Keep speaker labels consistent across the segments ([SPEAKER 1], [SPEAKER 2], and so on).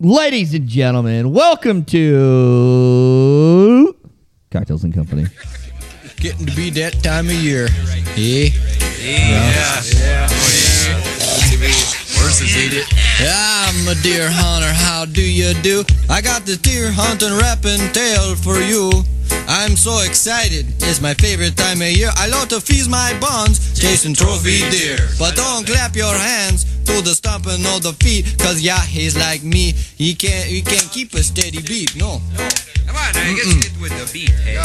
[SPEAKER 1] Ladies and gentlemen, welcome to Cocktails and Company.
[SPEAKER 2] Getting to be that time of year. Yeah. Ah, my dear hunter, how do you do? I got the deer hunting rapping tale for you. I'm so excited, it's my favorite time of year. I love to feast my bonds, chasing trophy deer. But don't clap your hands to the stomping of the feet, cause yeah, he's like me. He can't, he can't keep a steady beat, no.
[SPEAKER 3] Come on, I guess it with the beat. Hey.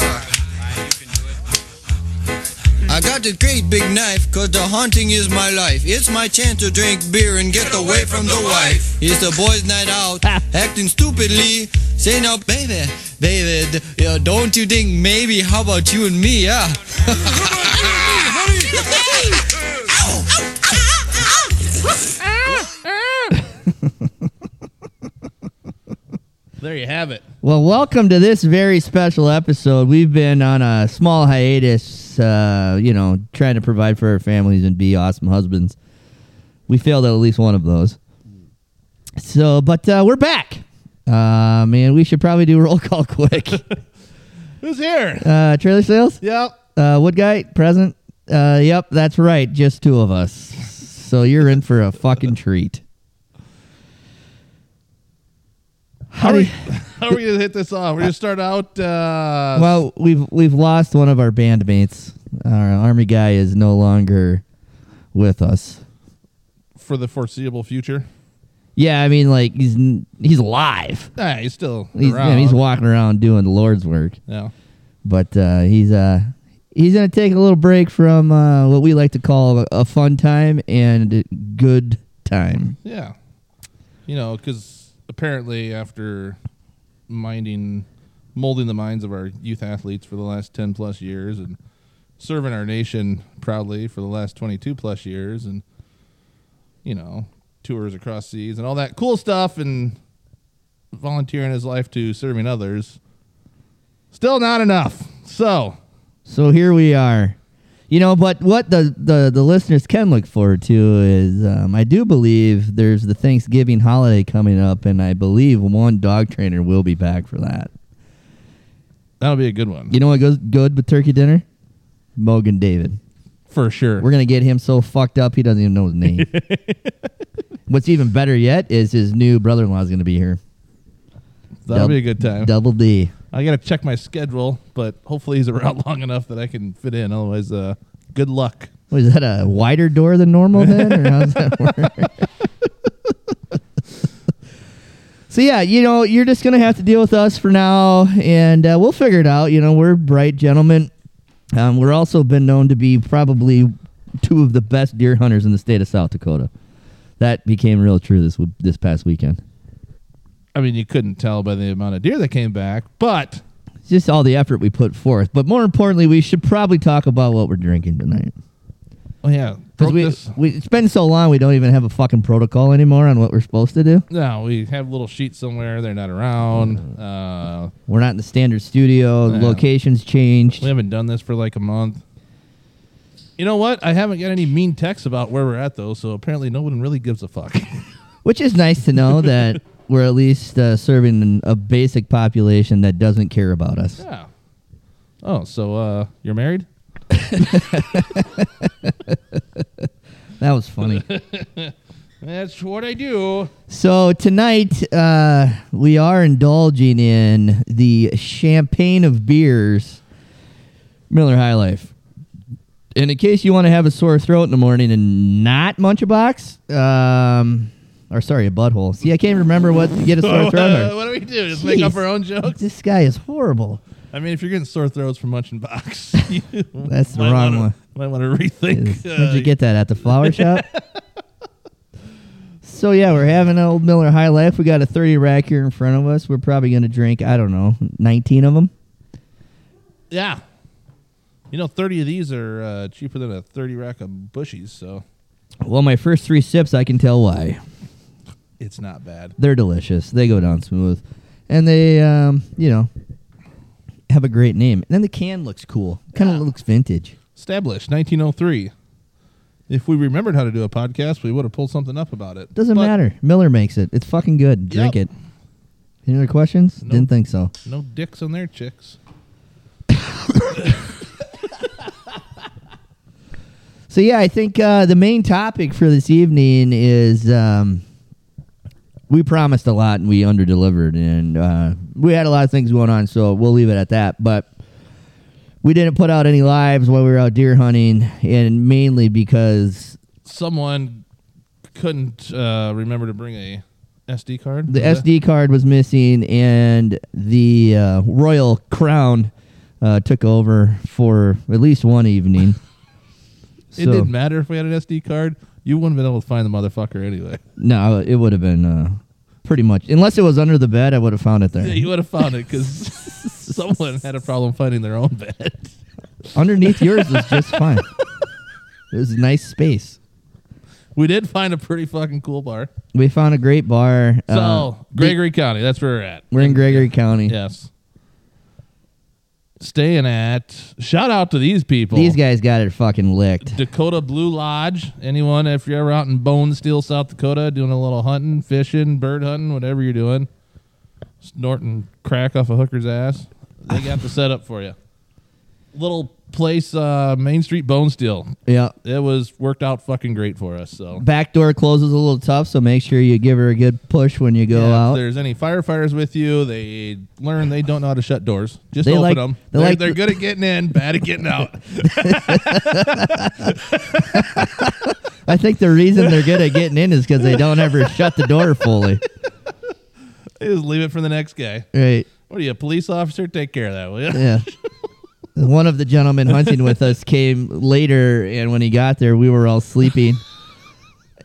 [SPEAKER 2] I got the great big knife, cause the hunting is my life. It's my chance to drink beer and get, away from the wife. It's the boys' night out, acting stupidly. Say now, baby, baby, d- yeah, don't you think maybe how about you and me, yeah?
[SPEAKER 4] There you have it.
[SPEAKER 1] Well, welcome to this very special episode. We've been on a small hiatus, uh, you know, trying to provide for our families and be awesome husbands. We failed at at least one of those. So, but uh, we're back. Uh, man, we should probably do roll call quick.
[SPEAKER 4] Who's here?
[SPEAKER 1] uh, trailer sales?
[SPEAKER 4] Yep.
[SPEAKER 1] Uh, Wood guy present? Uh, yep, that's right. Just two of us. So you're in for a fucking treat.
[SPEAKER 4] How
[SPEAKER 1] How
[SPEAKER 4] are,
[SPEAKER 1] do
[SPEAKER 4] we,
[SPEAKER 1] you-
[SPEAKER 4] how are we gonna hit this off? We're gonna start out. Uh,
[SPEAKER 1] well, we've we've lost one of our bandmates. Our army guy is no longer with us.
[SPEAKER 4] for the foreseeable future.
[SPEAKER 1] Yeah, I mean, like he's n- he's alive.
[SPEAKER 4] Nah, he's still
[SPEAKER 1] He's
[SPEAKER 4] around.
[SPEAKER 1] yeah, he's walking around doing the Lord's work,
[SPEAKER 4] Yeah.
[SPEAKER 1] but uh, he's uh he's gonna take a little break from uh, what we like to call a, a fun time and a good time.
[SPEAKER 4] Yeah. You know, because apparently after minding, molding the minds of our youth athletes for the last 10 plus years and serving our nation proudly for the last 22 plus years and, you know, tours across seas and all that cool stuff and volunteering his life to serving others, still not enough. So,
[SPEAKER 1] So here we are. You know, but what the, the, the listeners can look forward to is um, I do believe there's the Thanksgiving holiday coming up, and I believe one dog trainer will be back for that.
[SPEAKER 4] that'll be a good one.
[SPEAKER 1] You know what goes good with turkey dinner? Mogan David.
[SPEAKER 4] For sure.
[SPEAKER 1] We're going to get him so fucked up he doesn't even know his name. What's even better yet is his new brother in law is going to be here.
[SPEAKER 4] That'll
[SPEAKER 1] Dub-
[SPEAKER 4] be a good time.
[SPEAKER 1] Double D.
[SPEAKER 4] I gotta check my schedule, but hopefully he's around long enough that I can fit in. Otherwise, uh, good luck.
[SPEAKER 1] What, is that a wider door than normal then, or how's that work? so yeah, you know, you're just gonna have to deal with us for now, and uh, we'll figure it out. You know, we're bright gentlemen. Um, we're also been known to be probably two of the best deer hunters in the state of South Dakota. That became real true this w- this past weekend.
[SPEAKER 4] I mean, you couldn't tell by the amount of deer that came back, but
[SPEAKER 1] It's just all the effort we put forth, but more importantly, we should probably talk about what we're drinking tonight.
[SPEAKER 4] oh yeah,
[SPEAKER 1] Because
[SPEAKER 4] broke
[SPEAKER 1] we,
[SPEAKER 4] this.
[SPEAKER 1] we it's been so long, we don't even have a fucking protocol anymore on what we're supposed to do.
[SPEAKER 4] No, we have little sheets somewhere. They're not around. Uh,
[SPEAKER 1] We're not in the standard studio.
[SPEAKER 4] Yeah.
[SPEAKER 1] Locations changed.
[SPEAKER 4] we haven't done this for like a month. You know what? I haven't got any mean texts about where we're at though, so apparently no one really gives a fuck.
[SPEAKER 1] Which is nice to know that we're at least uh, serving a basic population that doesn't care about us.
[SPEAKER 4] yeah. Oh, so uh, you're married?
[SPEAKER 1] That was funny.
[SPEAKER 4] That's what I do.
[SPEAKER 1] so tonight, uh, we are indulging in the champagne of beers, Miller High Life. And in case you want to have a sore throat in the morning and not munch a box, um, or sorry, a butthole. See, I can't remember what to get a sore throat.
[SPEAKER 4] Uh,
[SPEAKER 1] or-
[SPEAKER 4] what do we do? Just make up
[SPEAKER 1] Jeez.
[SPEAKER 4] our own jokes?
[SPEAKER 1] This guy is horrible.
[SPEAKER 4] I mean, if you're getting sore throats from munching box, you
[SPEAKER 1] That's the
[SPEAKER 4] might
[SPEAKER 1] wrong
[SPEAKER 4] wanna- Might
[SPEAKER 1] one.
[SPEAKER 4] want to rethink.
[SPEAKER 1] Is- Where'd
[SPEAKER 4] uh,
[SPEAKER 1] you get that at the flower shop? So yeah, we're having an old Miller High Life. We got a thirty rack here in front of us. We're probably going to drink, I don't know, nineteen of them.
[SPEAKER 4] Yeah. You know, 30 of these are uh, cheaper than a 30 rack of bushies, so
[SPEAKER 1] Well, my first three sips, I can tell why.
[SPEAKER 4] it's not bad.
[SPEAKER 1] They're delicious. They go down smooth, and they, um, you know, have a great name. And then the can looks cool. Kind of looks vintage.
[SPEAKER 4] Established 1903. If we remembered how to do a podcast, we would have pulled something up about it.
[SPEAKER 1] Doesn't
[SPEAKER 4] But
[SPEAKER 1] matter. Miller makes it. It's fucking good. Drink
[SPEAKER 4] Yep.
[SPEAKER 1] it. Any other questions?
[SPEAKER 4] Nope.
[SPEAKER 1] Didn't think so.
[SPEAKER 4] No dicks on their chicks.
[SPEAKER 1] So yeah, I think uh, the main topic for this evening is um, we promised a lot and we underdelivered, and uh, we had a lot of things going on, so we'll leave it at that. But we didn't put out any lives while we were out deer hunting, and mainly because
[SPEAKER 4] Someone couldn't uh, remember to bring a SD card.
[SPEAKER 1] the
[SPEAKER 4] Was that-
[SPEAKER 1] SD card was missing, and the uh, Royal Crown uh, took over for at least one evening.
[SPEAKER 4] It
[SPEAKER 1] So-
[SPEAKER 4] didn't matter if we had an SD card. You wouldn't have been able to find the motherfucker anyway.
[SPEAKER 1] No, it would have been uh, pretty much. Unless it was under the bed, I would have found it there.
[SPEAKER 4] Yeah, you would have found it because someone had a problem finding their own bed.
[SPEAKER 1] Underneath yours is just fine. It was a nice space.
[SPEAKER 4] We did find a pretty fucking cool bar.
[SPEAKER 1] We found a great bar.
[SPEAKER 4] So
[SPEAKER 1] uh,
[SPEAKER 4] Gregory County, that's where we're at.
[SPEAKER 1] we're in Gregory County.
[SPEAKER 4] Yes. Staying at. Shout out to these people.
[SPEAKER 1] These guys got it fucking licked.
[SPEAKER 4] Dakota Blue Lodge. Anyone, if you're ever out in Bone Steel, South Dakota, doing a little hunting, fishing, bird hunting, whatever you're doing, snorting crack off a hooker's ass, they got the setup for you. Little place, uh, Main Street Bone Steel.
[SPEAKER 1] Yeah.
[SPEAKER 4] It was worked out fucking great for us. So,
[SPEAKER 1] Back door closes a little tough, so make sure you give her a good push when you go
[SPEAKER 4] Yeah,
[SPEAKER 1] out.
[SPEAKER 4] if there's any firefighters with you, they learn they don't know how to shut doors. Just
[SPEAKER 1] They
[SPEAKER 4] open
[SPEAKER 1] like-
[SPEAKER 4] them.
[SPEAKER 1] they
[SPEAKER 4] They're,
[SPEAKER 1] like-
[SPEAKER 4] they're good at getting in, bad at getting out.
[SPEAKER 1] I think the reason they're good at getting in is because they don't ever shut the door fully.
[SPEAKER 4] they just leave it for the next guy.
[SPEAKER 1] Right.
[SPEAKER 4] What are you, a police officer? Take care of that, will you?
[SPEAKER 1] Yeah. One of the gentlemen hunting with us came later, and when he got there, we were all sleeping,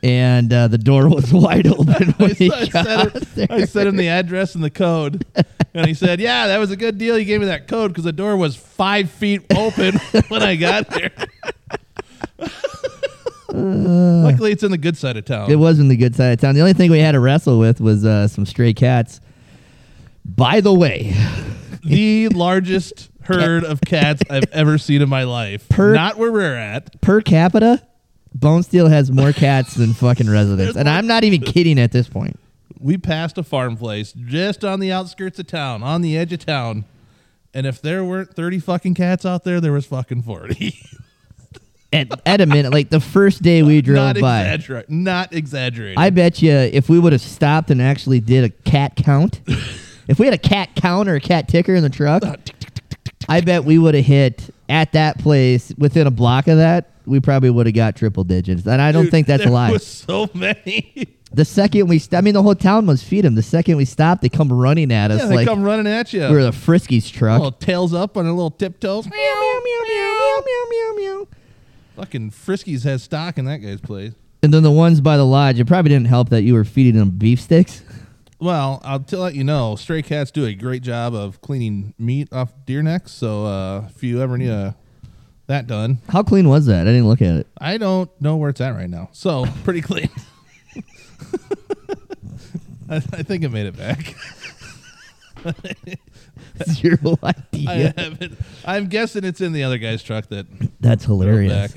[SPEAKER 1] and uh, the door was wide open when he
[SPEAKER 4] I
[SPEAKER 1] got
[SPEAKER 4] sent, him, I
[SPEAKER 1] there.
[SPEAKER 4] sent him the address and the code, and he said, "Yeah, that was a good deal. You gave me that code because the door was five feet open when I got there." Luckily, it's in the good side of town.
[SPEAKER 1] It wasn't the good side of town. The only thing we had to wrestle with was uh, some stray cats. By the way,
[SPEAKER 4] the largest herd of cats I've ever seen in my life.
[SPEAKER 1] Per-
[SPEAKER 4] Not where we're at.
[SPEAKER 1] per capita, Bone Steel has more cats than fucking residents, and I'm not even kidding at this point.
[SPEAKER 4] We passed a farm place just on the outskirts of town, on the edge of town. And if there weren't 30 fucking cats out there, there was fucking 40.
[SPEAKER 1] At, at a minute, like the first day we drove
[SPEAKER 4] not
[SPEAKER 1] by,
[SPEAKER 4] exaggerate. Not exaggerating.
[SPEAKER 1] I bet you if we would have stopped and actually did a cat count, if we had a cat count or a cat ticker in the truck,
[SPEAKER 4] Uh,
[SPEAKER 1] I bet we would have hit at that place within a block of that. We probably would have got triple digits, and I don't
[SPEAKER 4] Dude,
[SPEAKER 1] think that's a
[SPEAKER 4] there
[SPEAKER 1] lie.
[SPEAKER 4] was so many.
[SPEAKER 1] the second we, st- I mean, the whole town must feed them. The second we stopped, they come running at us
[SPEAKER 4] yeah, they
[SPEAKER 1] like
[SPEAKER 4] come Oh, running at you.
[SPEAKER 1] we are the Friskies truck.
[SPEAKER 4] little tails up on their little tiptoes.
[SPEAKER 1] Meow, meow, meow, meow, meow, meow.
[SPEAKER 4] fucking Friskies has stock in that guy's place.
[SPEAKER 1] And then the ones by the lodge, it probably didn't help that you were feeding them beef sticks.
[SPEAKER 4] Well, I'll tell let you know, stray cats do a great job of cleaning meat off deer necks. So uh, if you ever need a, that done,
[SPEAKER 1] How clean was that? I didn't look at it.
[SPEAKER 4] I don't know where it's at right now. So pretty clean. I, I think it made it back.
[SPEAKER 1] Zero idea.
[SPEAKER 4] I haven't. I'm guessing it's in the other guy's truck that
[SPEAKER 1] That's
[SPEAKER 4] drove
[SPEAKER 1] hilarious.
[SPEAKER 4] back.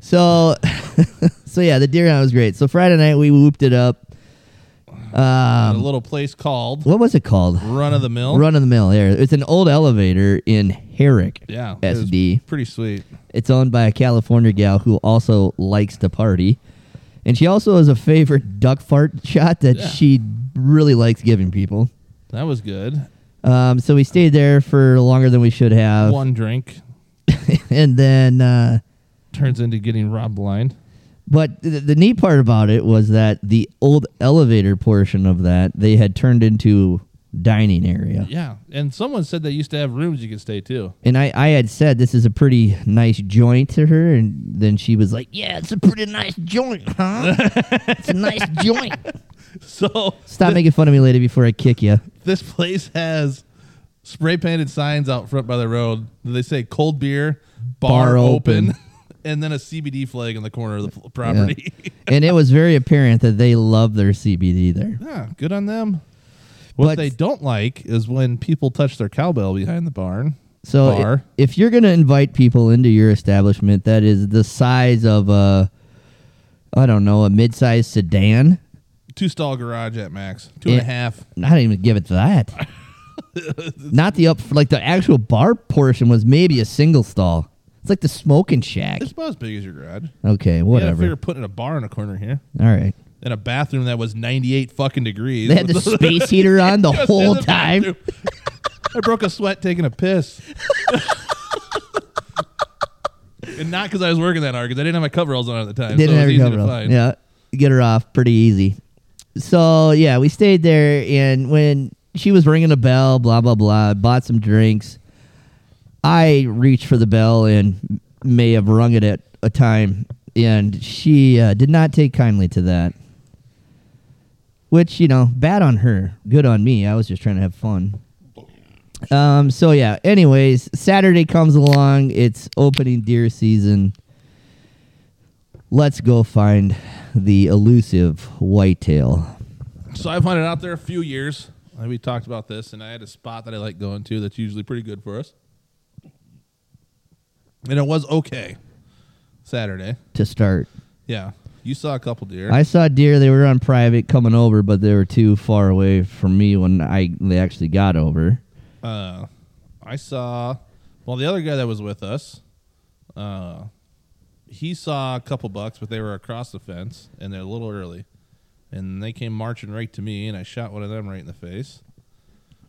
[SPEAKER 1] So, so yeah, the deer hunt was great. So Friday night we whooped it up.
[SPEAKER 4] At a
[SPEAKER 1] Um,
[SPEAKER 4] little place called
[SPEAKER 1] what was it called?
[SPEAKER 4] Run of the Mill.
[SPEAKER 1] Run of the mill. There, it's an old elevator in Herrick.
[SPEAKER 4] yeah, it was
[SPEAKER 1] SD.
[SPEAKER 4] Pretty sweet.
[SPEAKER 1] It's owned by a California gal who also likes to party, and she also has a favorite duck fart shot that
[SPEAKER 4] Yeah.
[SPEAKER 1] she really likes giving people.
[SPEAKER 4] That was good.
[SPEAKER 1] Um, so we stayed there for longer than we should have,
[SPEAKER 4] One drink
[SPEAKER 1] and then. Uh,
[SPEAKER 4] turns into getting robbed blind.
[SPEAKER 1] But the, the neat part about it was that the old elevator portion of that they had turned into dining area.
[SPEAKER 4] Yeah, and someone said they used to have rooms you could stay too.
[SPEAKER 1] And I, I had said this is a pretty nice joint to her, and then she was like, "Yeah, it's a pretty nice joint, huh? it's a nice joint."
[SPEAKER 4] So
[SPEAKER 1] Stop making fun of me, lady, before I kick you.
[SPEAKER 4] this place has spray painted signs out front by the road. They say cold beer, bar,
[SPEAKER 1] Bar
[SPEAKER 4] open.
[SPEAKER 1] open.
[SPEAKER 4] and then a CBD flag in the corner of the pl- property. Yeah,
[SPEAKER 1] And it was very apparent that they love their CBD there.
[SPEAKER 4] good on them. What
[SPEAKER 1] But-
[SPEAKER 4] they don't like is when people touch their cowbell behind the barn.
[SPEAKER 1] So i-
[SPEAKER 4] bar.
[SPEAKER 1] if you're going to invite people into your establishment that is the size of a I don't know, a mid-sized sedan,
[SPEAKER 4] two stall garage at max, two and a
[SPEAKER 1] Yeah.
[SPEAKER 4] half.
[SPEAKER 1] I didn't even give it to that. Not the up, like the actual bar portion was maybe a single stall. It's like the smoking shack.
[SPEAKER 4] It's about as big as your garage.
[SPEAKER 1] Okay,
[SPEAKER 4] Yeah, if
[SPEAKER 1] whatever.
[SPEAKER 4] we were putting a bar in a corner here
[SPEAKER 1] All right.
[SPEAKER 4] and a bathroom that was 98 fucking degrees.
[SPEAKER 1] They had the space heater on
[SPEAKER 4] I
[SPEAKER 1] the
[SPEAKER 4] was in
[SPEAKER 1] whole
[SPEAKER 4] the
[SPEAKER 1] time.
[SPEAKER 4] bathroom. I broke a sweat taking a piss. and not because I was working that hard, because I didn't have my coveralls on at the time.
[SPEAKER 1] Didn't
[SPEAKER 4] so it
[SPEAKER 1] have
[SPEAKER 4] was
[SPEAKER 1] your
[SPEAKER 4] easy to
[SPEAKER 1] coveralls.
[SPEAKER 4] find.
[SPEAKER 1] Yeah, get her off pretty easy. So yeah, we stayed there, and when she was ringing a bell, blah blah blah, bought some drinks. I reached for the bell and may have rung it at a time, and she uh, did not take kindly to that. Which you know, bad on her, good on me. I was just trying to have fun. Um. So yeah. Anyways, Saturday comes along. It's opening deer season. Let's go find the elusive whitetail.
[SPEAKER 4] So I've hunted out there a few years. and We talked about this, and I had a spot that I like going to that's usually pretty good for us. And it was okay Saturday.
[SPEAKER 1] to start.
[SPEAKER 4] Yeah. You saw a couple deer.
[SPEAKER 1] I saw deer. They were on private coming over, but they were too far away from me when I they actually got over.
[SPEAKER 4] uh, I saw. Well, the other guy that was with us, uh, he saw a couple bucks, but they were across the fence and they're a little early, and they came marching right to me, and I shot one of them right in the face.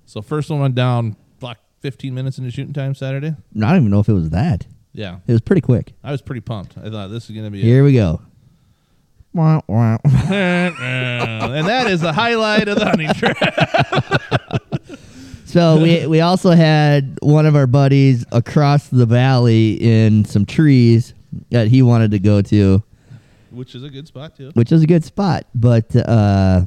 [SPEAKER 4] So first one went down, like 15 minutes into shooting time Saturday.
[SPEAKER 1] I don't even know if it was that.
[SPEAKER 4] Yeah,
[SPEAKER 1] It was pretty quick.
[SPEAKER 4] I was pretty pumped. I thought this is gonna be. it.
[SPEAKER 1] Here we go. Wah, wah.
[SPEAKER 4] and that is the highlight of the hunting trip.
[SPEAKER 1] so we we also had one of our buddies across the valley in some trees that he wanted to go to.
[SPEAKER 4] which is a good spot too.
[SPEAKER 1] which is a good spot. But uh,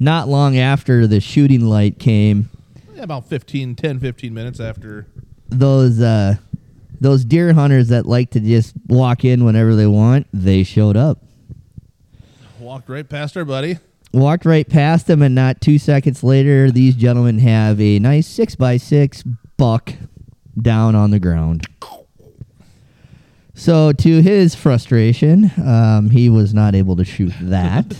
[SPEAKER 1] not long after the shooting light came,
[SPEAKER 4] Yeah, about 15, 10, 15 minutes after.
[SPEAKER 1] those uh, those deer hunters that like to just walk in whenever they want, they showed up.
[SPEAKER 4] Walked right past our buddy.
[SPEAKER 1] Walked right past them, and not two seconds later, these gentlemen have a nice six by six buck down on the ground. So, to his frustration, um, he was not able to shoot that.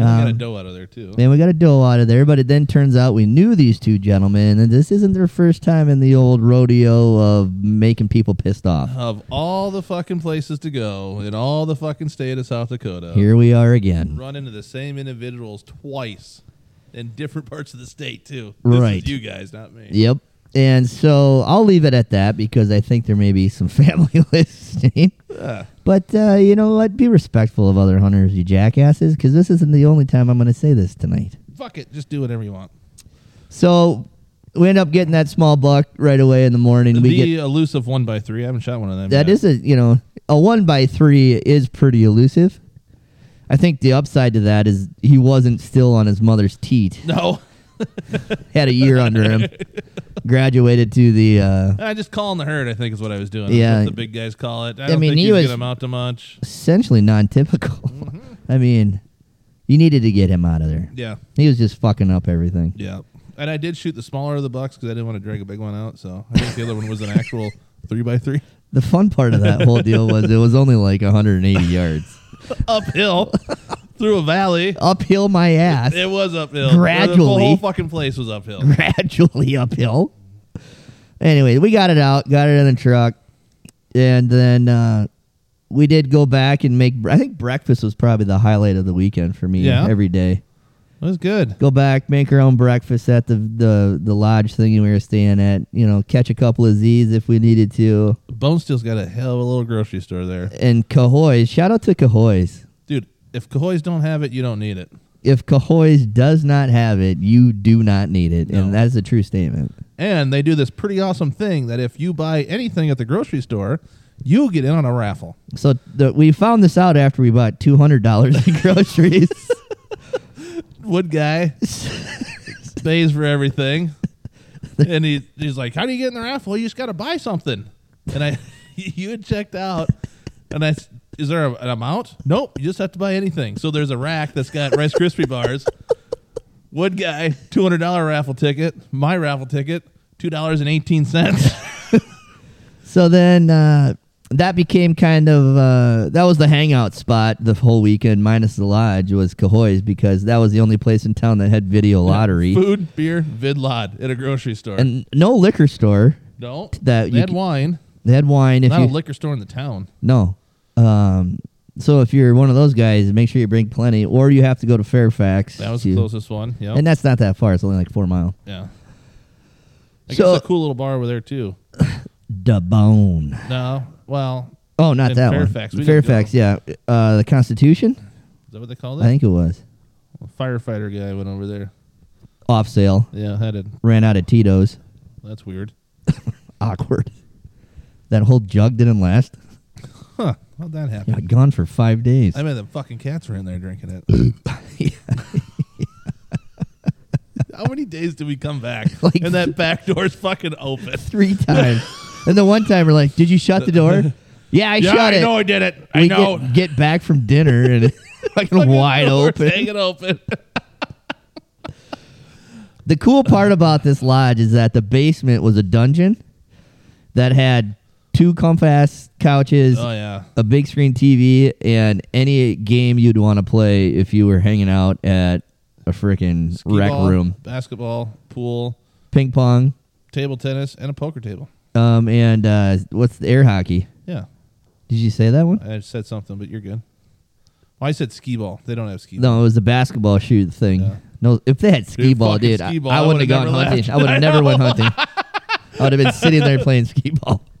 [SPEAKER 4] And we got a
[SPEAKER 1] Um,
[SPEAKER 4] doe out of there too.
[SPEAKER 1] Then we got a doe out of there, but it then turns out we knew these two gentlemen, and this isn't their first time in the old rodeo of making people pissed off.
[SPEAKER 4] of all the fucking places to go in all the fucking state of South Dakota,
[SPEAKER 1] Here we are again.
[SPEAKER 4] run into the same individuals twice in different parts of the state too. this
[SPEAKER 1] Right.
[SPEAKER 4] is you guys, not me.
[SPEAKER 1] Yep. And so I'll leave it at that because I think there may be some family listening.
[SPEAKER 4] Ah,
[SPEAKER 1] But uh, you know what? Be respectful of other hunters, you jackasses, because this isn't the only time I'm going to say this tonight.
[SPEAKER 4] fuck it, just do whatever you want.
[SPEAKER 1] So we end up getting that small buck right away in the morning. We
[SPEAKER 4] the
[SPEAKER 1] get
[SPEAKER 4] elusive one by three. I haven't shot one of them.
[SPEAKER 1] That
[SPEAKER 4] yet.
[SPEAKER 1] is a you know a one by three is pretty elusive. I think the upside to that is he wasn't still on his mother's teat.
[SPEAKER 4] no.
[SPEAKER 1] Had a year under him. Graduated to the. Uh,
[SPEAKER 4] I just calling the herd. I think is what I was doing. That's
[SPEAKER 1] Yeah.
[SPEAKER 4] what the big guys call it. I, don't
[SPEAKER 1] mean,
[SPEAKER 4] think
[SPEAKER 1] he
[SPEAKER 4] he's
[SPEAKER 1] was-
[SPEAKER 4] gonna amount to much.
[SPEAKER 1] essentially non-typical. I mean, you needed to get him out of there.
[SPEAKER 4] Mm-hmm. Yeah,
[SPEAKER 1] He was just fucking up everything.
[SPEAKER 4] yeah. And I did shoot the smaller of the bucks because I didn't want to drag a big one out. So I think the other one was an actual three by three
[SPEAKER 1] The fun part of that whole deal was it was only like 180 yards
[SPEAKER 4] uphill through a valley.
[SPEAKER 1] uphill my ass,
[SPEAKER 4] It was uphill. The
[SPEAKER 1] Gradually.
[SPEAKER 4] whole fucking place was uphill.
[SPEAKER 1] gradually uphill. Anyway, we got it out, got it in the truck, and then uh, we did go back and make. I think breakfast was probably the highlight of the weekend for me.
[SPEAKER 4] Yeah.
[SPEAKER 1] every day,
[SPEAKER 4] It was good.
[SPEAKER 1] go back, make our own breakfast at the the the lodge thing we were staying at. You know, catch a couple of Z's if we needed to,
[SPEAKER 4] Bone Steel's got a hell of a little grocery store there.
[SPEAKER 1] and Cahoy's. Shout out to Cahoy's.
[SPEAKER 4] Dude, if Cahoy's don't have it, you don't need it.
[SPEAKER 1] If Cahoy's does not have it, you do not need it,
[SPEAKER 4] No.
[SPEAKER 1] and that's a true statement.
[SPEAKER 4] And they do this pretty awesome thing that if you buy anything at the grocery store, you get in on a raffle.
[SPEAKER 1] So the, we found this out after we bought two hundred dollars in groceries.
[SPEAKER 4] Wood guy pays for everything. And he, he's like, How do you get in the raffle? You just got to buy something. And I, you had checked out. And I, s- is there a, an amount? Nope. You just have to buy anything. So there's a rack that's got Rice Krispie bars. Wood guy, $200 raffle ticket. My raffle ticket, $2.18.
[SPEAKER 1] so then uh, that became kind of uh, that was the hangout spot the whole weekend, minus the lodge was Cahoy's because that was the only place in town that had video lottery
[SPEAKER 4] Food, beer, vidlod at a grocery store.
[SPEAKER 1] and no liquor store.
[SPEAKER 4] no,
[SPEAKER 1] that
[SPEAKER 4] they
[SPEAKER 1] you
[SPEAKER 4] had
[SPEAKER 1] can-
[SPEAKER 4] wine.
[SPEAKER 1] They had wine. If
[SPEAKER 4] Not a
[SPEAKER 1] you
[SPEAKER 4] liquor store in the town.
[SPEAKER 1] no, um, so if you're one of those guys, make sure you bring plenty, or you have to go to Fairfax.
[SPEAKER 4] That was
[SPEAKER 1] to-
[SPEAKER 4] the closest one. Yeah,
[SPEAKER 1] and that's not that far. It's only like four mile.
[SPEAKER 4] yeah. I
[SPEAKER 1] So-
[SPEAKER 4] guess a cool little bar over there too.
[SPEAKER 1] Da bone.
[SPEAKER 4] No, well,
[SPEAKER 1] Oh, not
[SPEAKER 4] In
[SPEAKER 1] that
[SPEAKER 4] Fairfax, we
[SPEAKER 1] one.
[SPEAKER 4] didn't
[SPEAKER 1] Fairfax, yeah. Uh, the Constitution,
[SPEAKER 4] is that what they call
[SPEAKER 1] I
[SPEAKER 4] it?
[SPEAKER 1] think it was
[SPEAKER 4] Firefighter guy went over there.
[SPEAKER 1] off sale.
[SPEAKER 4] Yeah, had it.
[SPEAKER 1] Ran out of Tito's.
[SPEAKER 4] That's weird.
[SPEAKER 1] Awkward. That whole jug didn't last.
[SPEAKER 4] Huh? How'd that happen?
[SPEAKER 1] Yeah, gone for five days.
[SPEAKER 4] I mean, the fucking cats were in there drinking it. How many days did we come back?
[SPEAKER 1] Like-
[SPEAKER 4] and that back door's fucking open.
[SPEAKER 1] Three times. and the one time we're like, "Did you shut the door?" yeah, I
[SPEAKER 4] yeah,
[SPEAKER 1] shut
[SPEAKER 4] I
[SPEAKER 1] it.
[SPEAKER 4] know I did it. I
[SPEAKER 1] we
[SPEAKER 4] know.
[SPEAKER 1] Get, get back from dinner and it's fucking
[SPEAKER 4] Fucking
[SPEAKER 1] wide
[SPEAKER 4] door's
[SPEAKER 1] open.
[SPEAKER 4] Hanging open.
[SPEAKER 1] The cool part about this lodge is that the basement was a dungeon that had two comfast couches,
[SPEAKER 4] oh yeah.
[SPEAKER 1] a big screen TV, and any game you'd want to play if you were hanging out at a freaking
[SPEAKER 4] Ski
[SPEAKER 1] rec
[SPEAKER 4] ball,
[SPEAKER 1] room.
[SPEAKER 4] basketball, pool,
[SPEAKER 1] Ping pong,
[SPEAKER 4] table tennis, and a poker table.
[SPEAKER 1] um, and uh, what's the air hockey?
[SPEAKER 4] Yeah,
[SPEAKER 1] Did you say that one?
[SPEAKER 4] I said something, but you're good. Well, I said skee ball. They don't have skee. ball.
[SPEAKER 1] No, it was the basketball shoot thing.
[SPEAKER 4] Yeah.
[SPEAKER 1] No, if they had ski
[SPEAKER 4] Dude,
[SPEAKER 1] ball,
[SPEAKER 4] fucking
[SPEAKER 1] dude,
[SPEAKER 4] skee ball, I
[SPEAKER 1] I, I wouldn't have
[SPEAKER 4] would've
[SPEAKER 1] gone
[SPEAKER 4] never
[SPEAKER 1] hunting.
[SPEAKER 4] left.
[SPEAKER 1] I would have never went hunting. I would have been sitting there playing skee ball.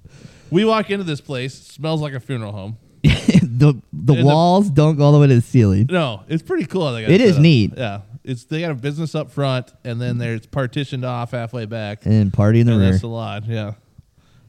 [SPEAKER 4] We walk into this place. Smells like a funeral home.
[SPEAKER 1] the the
[SPEAKER 4] the-
[SPEAKER 1] walls don't go all the way to the ceiling.
[SPEAKER 4] No, it's pretty cool. how They got
[SPEAKER 1] It is
[SPEAKER 4] set up.
[SPEAKER 1] neat.
[SPEAKER 4] Yeah, it's they got a business up front, and then there's partitioned off halfway back.
[SPEAKER 1] And party in the
[SPEAKER 4] and
[SPEAKER 1] rear.
[SPEAKER 4] that's a lot. Yeah,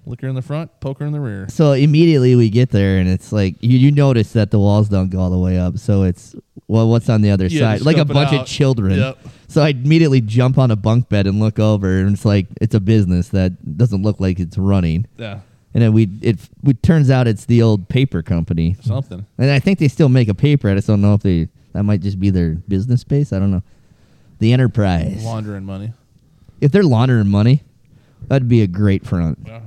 [SPEAKER 4] liquor in the front, poker in the rear.
[SPEAKER 1] So immediately we get there, and it's like you, you notice that the walls don't go all the way up. So it's well, what's on the other
[SPEAKER 4] Yeah,
[SPEAKER 1] side?
[SPEAKER 4] just
[SPEAKER 1] Like a
[SPEAKER 4] scope it
[SPEAKER 1] bunch of
[SPEAKER 4] out.
[SPEAKER 1] children.
[SPEAKER 4] Yep.
[SPEAKER 1] So I immediately jump on a bunk bed and look over, and it's like it's a business that doesn't look like it's running.
[SPEAKER 4] Yeah,
[SPEAKER 1] And then we it, it turns out it's the old paper company,
[SPEAKER 4] something.
[SPEAKER 1] and I think they still make a paper. I just don't know if they that might just be their business space. I don't know. The enterprise.
[SPEAKER 4] Laundering money.
[SPEAKER 1] If they're laundering money, that'd be a great front.
[SPEAKER 4] Yeah.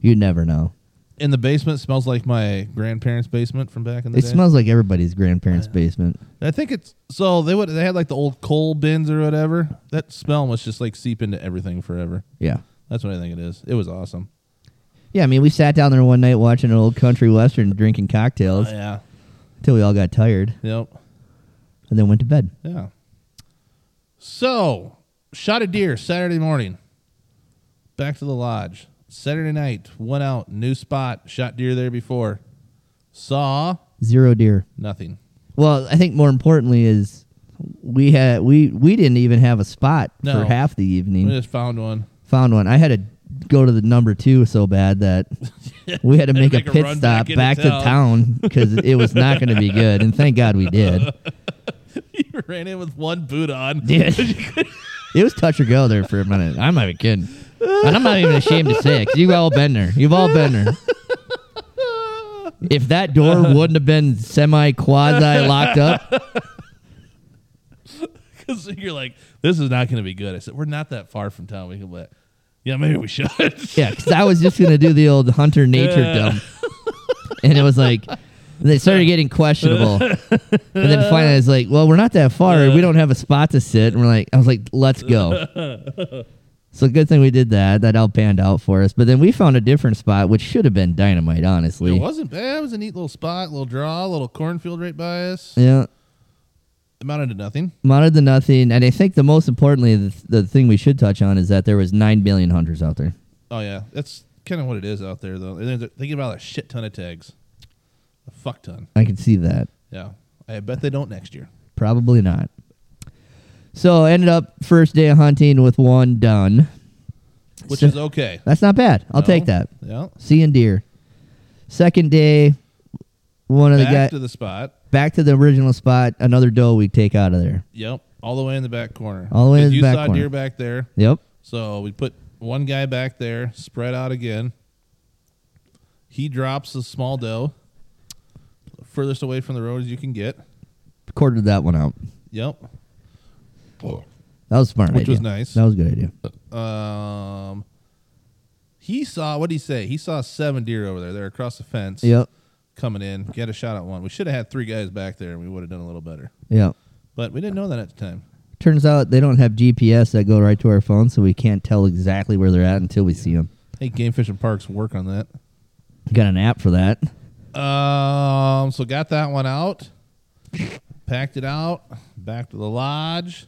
[SPEAKER 1] You never know.
[SPEAKER 4] In the basement smells like my grandparents' basement from back in the
[SPEAKER 1] It
[SPEAKER 4] day.
[SPEAKER 1] smells like everybody's grandparents' basement.
[SPEAKER 4] I think it's so they would they had like the old coal bins or whatever. That smell must just like seep into everything forever.
[SPEAKER 1] Yeah.
[SPEAKER 4] That's what I think it is. It was awesome.
[SPEAKER 1] Yeah, I mean, we sat down there one night watching an old country western, drinking cocktails
[SPEAKER 4] yeah.
[SPEAKER 1] until we all got tired,
[SPEAKER 4] Yep.
[SPEAKER 1] and then went to bed.
[SPEAKER 4] Yeah. So shot a deer Saturday morning. Back to the lodge. Saturday night, went out, new spot, shot deer there before. Saw
[SPEAKER 1] Zero deer.
[SPEAKER 4] nothing.
[SPEAKER 1] Well, I think more importantly is we had we we didn't even have a spot
[SPEAKER 4] No.
[SPEAKER 1] for half the evening.
[SPEAKER 4] We just found one.
[SPEAKER 1] Found one. I had to go to the number two so bad that we had to make,
[SPEAKER 4] make
[SPEAKER 1] a
[SPEAKER 4] a
[SPEAKER 1] pit
[SPEAKER 4] run
[SPEAKER 1] stop
[SPEAKER 4] back into
[SPEAKER 1] back, to
[SPEAKER 4] town.
[SPEAKER 1] town because it was not going to be good. And thank God we did.
[SPEAKER 4] you ran in with one boot on.
[SPEAKER 1] Dude, it was touch or go there for a minute. I'm not even kidding. And I'm not even ashamed to say it. 'cause You've all been there. You've all been there. If that door wouldn't have been semi quasi locked up,
[SPEAKER 4] Because you're like, this is not going to be good. I said, we're not that far from town. We can let. Yeah, maybe we should.
[SPEAKER 1] yeah, because I was just going to do the old hunter nature dump. And it was like, they started getting questionable. And then finally, I was like, well, we're not that far. We don't have a spot to sit. And we're like, I was like, let's go. So good thing we did that. That all panned out for us. But then we found a different spot, which should have been dynamite, honestly.
[SPEAKER 4] It wasn't bad. It was a neat little spot, little draw, little cornfield right by us.
[SPEAKER 1] Yeah,
[SPEAKER 4] Amounted to nothing.
[SPEAKER 1] mounted to nothing, and I think the most importantly, the, the thing we should touch on is that there was nine billion hunters out there.
[SPEAKER 4] Oh yeah, that's kind of what it is out there though. They they give out a shit ton of tags, a fuck ton.
[SPEAKER 1] I can see that.
[SPEAKER 4] Yeah, I bet they don't next year.
[SPEAKER 1] Probably not. So ended up first day of hunting with one done.
[SPEAKER 4] Which
[SPEAKER 1] So-
[SPEAKER 4] is okay.
[SPEAKER 1] That's not bad. I'll
[SPEAKER 4] No?
[SPEAKER 1] take that.
[SPEAKER 4] Yeah.
[SPEAKER 1] Seeing deer. Second day, one of the
[SPEAKER 4] Back
[SPEAKER 1] guys
[SPEAKER 4] to the spot.
[SPEAKER 1] back to the original spot. Another doe we take out of there.
[SPEAKER 4] Yep. All the way in the back corner.
[SPEAKER 1] All the way in
[SPEAKER 4] 'Cause
[SPEAKER 1] the
[SPEAKER 4] you
[SPEAKER 1] back
[SPEAKER 4] saw
[SPEAKER 1] corner.
[SPEAKER 4] deer back there.
[SPEAKER 1] Yep.
[SPEAKER 4] So we put one guy back there, spread out again. He drops a small doe, furthest away from the road as you can get.
[SPEAKER 1] Quartered that one out.
[SPEAKER 4] Yep.
[SPEAKER 1] That was a smart.
[SPEAKER 4] Which was
[SPEAKER 1] idea.
[SPEAKER 4] nice.
[SPEAKER 1] That was a good idea.
[SPEAKER 4] Um, He saw what did he say? He saw seven deer over there. They're across the fence.
[SPEAKER 1] Yep.
[SPEAKER 4] Coming in, get a shot at one. We should have had three guys back there, and we would have done a little better.
[SPEAKER 1] Yep.
[SPEAKER 4] But we didn't know that at the time.
[SPEAKER 1] Turns out they don't have GPS that go right to our phone, so we can't tell exactly where they're at until we see them.
[SPEAKER 4] Hey, Game Fish and Parks work on that.
[SPEAKER 1] Got an app for that.
[SPEAKER 4] Um, so got that one out, packed it out, back to the lodge.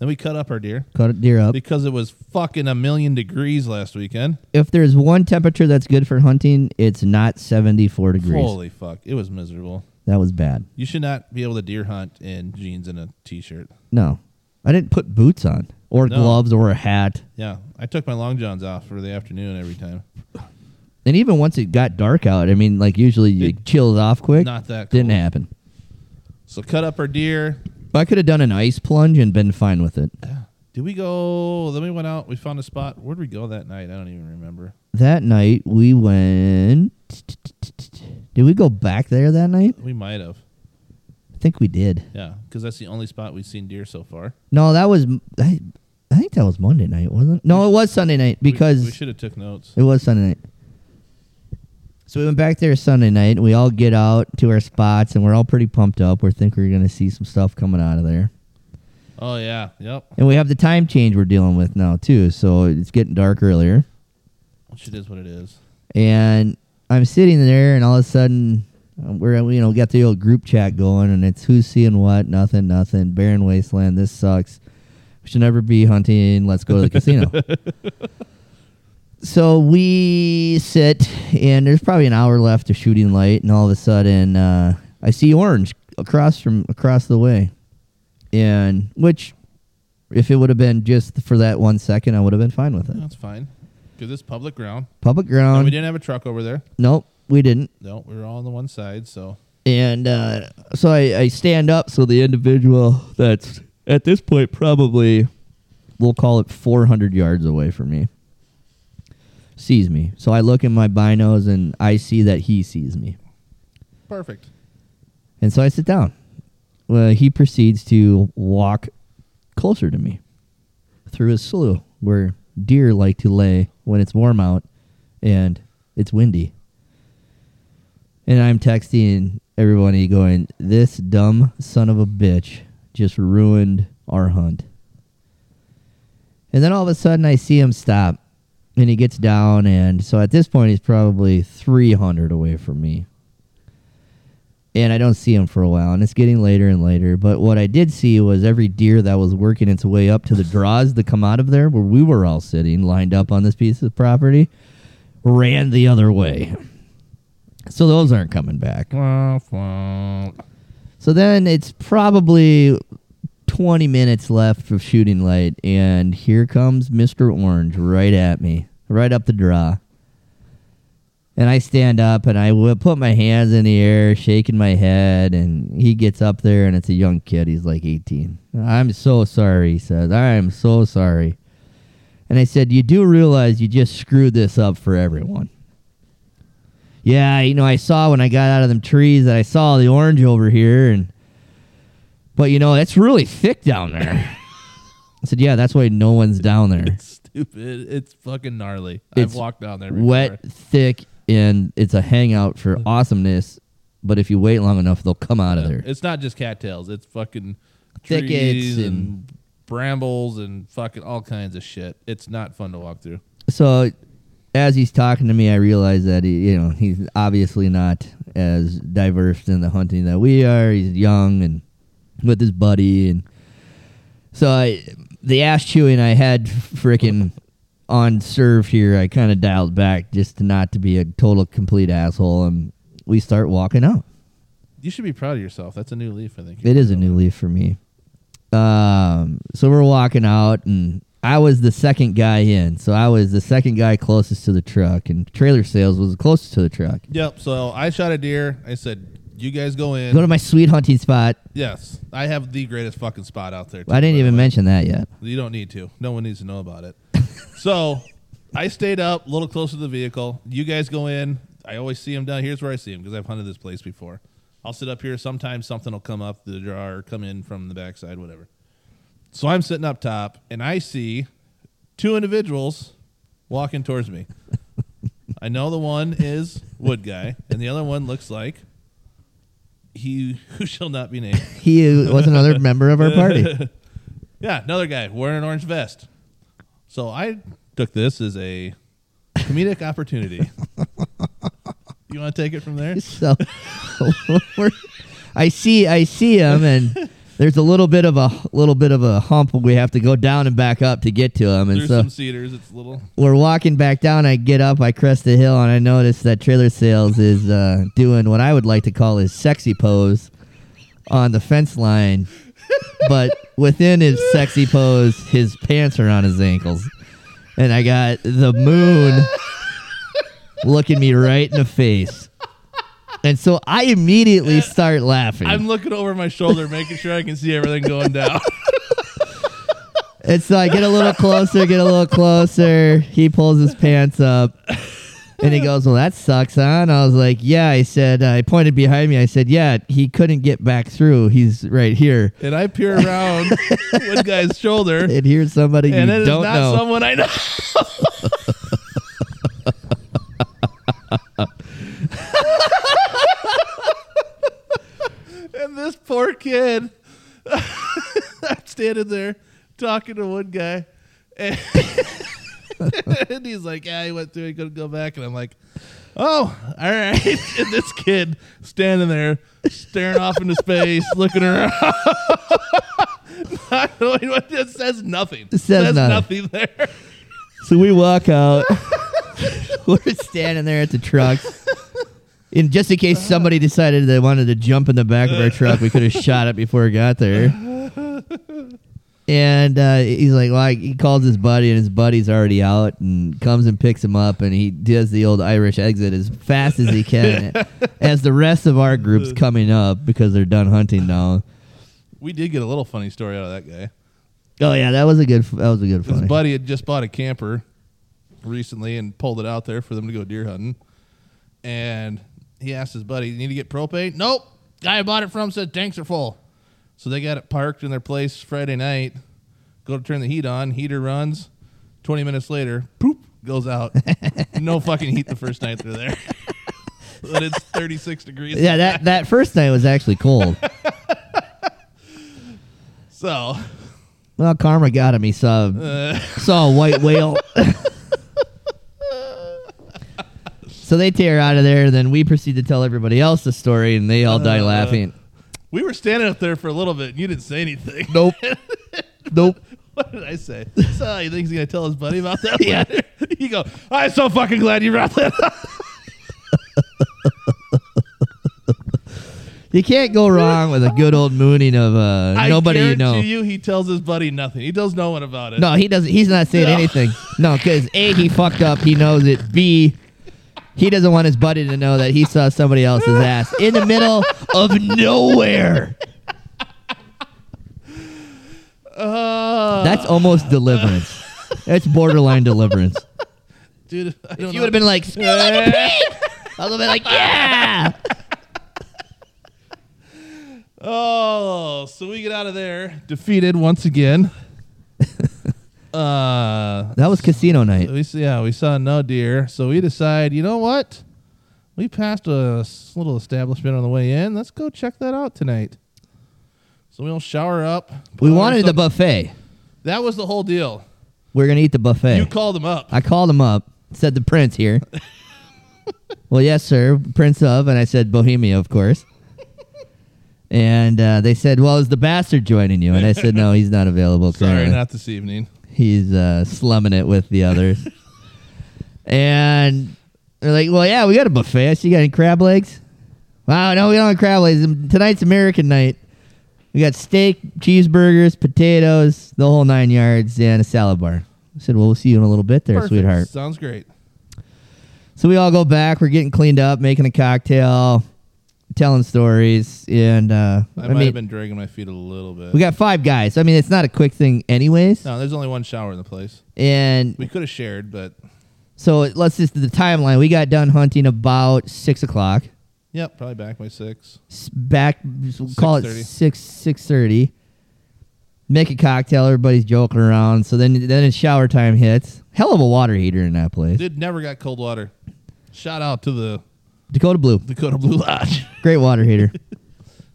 [SPEAKER 4] Then we cut up our deer
[SPEAKER 1] Cut a deer up.
[SPEAKER 4] because it was fucking a million degrees last weekend.
[SPEAKER 1] If there's one temperature that's good for hunting, it's not 74 degrees.
[SPEAKER 4] Holy fuck, it was miserable.
[SPEAKER 1] That was bad.
[SPEAKER 4] You should not be able to deer hunt in jeans and a t-shirt.
[SPEAKER 1] No, I didn't put boots on or
[SPEAKER 4] No.
[SPEAKER 1] gloves or a hat.
[SPEAKER 4] Yeah, I took my long johns off for the afternoon every time.
[SPEAKER 1] And even once it got dark out, I mean, like usually you
[SPEAKER 4] It-
[SPEAKER 1] chills off quick.
[SPEAKER 4] Not that
[SPEAKER 1] Didn't
[SPEAKER 4] cold.
[SPEAKER 1] happen.
[SPEAKER 4] So cut up our deer.
[SPEAKER 1] I could have done an ice plunge and been fine with it.
[SPEAKER 4] Did we go? Then we went out. We found a spot. Where'd we go that night? I don't even remember.
[SPEAKER 1] That night we went. Did we go back there that night?
[SPEAKER 4] We might have.
[SPEAKER 1] I think we did.
[SPEAKER 4] Yeah, because that's the only spot we've seen deer so far.
[SPEAKER 1] No, that was. I, I think that was Monday night, wasn't it? No, it was Sunday night
[SPEAKER 4] We-
[SPEAKER 1] because
[SPEAKER 4] we, should have took notes.
[SPEAKER 1] It was Sunday night. So we went back there Sunday night. We all get out to our spots, and we're all pretty pumped up. We think we're going to see some stuff coming out of there.
[SPEAKER 4] Oh yeah, yep.
[SPEAKER 1] And we have the time change we're dealing with now, too. So it's getting dark earlier.
[SPEAKER 4] Which it is what it is.
[SPEAKER 1] And I'm sitting there, and all of a sudden, um, we're, you know, we got the old group chat going, and it's who's seeing what, nothing, nothing, barren wasteland, this sucks. We should never be hunting. Let's go to the casino. So we sit, and there's probably an hour left of shooting light, and all of a sudden, uh, I see orange across from across the way, and which, if it would have been just for that one second, I would have been fine with it.
[SPEAKER 4] That's fine. Because it's public ground.
[SPEAKER 1] Public
[SPEAKER 4] and we
[SPEAKER 1] ground.
[SPEAKER 4] didn't have a truck over there.
[SPEAKER 1] Nope, we didn't.
[SPEAKER 4] No, we were all on the one side. So
[SPEAKER 1] and uh, so I, I stand up so the individual that's at this point probably we'll call it 400 yards away from me sees me so i look in my binos and i see that he sees me
[SPEAKER 4] perfect.
[SPEAKER 1] and so i sit down well, he proceeds to walk closer to me through his slough where deer like to lay when it's warm out and it's windy. And I'm texting everybody going, This dumb son of a bitch just ruined our hunt. And then all of a sudden I see him stop and he gets down. And so at this point, he's probably 300 away from me. And I don't see him for a while, and it's getting later and later. But what I did see was every deer that was working its way up to the draws that come out of there, where we were all sitting lined up on this piece of property, ran the other way. So those aren't coming back.
[SPEAKER 4] Womp womp.
[SPEAKER 1] So then it's probably 20 minutes left of shooting light, and here comes Mr. Orange right at me, right up the draw. And I stand up and I wi- put my hands in the air, shaking my head, and he gets up there and it's a young kid. He's like 18. I'm so sorry, he says. I am so sorry. And I said, You do realize you just screwed this up for everyone. Yeah, you know, I saw when I got out of them trees that I saw the orange over here and but you know, that's really thick down there. I said, Yeah, that's why no one's down there.
[SPEAKER 4] It's stupid. It's fucking gnarly.
[SPEAKER 1] It's
[SPEAKER 4] I've walked down there. Before.
[SPEAKER 1] Wet, thick, and it's a hangout for awesomeness, but if you wait long enough they'll come out of there.
[SPEAKER 4] It's not just cattails. It's fucking
[SPEAKER 1] Thickets
[SPEAKER 4] trees and,
[SPEAKER 1] and-
[SPEAKER 4] brambles and fucking all kinds of shit. It's not fun to walk through.
[SPEAKER 1] so as he's talking to me, I realize that he, you know, he's obviously not as diverse in the hunting that we are. He's young and with his buddy, and so I, the ash chewing I had freaking on serve here, I kind of dialed back just to not to be a total complete asshole, and we start walking out.
[SPEAKER 4] You should be proud of yourself. That's a new leaf, I think.
[SPEAKER 1] It is a new leaf for me. Um, so we're walking out, and I was the second guy in. So I was the second guy closest to the truck, and trailer sales was closest to the truck.
[SPEAKER 4] Yep. So I shot a deer. I said, "You guys go in."
[SPEAKER 1] Go to my sweet hunting spot.
[SPEAKER 4] yes, I have the greatest fucking spot out there. too,
[SPEAKER 1] I
[SPEAKER 4] by
[SPEAKER 1] didn't
[SPEAKER 4] the
[SPEAKER 1] even
[SPEAKER 4] way.
[SPEAKER 1] mention that yet.
[SPEAKER 4] You don't need to. No one needs to know about it. so I stayed up a little closer to the vehicle. You guys go in. I always see him down. Here's where I see him because I've hunted this place before. I'll sit up here. Sometimes something will come up the draw or come in from the backside, whatever. So I'm sitting up top and I see two individuals walking towards me. I know the one is Wood Guy, and the other one looks like he who shall not be named.
[SPEAKER 1] He was another member of our party.
[SPEAKER 4] Yeah, another guy wearing an orange vest. So I took this as a comedic opportunity. you want to take it from there?
[SPEAKER 1] So we're- I see I see him and there's a little bit of a little bit of a hump we have to go down and back up to get to him and
[SPEAKER 4] There's
[SPEAKER 1] so
[SPEAKER 4] some cedars. It's a little.
[SPEAKER 1] we're walking back down. I get up, I crest the hill, and I notice that Trailer Sales is uh, doing what I would like to call his sexy pose on the fence line. but within his sexy pose, his pants are on his ankles. And I got the moon looking me right in the face. And so I immediately start laughing.
[SPEAKER 4] I'm looking over my shoulder, making sure I can see everything going down.
[SPEAKER 1] And so I get a little closer, get a little closer. He pulls his pants up. And he goes, Well, that sucks, huh? And I was like, Yeah. I said, I pointed behind me. I said, Yeah, he couldn't get back through. He's right here.
[SPEAKER 4] and I peer around one guy's shoulder,
[SPEAKER 1] And here's somebody
[SPEAKER 4] and
[SPEAKER 1] you
[SPEAKER 4] it is
[SPEAKER 1] don't
[SPEAKER 4] not
[SPEAKER 1] know.
[SPEAKER 4] someone I know. and this poor kid, I'm standing there talking to one guy, and, and he's like, "Yeah, he went through, he couldn't go back," and I'm like. Oh, all right. And this kid standing there, staring off into space, looking around. I don't know what- it says nothing. It
[SPEAKER 1] says
[SPEAKER 4] nothing.
[SPEAKER 1] nothing.
[SPEAKER 4] there.
[SPEAKER 1] so we walk out. We're standing there at the trucks. And just in case somebody decided they wanted to jump in the back of our truck, we could have shot it before it got there. And uh, he's like, well, I- he calls his buddy, and his buddy's already out and comes and picks him up, and he does the old Irish exit as fast as he can as the rest of our group's coming up because they're done hunting now.
[SPEAKER 4] We did get a little funny story out of that guy.
[SPEAKER 1] Oh, yeah, that was a good, that was a good
[SPEAKER 4] His
[SPEAKER 1] funny.
[SPEAKER 4] buddy had just bought a camper recently and pulled it out there for them to go deer hunting. And he asked his buddy, "You need to get propane?" Nope. Guy I bought it from said tanks are full. So they got it parked in their place Friday night. Go to turn the heat on. Heater runs. Twenty minutes later, poop goes out. no fucking heat the first night they're there. but it's thirty six degrees.
[SPEAKER 1] yeah, that, that first night was actually cold.
[SPEAKER 4] So
[SPEAKER 1] Well, karma got him. He saw
[SPEAKER 4] Uh.
[SPEAKER 1] saw a white whale. so they tear out of there. Then we proceed to tell everybody else the story, and they all die
[SPEAKER 4] Uh.
[SPEAKER 1] laughing.
[SPEAKER 4] we were standing up there for a little bit, and you didn't say anything.
[SPEAKER 1] Nope. nope.
[SPEAKER 4] What did I say? So you think he's gonna tell his buddy about that? yeah. You go. I'm so fucking glad you brought that up.
[SPEAKER 1] You can't go wrong with a good old mooning of uh,
[SPEAKER 4] I
[SPEAKER 1] nobody you know.
[SPEAKER 4] guarantee you, he tells his buddy nothing. He tells no one about it.
[SPEAKER 1] No, he doesn't. He's not saying
[SPEAKER 4] No.
[SPEAKER 1] anything. No, because a he fucked up. He knows it. B he doesn't want his buddy to know that he saw somebody else's ass in the middle of nowhere.
[SPEAKER 4] Uh,
[SPEAKER 1] That's almost deliverance. That's borderline deliverance.
[SPEAKER 4] dude. I don't
[SPEAKER 1] You
[SPEAKER 4] know.
[SPEAKER 1] would have been like, smell like a pig. I would have been like, yeah.
[SPEAKER 4] Oh, so we get out of there defeated once again. uh,
[SPEAKER 1] That was casino night.
[SPEAKER 4] we see. Yeah, we saw no deer. So we decide. You know what? We passed a s- little establishment on the way in. Let's go check that out tonight. So we don't shower up.
[SPEAKER 1] We
[SPEAKER 4] put on
[SPEAKER 1] wanted the
[SPEAKER 4] some-
[SPEAKER 1] buffet.
[SPEAKER 4] That was the whole deal.
[SPEAKER 1] We are gonna eat the buffet.
[SPEAKER 4] You called him up.
[SPEAKER 1] I called him up. Said the prince here. well, yes, sir, prince of, and I said Bohemia, of course. And uh, they said, "Well, is the bastard joining you?" And I said, "No, he's not available
[SPEAKER 4] Sorry,
[SPEAKER 1] currently.
[SPEAKER 4] not this evening.
[SPEAKER 1] he's uh, slumming it with the others." and they're like, "Well, yeah, we got a buffet. I see you got any crab legs?" Wow, no, we don't have crab legs. Tonight's American night. We got steak, cheeseburgers, potatoes, the whole nine yards, and a salad bar. I said, "Well, we'll see you in a little bit, there,
[SPEAKER 4] Perfect.
[SPEAKER 1] sweetheart."
[SPEAKER 4] Sounds great.
[SPEAKER 1] So we all go back. We're getting cleaned up, making a cocktail, telling stories, and uh,
[SPEAKER 4] I,
[SPEAKER 1] I,
[SPEAKER 4] might
[SPEAKER 1] mean,
[SPEAKER 4] have been dragging my feet a little bit.
[SPEAKER 1] we got five guys. I mean, it's not a quick thing, anyways.
[SPEAKER 4] no, there's only one shower in the place.
[SPEAKER 1] And
[SPEAKER 4] We could have shared, but
[SPEAKER 1] so let's just do the timeline. We got done hunting about six o'clock.
[SPEAKER 4] yep, probably back by six.
[SPEAKER 1] S- Back, we'll call it
[SPEAKER 4] 6:30.
[SPEAKER 1] six six thirty. Make a cocktail. Everybody's joking around. So then, then it's shower time hits. Hell of a water heater in that place.
[SPEAKER 4] Dude never got cold water. Shout out to the
[SPEAKER 1] Dakota Blue,
[SPEAKER 4] Dakota Blue Lodge.
[SPEAKER 1] great water heater.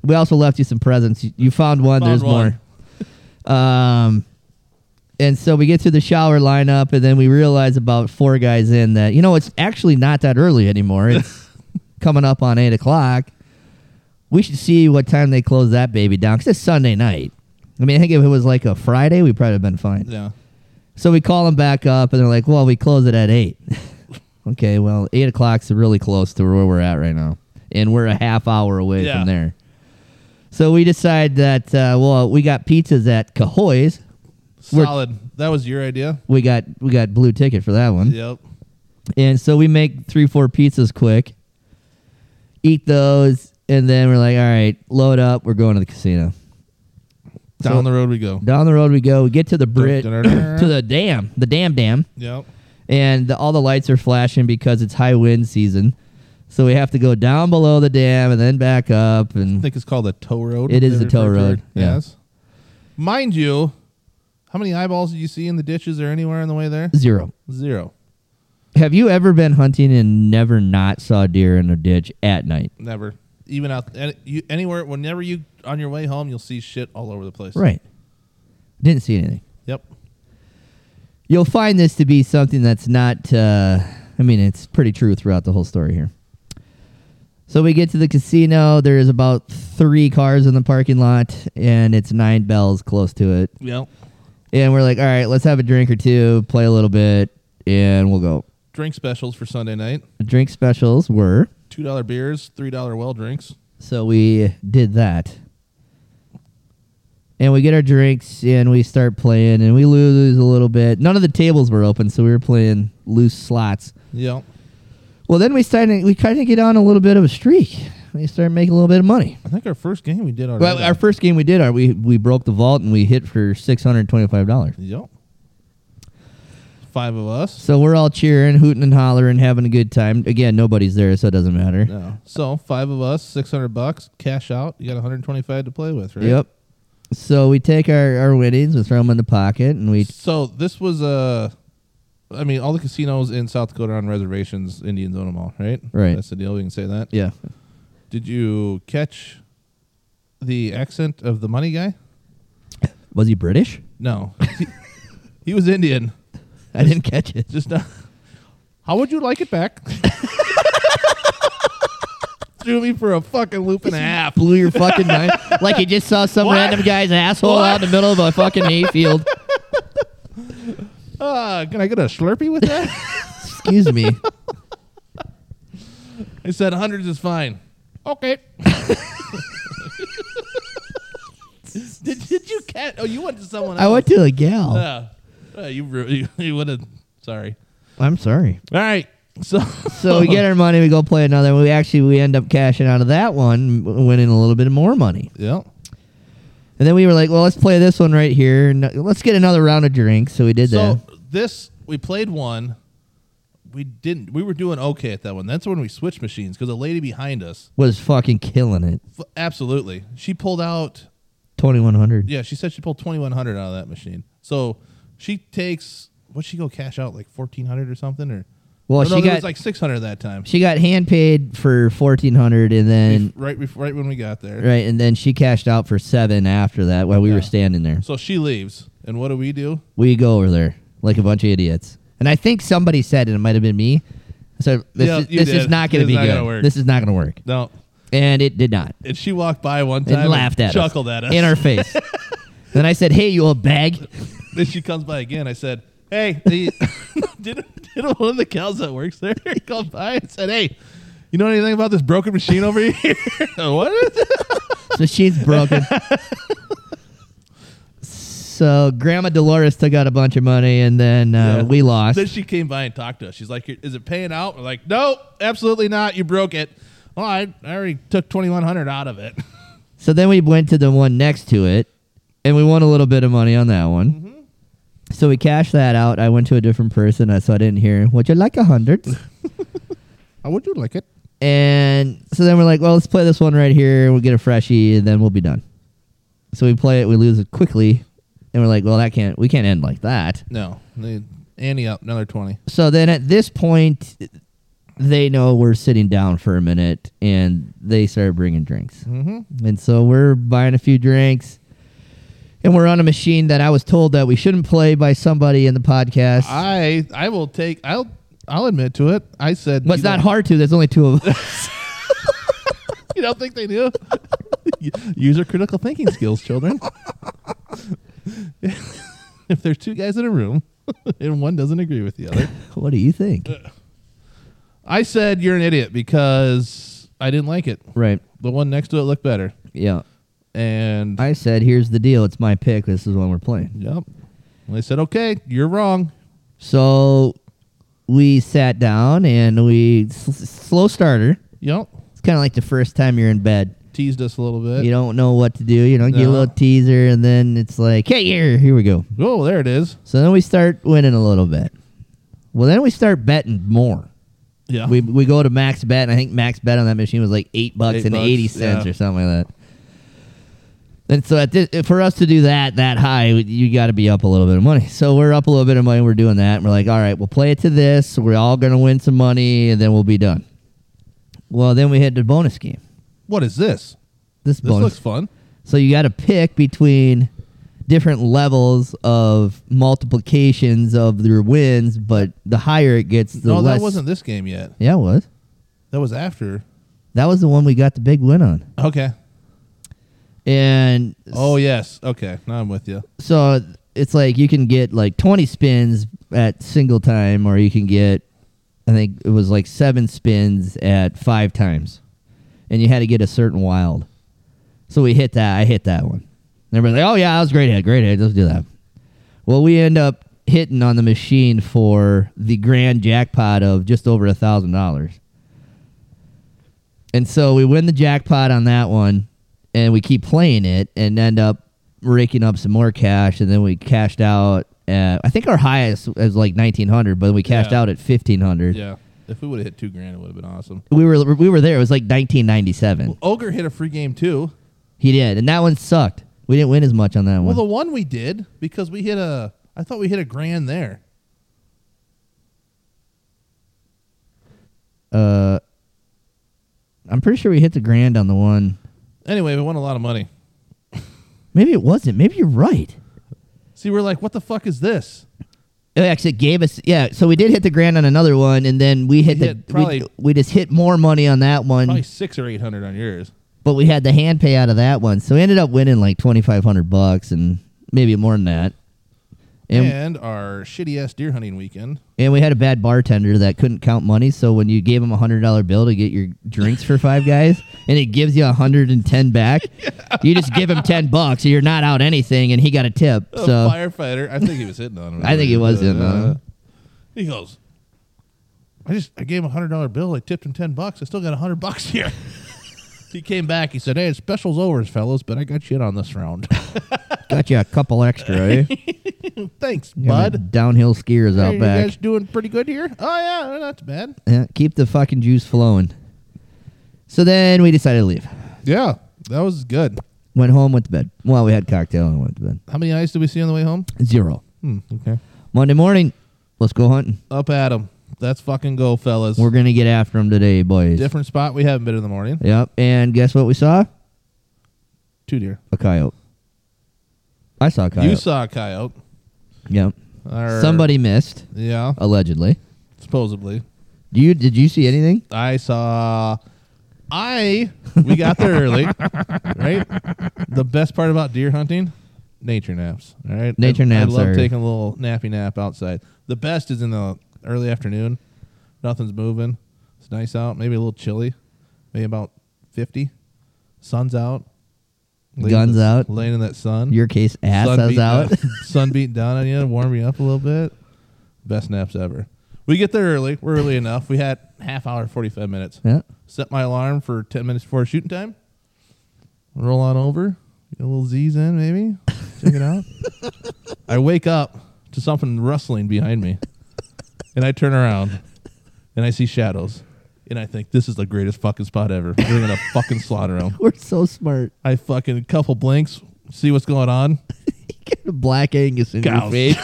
[SPEAKER 1] we also left you some presents. You, you found one.
[SPEAKER 4] Found
[SPEAKER 1] There's
[SPEAKER 4] one.
[SPEAKER 1] more. Um, and so we get through the shower lineup, and then we realize about four guys in that you know it's actually not that early anymore. It's coming up on eight o'clock. We should see what time they close that baby down because it's Sunday night. I mean, I think if it was like a Friday, we'd probably have been fine.
[SPEAKER 4] yeah.
[SPEAKER 1] So we call them back up, and they're like, "Well, we close it at 8. okay, well, eight o'clock's really close to where we're at right now, and we're a half hour away
[SPEAKER 4] Yeah.
[SPEAKER 1] from there. So we decide that uh, well, we got pizzas at Cahoy's. We're-
[SPEAKER 4] Solid. that was your idea?
[SPEAKER 1] We got we got blue ticket for that one,
[SPEAKER 4] Yep.
[SPEAKER 1] and so we make three four pizzas quick, eat those, and then we're like, "All right, load up. We're going to the casino."
[SPEAKER 4] Down the road we go.
[SPEAKER 1] Down the road we go. We get to the bridge, to
[SPEAKER 4] Dun-dun-dun-dun.
[SPEAKER 1] the dam, the dam dam.
[SPEAKER 4] Yep.
[SPEAKER 1] and the, all the lights are flashing because it's high wind season. So we have to go down below the dam and then back up.
[SPEAKER 4] I
[SPEAKER 1] And
[SPEAKER 4] think it's called the tow road.
[SPEAKER 1] It is the
[SPEAKER 4] They're
[SPEAKER 1] tow
[SPEAKER 4] referred to
[SPEAKER 1] road,
[SPEAKER 4] it
[SPEAKER 1] yeah.
[SPEAKER 4] as. Mind you, how many eyeballs did you see in the ditches or anywhere on the way there?
[SPEAKER 1] zero.
[SPEAKER 4] Zero.
[SPEAKER 1] Have you ever been hunting and never not saw deer in a ditch at night?
[SPEAKER 4] Never. Even out any, you, anywhere, whenever you on your way home, you'll see shit all over the place.
[SPEAKER 1] Right. Didn't see anything.
[SPEAKER 4] Yep.
[SPEAKER 1] You'll find this to be something that's not. Uh, I mean, it's pretty true throughout the whole story here. So we get to the casino. There is about three cars in the parking lot, and it's nine bells close to it.
[SPEAKER 4] Yep.
[SPEAKER 1] And we're like, all right, let's have a drink or two, play a little bit, and we'll go.
[SPEAKER 4] Drink specials for Sunday night.
[SPEAKER 1] The drink specials were.
[SPEAKER 4] Two dollar beers, three dollar well drinks.
[SPEAKER 1] So we did that. And we get our drinks and we start playing and we lose a little bit. None of the tables were open, so we were playing loose slots.
[SPEAKER 4] Yep.
[SPEAKER 1] Well, then we started, we kind of get on a little bit of a streak. We started making a little bit of money.
[SPEAKER 4] I think our first game we did already.
[SPEAKER 1] Well, our first game we did, our, we, we broke the vault and we hit for $625.
[SPEAKER 4] yep. Five of us.
[SPEAKER 1] So we're all cheering, hooting and hollering, having a good time. Again, nobody's there, so it doesn't matter.
[SPEAKER 4] No. So five of us, six hundred bucks, cash out. You got one hundred twenty five to play with, right?
[SPEAKER 1] Yep. So we take our, our winnings, we throw them in the pocket, and we
[SPEAKER 4] So this was uh, I mean, all the casinos in South Dakota are on reservations, Indians own them all, right?
[SPEAKER 1] Right.
[SPEAKER 4] That's the deal. We can say that.
[SPEAKER 1] yeah.
[SPEAKER 4] Did you catch the accent of the money guy?
[SPEAKER 1] Was he British?
[SPEAKER 4] No, he, he was Indian.
[SPEAKER 1] I didn't catch it.
[SPEAKER 4] Just not. How would you like it back? Threw me for a fucking loop and a half.
[SPEAKER 1] Blew your fucking mind. Like he just saw some
[SPEAKER 4] What?
[SPEAKER 1] random guy's asshole out in the middle of a fucking hayfield.
[SPEAKER 4] Uh, can I get a Slurpee with that?
[SPEAKER 1] Excuse me.
[SPEAKER 4] I said hundreds is fine. Okay. did, did you catch? Oh, you went to someone else.
[SPEAKER 1] I went to a gal.
[SPEAKER 4] Yeah. Uh, you ru- you, you would have. Sorry.
[SPEAKER 1] I'm sorry.
[SPEAKER 4] All right. So
[SPEAKER 1] So we get our money, we go play another. We actually we end up cashing out of that one, w- winning a little bit more money.
[SPEAKER 4] yeah.
[SPEAKER 1] And then we were like, well, let's play this one right here. and Let's get another round of drinks. So we did that.
[SPEAKER 4] So this we played one. We didn't. We were doing okay at that one. That's when we switched machines because a lady behind us,
[SPEAKER 1] Was fucking killing it.
[SPEAKER 4] f- absolutely, she pulled out.
[SPEAKER 1] Twenty one hundred.
[SPEAKER 4] Yeah, she said she pulled twenty one hundred out of that machine. So she takes. What'd she go cash out like fourteen hundred or something or?
[SPEAKER 1] Well,
[SPEAKER 4] or
[SPEAKER 1] she
[SPEAKER 4] no, there
[SPEAKER 1] got
[SPEAKER 4] was like six hundred that time.
[SPEAKER 1] She got hand paid for fourteen hundred, and then
[SPEAKER 4] right, bef- right when we got there.
[SPEAKER 1] right, and then she cashed out for seven after that while we
[SPEAKER 4] Yeah.
[SPEAKER 1] were standing there.
[SPEAKER 4] So she leaves, and what do we do?
[SPEAKER 1] We go over there like a bunch of idiots, and I think somebody said it. It might have been me. So this
[SPEAKER 4] Yeah,
[SPEAKER 1] is,
[SPEAKER 4] you
[SPEAKER 1] this is
[SPEAKER 4] did.
[SPEAKER 1] not going
[SPEAKER 4] This
[SPEAKER 1] to
[SPEAKER 4] is
[SPEAKER 1] be
[SPEAKER 4] not
[SPEAKER 1] good.
[SPEAKER 4] gonna work.
[SPEAKER 1] This is not going to work,
[SPEAKER 4] No,
[SPEAKER 1] and it did not.
[SPEAKER 4] and she walked by one
[SPEAKER 1] It
[SPEAKER 4] time
[SPEAKER 1] laughed at
[SPEAKER 4] chuckled at
[SPEAKER 1] us,
[SPEAKER 4] us.
[SPEAKER 1] in our face. then I said, "Hey, you old bag."
[SPEAKER 4] then she comes by again. I said, "Hey, the, did did one of the cows that works there come by and said, hey, you know anything about this broken machine over here? Uh, what
[SPEAKER 1] Uh,
[SPEAKER 4] is it?
[SPEAKER 1] So she's broken. so Grandma Dolores took out a bunch of money, and then uh,
[SPEAKER 4] Yeah.
[SPEAKER 1] we lost.
[SPEAKER 4] Then she came by and talked to us. She's like, is it paying out? We're like, nope, absolutely not. You broke it. Well, I, I already took twenty one hundred out of it.
[SPEAKER 1] So then we went to the one next to it, and we won a little bit of money on that one. So we cashed that out. I went to a different person, uh, so I didn't hear. Would you like a hundred?
[SPEAKER 4] How would you like it?
[SPEAKER 1] and so then we're like, well, let's play this one right here. We'll get a freshie, and then we'll be done. So we play it. We lose it quickly, and we're like, well, that can't. We can't end like that.
[SPEAKER 4] No, they, Annie up another twenty.
[SPEAKER 1] So then at this point, they know we're sitting down for a minute and they started bringing drinks. Mm-hmm. And so we're buying a few drinks and we're on a machine that I was told that we shouldn't play by somebody in the podcast.
[SPEAKER 4] I I will take. I'll I'll admit to it. I said.
[SPEAKER 1] but it's
[SPEAKER 4] you
[SPEAKER 1] not
[SPEAKER 4] don't-
[SPEAKER 1] hard to. There's only two of us.
[SPEAKER 4] You don't think they do? Use your critical thinking skills, children. if there's two guys in a room and one doesn't agree with the other,
[SPEAKER 1] what do you think?
[SPEAKER 4] I said you're an idiot because I didn't like it.
[SPEAKER 1] Right.
[SPEAKER 4] The one next to it looked better,
[SPEAKER 1] Yeah.
[SPEAKER 4] and
[SPEAKER 1] I said, here's the deal. It's my pick. This is when we're playing.
[SPEAKER 4] yep. And they said, "Okay, you're wrong."
[SPEAKER 1] So we sat down and we s- slow starter.
[SPEAKER 4] Yep.
[SPEAKER 1] It's kind of like the first time you're in bed.
[SPEAKER 4] Teased us a little bit.
[SPEAKER 1] You don't know what to do. You know, get a
[SPEAKER 4] No.
[SPEAKER 1] little teaser, and then it's like, hey, here, here we go.
[SPEAKER 4] oh, there it is.
[SPEAKER 1] So then we start winning a little bit. Well, then we start betting more.
[SPEAKER 4] Yeah.
[SPEAKER 1] We, we go to max bet, and I think max bet on that machine was like eight bucks
[SPEAKER 4] Eight
[SPEAKER 1] and
[SPEAKER 4] bucks,
[SPEAKER 1] eighty cents
[SPEAKER 4] yeah.
[SPEAKER 1] or something like that. And so at this, for us to do that that high, you got to be up a little bit of money. So we're up a little bit of money. We're doing that. And we're like, all right, we'll play it to this. we're all gonna win some money, and then we'll be done. Well, then we hit the bonus game.
[SPEAKER 4] what is this? This
[SPEAKER 1] This, bonus
[SPEAKER 4] looks fun.
[SPEAKER 1] so you got to pick between different levels of multiplications of your wins, but the higher it gets, the
[SPEAKER 4] no,
[SPEAKER 1] less.
[SPEAKER 4] that wasn't this game yet.
[SPEAKER 1] Yeah, it was.
[SPEAKER 4] That was after.
[SPEAKER 1] That was the one we got the big win on.
[SPEAKER 4] Okay.
[SPEAKER 1] And
[SPEAKER 4] Oh yes. Okay. Now I'm with you.
[SPEAKER 1] so it's like you can get like 20 spins at single time, or you can get, I think it was like seven spins at five times. And you had to get a certain wild. So we hit that. I hit that one. And everybody's like, oh, yeah, that was a great hit. Great hit. Let's do that. Well, we end up hitting on the machine for the grand jackpot of just over a $1,000. And so we win the jackpot on that one, and we keep playing it and end up raking up some more cash. And then we cashed out. At, I think our highest was like 1900 but we cashed
[SPEAKER 4] Yeah.
[SPEAKER 1] out at 1500
[SPEAKER 4] Yeah. If we would have hit two grand, it would have been awesome.
[SPEAKER 1] We were we were there. It was like 1997.
[SPEAKER 4] Ogre hit a free game too.
[SPEAKER 1] He did, and that one sucked. We didn't win as much on that
[SPEAKER 4] Well,
[SPEAKER 1] one.
[SPEAKER 4] the one we did because we hit a. I thought we hit a grand there.
[SPEAKER 1] uh, I'm pretty sure we hit the grand on the one.
[SPEAKER 4] Anyway, we won a lot of money.
[SPEAKER 1] Maybe it wasn't. Maybe you're right.
[SPEAKER 4] See, we're like, what the fuck is this?
[SPEAKER 1] Mm. It actually gave us yeah. So we did hit the grand on another one, and then we hit
[SPEAKER 4] We
[SPEAKER 1] the
[SPEAKER 4] hit probably-
[SPEAKER 1] we, we just hit more money on that one,
[SPEAKER 4] Probably six or eight hundred on yours.
[SPEAKER 1] but we had the hand pay out of that one, so we ended up winning like 2,500 bucks and maybe more than that. And,
[SPEAKER 4] And, our shitty ass deer hunting weekend.
[SPEAKER 1] and we had a bad bartender that couldn't count money, so when you gave him a hundred dollar bill to get your drinks for five guys, and it gives you a hundred and ten back, you just give him ten bucks. You're not out anything, and he got a tip.
[SPEAKER 4] A
[SPEAKER 1] so
[SPEAKER 4] firefighter. I think he was hitting on him.
[SPEAKER 1] Oh, I think he was hitting on him.
[SPEAKER 4] He goes. I just I gave him a hundred dollar bill. I tipped him ten bucks. I still got a hundred bucks here. he came back. He said, "Hey, specials over, fellas, but I got shit on this round.
[SPEAKER 1] got you a couple extra. Eh?
[SPEAKER 4] Thanks,
[SPEAKER 1] Got
[SPEAKER 4] bud."
[SPEAKER 1] my Downhill skiers
[SPEAKER 4] Hey,
[SPEAKER 1] out
[SPEAKER 4] you
[SPEAKER 1] back.
[SPEAKER 4] guys doing pretty good here? Oh yeah, well, that's bad.
[SPEAKER 1] Yeah, keep the fucking juice flowing. So then we decided to leave.
[SPEAKER 4] Yeah, that was good.
[SPEAKER 1] Went home, went to bed. Well, we had cocktail and went to bed.
[SPEAKER 4] How many eyes did we see on the way home?
[SPEAKER 1] Zero.
[SPEAKER 4] Hmm, okay.
[SPEAKER 1] Monday morning, let's go hunting.
[SPEAKER 4] Up at 'em. Let's fucking go, fellas.
[SPEAKER 1] We're gonna get after them today, boys.
[SPEAKER 4] Different spot. We haven't been in the morning.
[SPEAKER 1] Yep. And guess what we saw?
[SPEAKER 4] Two deer.
[SPEAKER 1] A coyote. I saw a coyote.
[SPEAKER 4] You saw a coyote.
[SPEAKER 1] Yep.
[SPEAKER 4] Or-
[SPEAKER 1] Somebody missed
[SPEAKER 4] Yeah,
[SPEAKER 1] allegedly.
[SPEAKER 4] supposedly.
[SPEAKER 1] You did you see anything?
[SPEAKER 4] I saw. I we got there early, right? The best part about deer hunting, nature naps. All right,
[SPEAKER 1] Nature
[SPEAKER 4] I,
[SPEAKER 1] naps
[SPEAKER 4] I love
[SPEAKER 1] are-
[SPEAKER 4] taking a little nappy nap outside. The best is in the early afternoon. Nothing's moving. It's nice out. Maybe a little chilly. Maybe about fifty. Sun's out. in
[SPEAKER 1] Guns
[SPEAKER 4] the-
[SPEAKER 1] out.
[SPEAKER 4] Laying in that sun.
[SPEAKER 1] Your case ass
[SPEAKER 4] Sun
[SPEAKER 1] us
[SPEAKER 4] beating
[SPEAKER 1] out.
[SPEAKER 4] down- sun beating down on you, warm you up a little bit. Best naps ever. We get there early. We're early enough. We had half hour, forty five minutes.
[SPEAKER 1] yeah.
[SPEAKER 4] Set my alarm for ten minutes before shooting time. Roll on over. Get a little Z's in, maybe. Check it out. I wake up to something rustling behind me, and I turn around, and I see shadows, and I think this is the greatest fucking spot ever. We're gonna fucking slaughter them.
[SPEAKER 1] We're so smart.
[SPEAKER 4] I fucking couple blinks, see what's going on.
[SPEAKER 1] Get a black Angus in your
[SPEAKER 4] Cows.
[SPEAKER 1] face.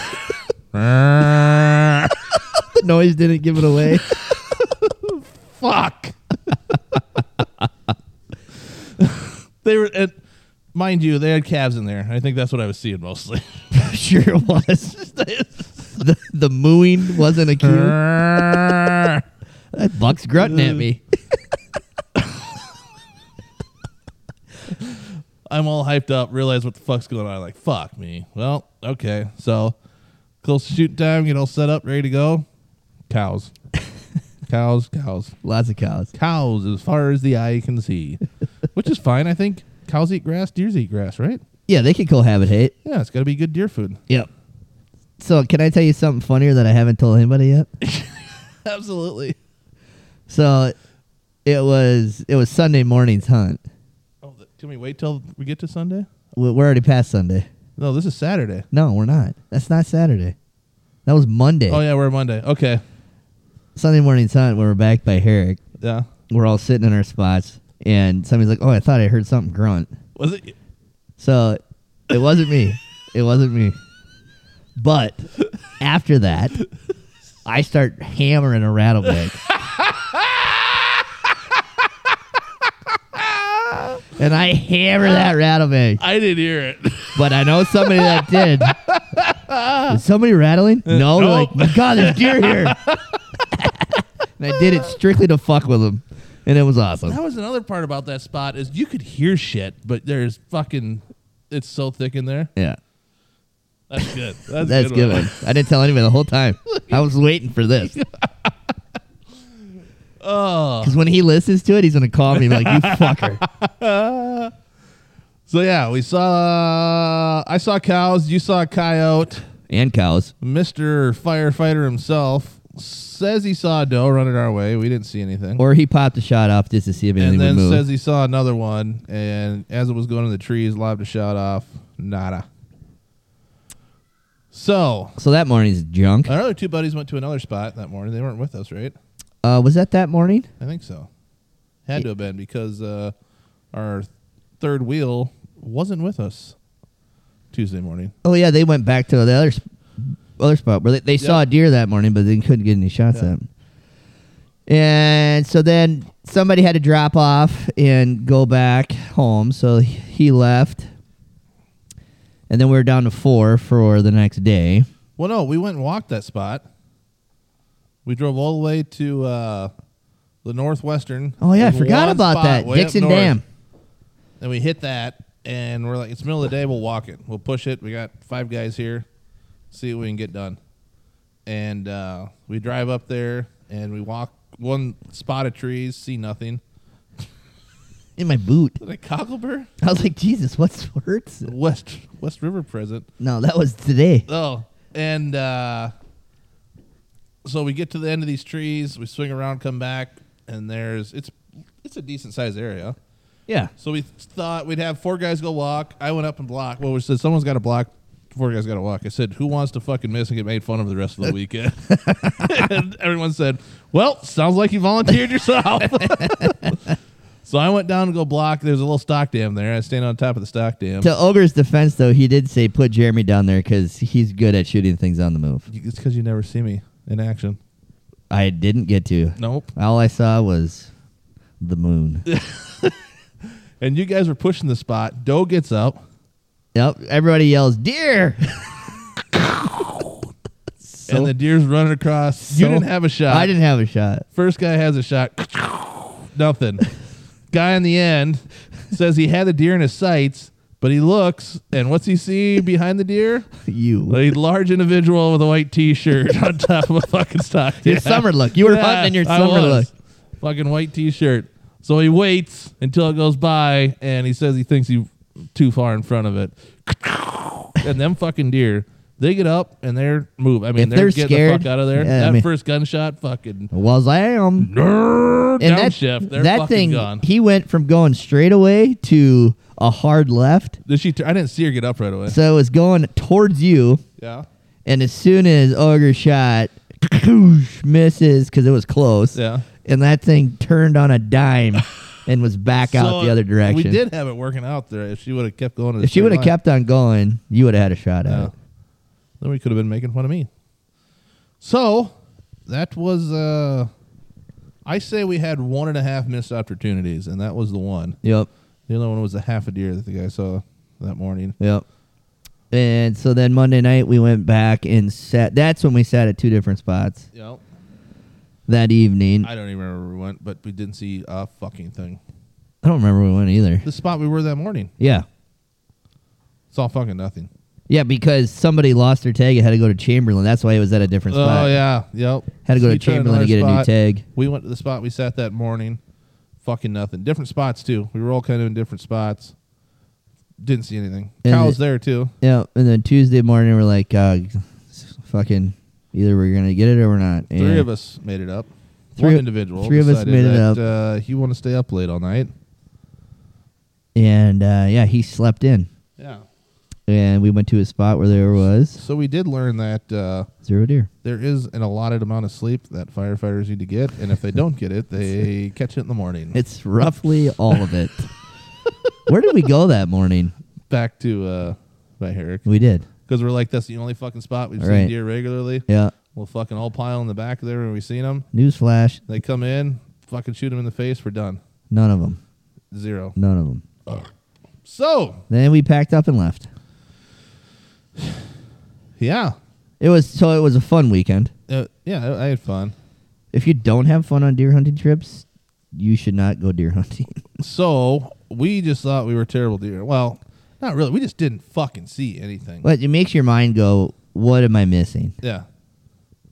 [SPEAKER 1] the noise didn't give it away.
[SPEAKER 4] Fuck. they were, and mind you, they had calves in there. I think that's what I was seeing mostly.
[SPEAKER 1] sure it was. the, the mooing wasn't a cue.
[SPEAKER 4] That's
[SPEAKER 1] That buck's grunting at me.
[SPEAKER 4] I'm all hyped up, realize what the fuck's going on. Like, fuck me. Well, okay. So, close to shoot time, get all set up, ready to go. Cows. cows, cows,
[SPEAKER 1] Lots of cows.
[SPEAKER 4] cows, as far as the eye can see, which is fine, I think. Cows eat grass, deers eat grass, right?
[SPEAKER 1] Yeah, they can cohabitate.
[SPEAKER 4] Yeah, it's got to be good deer food.
[SPEAKER 1] Yep. So, can I tell you something funnier that I haven't told anybody yet?
[SPEAKER 4] Absolutely.
[SPEAKER 1] So, it was it was Sunday morning's hunt.
[SPEAKER 4] Oh, th- can we wait till we get to Sunday?
[SPEAKER 1] We- We're already past Sunday.
[SPEAKER 4] No, this is Saturday.
[SPEAKER 1] No, we're not. That's not Saturday. That was Monday.
[SPEAKER 4] Oh yeah, we're Monday. Okay.
[SPEAKER 1] Sunday morning's hunt. We were back by Herrick.
[SPEAKER 4] Yeah.
[SPEAKER 1] We're all sitting in our spots, and somebody's like, "Oh, I thought I heard something grunt."
[SPEAKER 4] Was it?
[SPEAKER 1] So it wasn't me. It wasn't me. But after that, I start hammering a rattlesnake. and I hammer that rattlesnake.
[SPEAKER 4] I didn't hear it.
[SPEAKER 1] But I know somebody that did. Is somebody rattling?
[SPEAKER 4] Uh,
[SPEAKER 1] No. They're like, my God, there's deer here. and I did it strictly to fuck with them. And it was awesome.
[SPEAKER 4] that was another part about that spot is you could hear shit, but there's fucking. It's so thick in there.
[SPEAKER 1] Yeah.
[SPEAKER 4] That's good. That's,
[SPEAKER 1] That's
[SPEAKER 4] good.
[SPEAKER 1] good.
[SPEAKER 4] one.
[SPEAKER 1] one. I didn't tell anybody the whole time. I was waiting for this.
[SPEAKER 4] Oh.
[SPEAKER 1] Because when he listens to it, he's gonna call me and be like, "You fucker."
[SPEAKER 4] So yeah, we saw. I saw cows. You saw a coyote.
[SPEAKER 1] and cows.
[SPEAKER 4] Mister firefighter himself says he saw a doe running our way. We didn't see anything.
[SPEAKER 1] Or he popped a shot off just to see if anything
[SPEAKER 4] and then
[SPEAKER 1] would move.
[SPEAKER 4] says he saw another one, and as it was going in the trees, lobbed a shot off. Nada. So
[SPEAKER 1] so that morning's junk.
[SPEAKER 4] our other two buddies went to another spot that morning. They weren't with us, right?
[SPEAKER 1] Uh, was that that morning?
[SPEAKER 4] I think so. Had to have been because uh, our third wheel wasn't with us Tuesday morning.
[SPEAKER 1] Oh yeah, they went back to the other sp- other spot where they, they saw
[SPEAKER 4] Yeah.
[SPEAKER 1] a deer that morning, but they couldn't get any shots
[SPEAKER 4] Yeah.
[SPEAKER 1] at him. And so then somebody had to drop off and go back home. So he left, and then we were down to four for the next day.
[SPEAKER 4] Well, no, we went and walked that spot. We drove all the way to uh, the northwestern.
[SPEAKER 1] Oh yeah, I
[SPEAKER 4] There's
[SPEAKER 1] forgot
[SPEAKER 4] one
[SPEAKER 1] about
[SPEAKER 4] spot
[SPEAKER 1] that
[SPEAKER 4] way up
[SPEAKER 1] Dixon
[SPEAKER 4] north.
[SPEAKER 1] Dam.
[SPEAKER 4] And we hit that, and we're like, it's middle of the day. We'll walk it. We'll push it. We got five guys here. See what we can get done. And uh, we drive up there, and we walk one spot of trees, see nothing.
[SPEAKER 1] in my boot.
[SPEAKER 4] Is that a cocklebur?
[SPEAKER 1] I was like, Jesus, what's hurts?
[SPEAKER 4] West West River present.
[SPEAKER 1] No, that was today.
[SPEAKER 4] Oh, and uh, so we get to the end of these trees. We swing around, come back, and there's it's it's a decent sized area.
[SPEAKER 1] Yeah.
[SPEAKER 4] So we thought we'd have four guys go walk. I went up and block. Well, we said someone's got to block. Four guys got to walk. I said, "Who wants to fucking miss and get made fun of the rest of the weekend?" and everyone said, "Well, sounds like you volunteered yourself." so I went down to go block. There's a little stock dam there. I stand on top of the stock dam.
[SPEAKER 1] To Ogre's defense, though, he did say put Jeremy down there because he's good at shooting things on the move.
[SPEAKER 4] it's because you never see me in action.
[SPEAKER 1] I didn't get to.
[SPEAKER 4] Nope.
[SPEAKER 1] All I saw was the moon.
[SPEAKER 4] and you guys were pushing the spot. Doe gets up,
[SPEAKER 1] yep. Everybody yells, deer. So-
[SPEAKER 4] and the deer's running across. you
[SPEAKER 1] so-
[SPEAKER 4] didn't have a shot.
[SPEAKER 1] I didn't have a shot.
[SPEAKER 4] First guy has a shot. Nothing. guy in the end says he had the deer in his sights, but he looks, and what's he see behind the deer?
[SPEAKER 1] You.
[SPEAKER 4] A large individual with a white T-shirt on top of a fucking stock.
[SPEAKER 1] Your
[SPEAKER 4] Yeah.
[SPEAKER 1] summer look. You were
[SPEAKER 4] Yeah,
[SPEAKER 1] hunting in your
[SPEAKER 4] I
[SPEAKER 1] summer look.
[SPEAKER 4] was. Fucking white T-shirt. So he waits until it goes by, and he says he thinks he's too far in front of it. and them fucking deer, they get up and they're move. I mean,
[SPEAKER 1] If
[SPEAKER 4] they're,
[SPEAKER 1] they're
[SPEAKER 4] getting the
[SPEAKER 1] scared,
[SPEAKER 4] fuck out of there.
[SPEAKER 1] yeah, I
[SPEAKER 4] that
[SPEAKER 1] mean-
[SPEAKER 4] first gunshot, fucking
[SPEAKER 1] Was I am.
[SPEAKER 4] and
[SPEAKER 1] And that,
[SPEAKER 4] downshift. They're
[SPEAKER 1] that
[SPEAKER 4] fucking
[SPEAKER 1] thing,
[SPEAKER 4] gone.
[SPEAKER 1] he went from going straight away to a hard left.
[SPEAKER 4] Did she? T- I didn't see her get up right away.
[SPEAKER 1] So it was going towards you.
[SPEAKER 4] Yeah,
[SPEAKER 1] And as soon as Ogre shot, koosh, misses because it was close.
[SPEAKER 4] yeah.
[SPEAKER 1] And that thing turned on a dime and was back
[SPEAKER 4] So
[SPEAKER 1] out the other direction.
[SPEAKER 4] We did have it working out there. If she would have kept going, to the
[SPEAKER 1] If she
[SPEAKER 4] straight
[SPEAKER 1] would have
[SPEAKER 4] line,
[SPEAKER 1] kept on going, you would have had a shot at
[SPEAKER 4] yeah,
[SPEAKER 1] it.
[SPEAKER 4] then we could have been making fun of me. So that was uh I say we had one and a half missed opportunities, and that was the one.
[SPEAKER 1] Yep.
[SPEAKER 4] The other one was the half a deer that the guy saw that morning.
[SPEAKER 1] Yep. And so then Monday night we went back and sat. That's when we sat at two different spots
[SPEAKER 4] Yep.
[SPEAKER 1] that evening. I,
[SPEAKER 4] I don't even remember where we went, but we didn't see a fucking thing.
[SPEAKER 1] don't remember where we went either.
[SPEAKER 4] The spot we were that morning.
[SPEAKER 1] Yeah.
[SPEAKER 4] Saw fucking nothing.
[SPEAKER 1] Yeah, because somebody lost their tag and had to go to Chamberlain. That's why it was at a different spot.
[SPEAKER 4] Oh yeah, yep.
[SPEAKER 1] Had to go
[SPEAKER 4] So
[SPEAKER 1] to
[SPEAKER 4] we tried
[SPEAKER 1] Chamberlain to
[SPEAKER 4] another
[SPEAKER 1] get a new
[SPEAKER 4] spot.
[SPEAKER 1] tag.
[SPEAKER 4] We went to the spot we sat that morning. Fucking nothing. Different spots too. We were all kind of in different spots. Didn't see anything.
[SPEAKER 1] And
[SPEAKER 4] Kyle's
[SPEAKER 1] it-
[SPEAKER 4] there too.
[SPEAKER 1] Yeah. And then Tuesday morning we're like, uh, fucking, either we're gonna get it or we're not. And
[SPEAKER 4] Three of us made it up.
[SPEAKER 1] Three
[SPEAKER 4] One
[SPEAKER 1] of-
[SPEAKER 4] individual.
[SPEAKER 1] three of us
[SPEAKER 4] decided
[SPEAKER 1] made it
[SPEAKER 4] that,
[SPEAKER 1] up.
[SPEAKER 4] Uh, he want to stay up late all night.
[SPEAKER 1] And uh, yeah, he slept in,
[SPEAKER 4] Yeah.
[SPEAKER 1] and we went to a spot where there was
[SPEAKER 4] So we did learn that uh,
[SPEAKER 1] zero deer.
[SPEAKER 4] there is an allotted amount of sleep that firefighters need to get, and if they don't get it, they catch it in the morning.
[SPEAKER 1] It's roughly all of it. where did we go that morning?
[SPEAKER 4] back to uh, by Herrick
[SPEAKER 1] We did.
[SPEAKER 4] because we're like that's the only fucking spot we've
[SPEAKER 1] All
[SPEAKER 4] seen
[SPEAKER 1] right.
[SPEAKER 4] deer regularly.
[SPEAKER 1] Yeah.
[SPEAKER 4] We'll fucking all pile in the back of there when we seen them.
[SPEAKER 1] Newsflash:
[SPEAKER 4] They come in, fucking shoot them in the face. We're done.
[SPEAKER 1] none of them.
[SPEAKER 4] Zero.
[SPEAKER 1] None of them.
[SPEAKER 4] So
[SPEAKER 1] Then we packed up and left.
[SPEAKER 4] yeah,
[SPEAKER 1] It was so it was a fun weekend.
[SPEAKER 4] uh, yeah, I, I had fun.
[SPEAKER 1] If you don't have fun on deer hunting trips, you should not go deer hunting.
[SPEAKER 4] So we just thought we were terrible deer. Well, not really. We just didn't fucking see anything.
[SPEAKER 1] but it makes your mind go, "What am I missing?"
[SPEAKER 4] Yeah.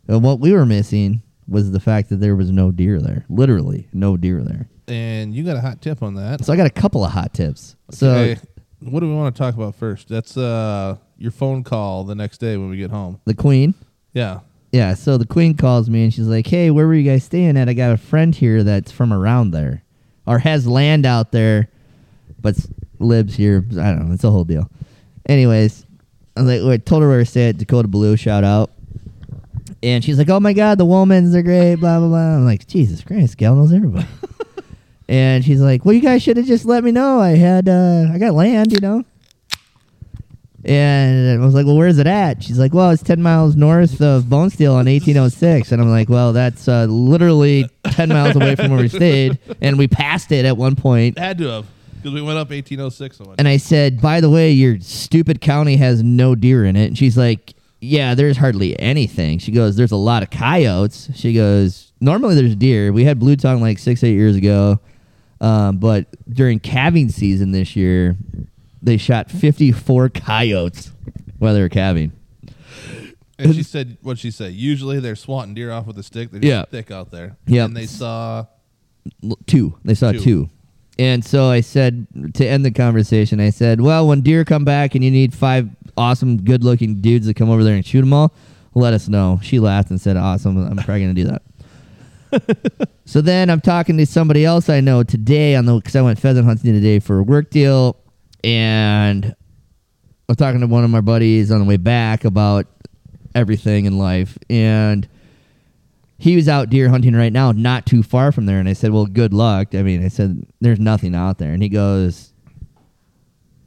[SPEAKER 1] And what we were missing was the fact that there was no deer there. Literally, no deer there.
[SPEAKER 4] And you got a hot tip on that.
[SPEAKER 1] So I got a couple of hot tips.
[SPEAKER 4] Okay,
[SPEAKER 1] So
[SPEAKER 4] what do we want to talk about first? That's uh your phone call the next day when we get home.
[SPEAKER 1] the queen,
[SPEAKER 4] Yeah.
[SPEAKER 1] yeah. So the queen calls me and she's like, "Hey, where were you guys staying at? I got a friend here that's from around there, or has land out there, but s- lives here. I don't know. It's a whole deal." Anyways, I was like, well, I told her where to stay at Dakota Blue. Shout out. And she's like, "Oh my God, the Womans are great." Blah blah blah. I'm like, "Jesus Christ, Gal knows everybody." and she's like, "Well, you guys should have just let me know. I had, uh, I got land, you know." And I was like, "Well, where's it at?" She's like, "Well, it's ten miles north of Bonesteel on 1806." And I'm like, "Well, that's uh, literally ten miles away from where we stayed, and we passed it at one point."
[SPEAKER 4] Had to have because we went up 1806 on one.
[SPEAKER 1] And I said, "By the way, your stupid county has no deer in it." And she's like, "Yeah, there's hardly anything." She goes, "There's a lot of coyotes." She goes, "Normally there's deer. We had blue tongue like six, eight years ago, um, but during calving season this year, they shot 54 coyotes while they were calving."
[SPEAKER 4] And she said, "What she say? Usually they're swatting deer off with a stick. They're just
[SPEAKER 1] Yeah.
[SPEAKER 4] thick out there.
[SPEAKER 1] Yep.
[SPEAKER 4] And they saw
[SPEAKER 1] L- two. They saw
[SPEAKER 4] Two.
[SPEAKER 1] two. And so I said to end the conversation, I said, "Well, when deer come back and you need five awesome, good-looking dudes to come over there and shoot them all, let us know." She laughed and said, "Awesome, I'm probably gonna do that." so then I'm talking to somebody else I know today on the because I went pheasant hunting today for a work deal, and I was talking to one of my buddies on the way back about everything in life, and he was out deer hunting right now, not too far from there. And I said, "Well, good luck." I mean, I said, "There's nothing out there." And he goes,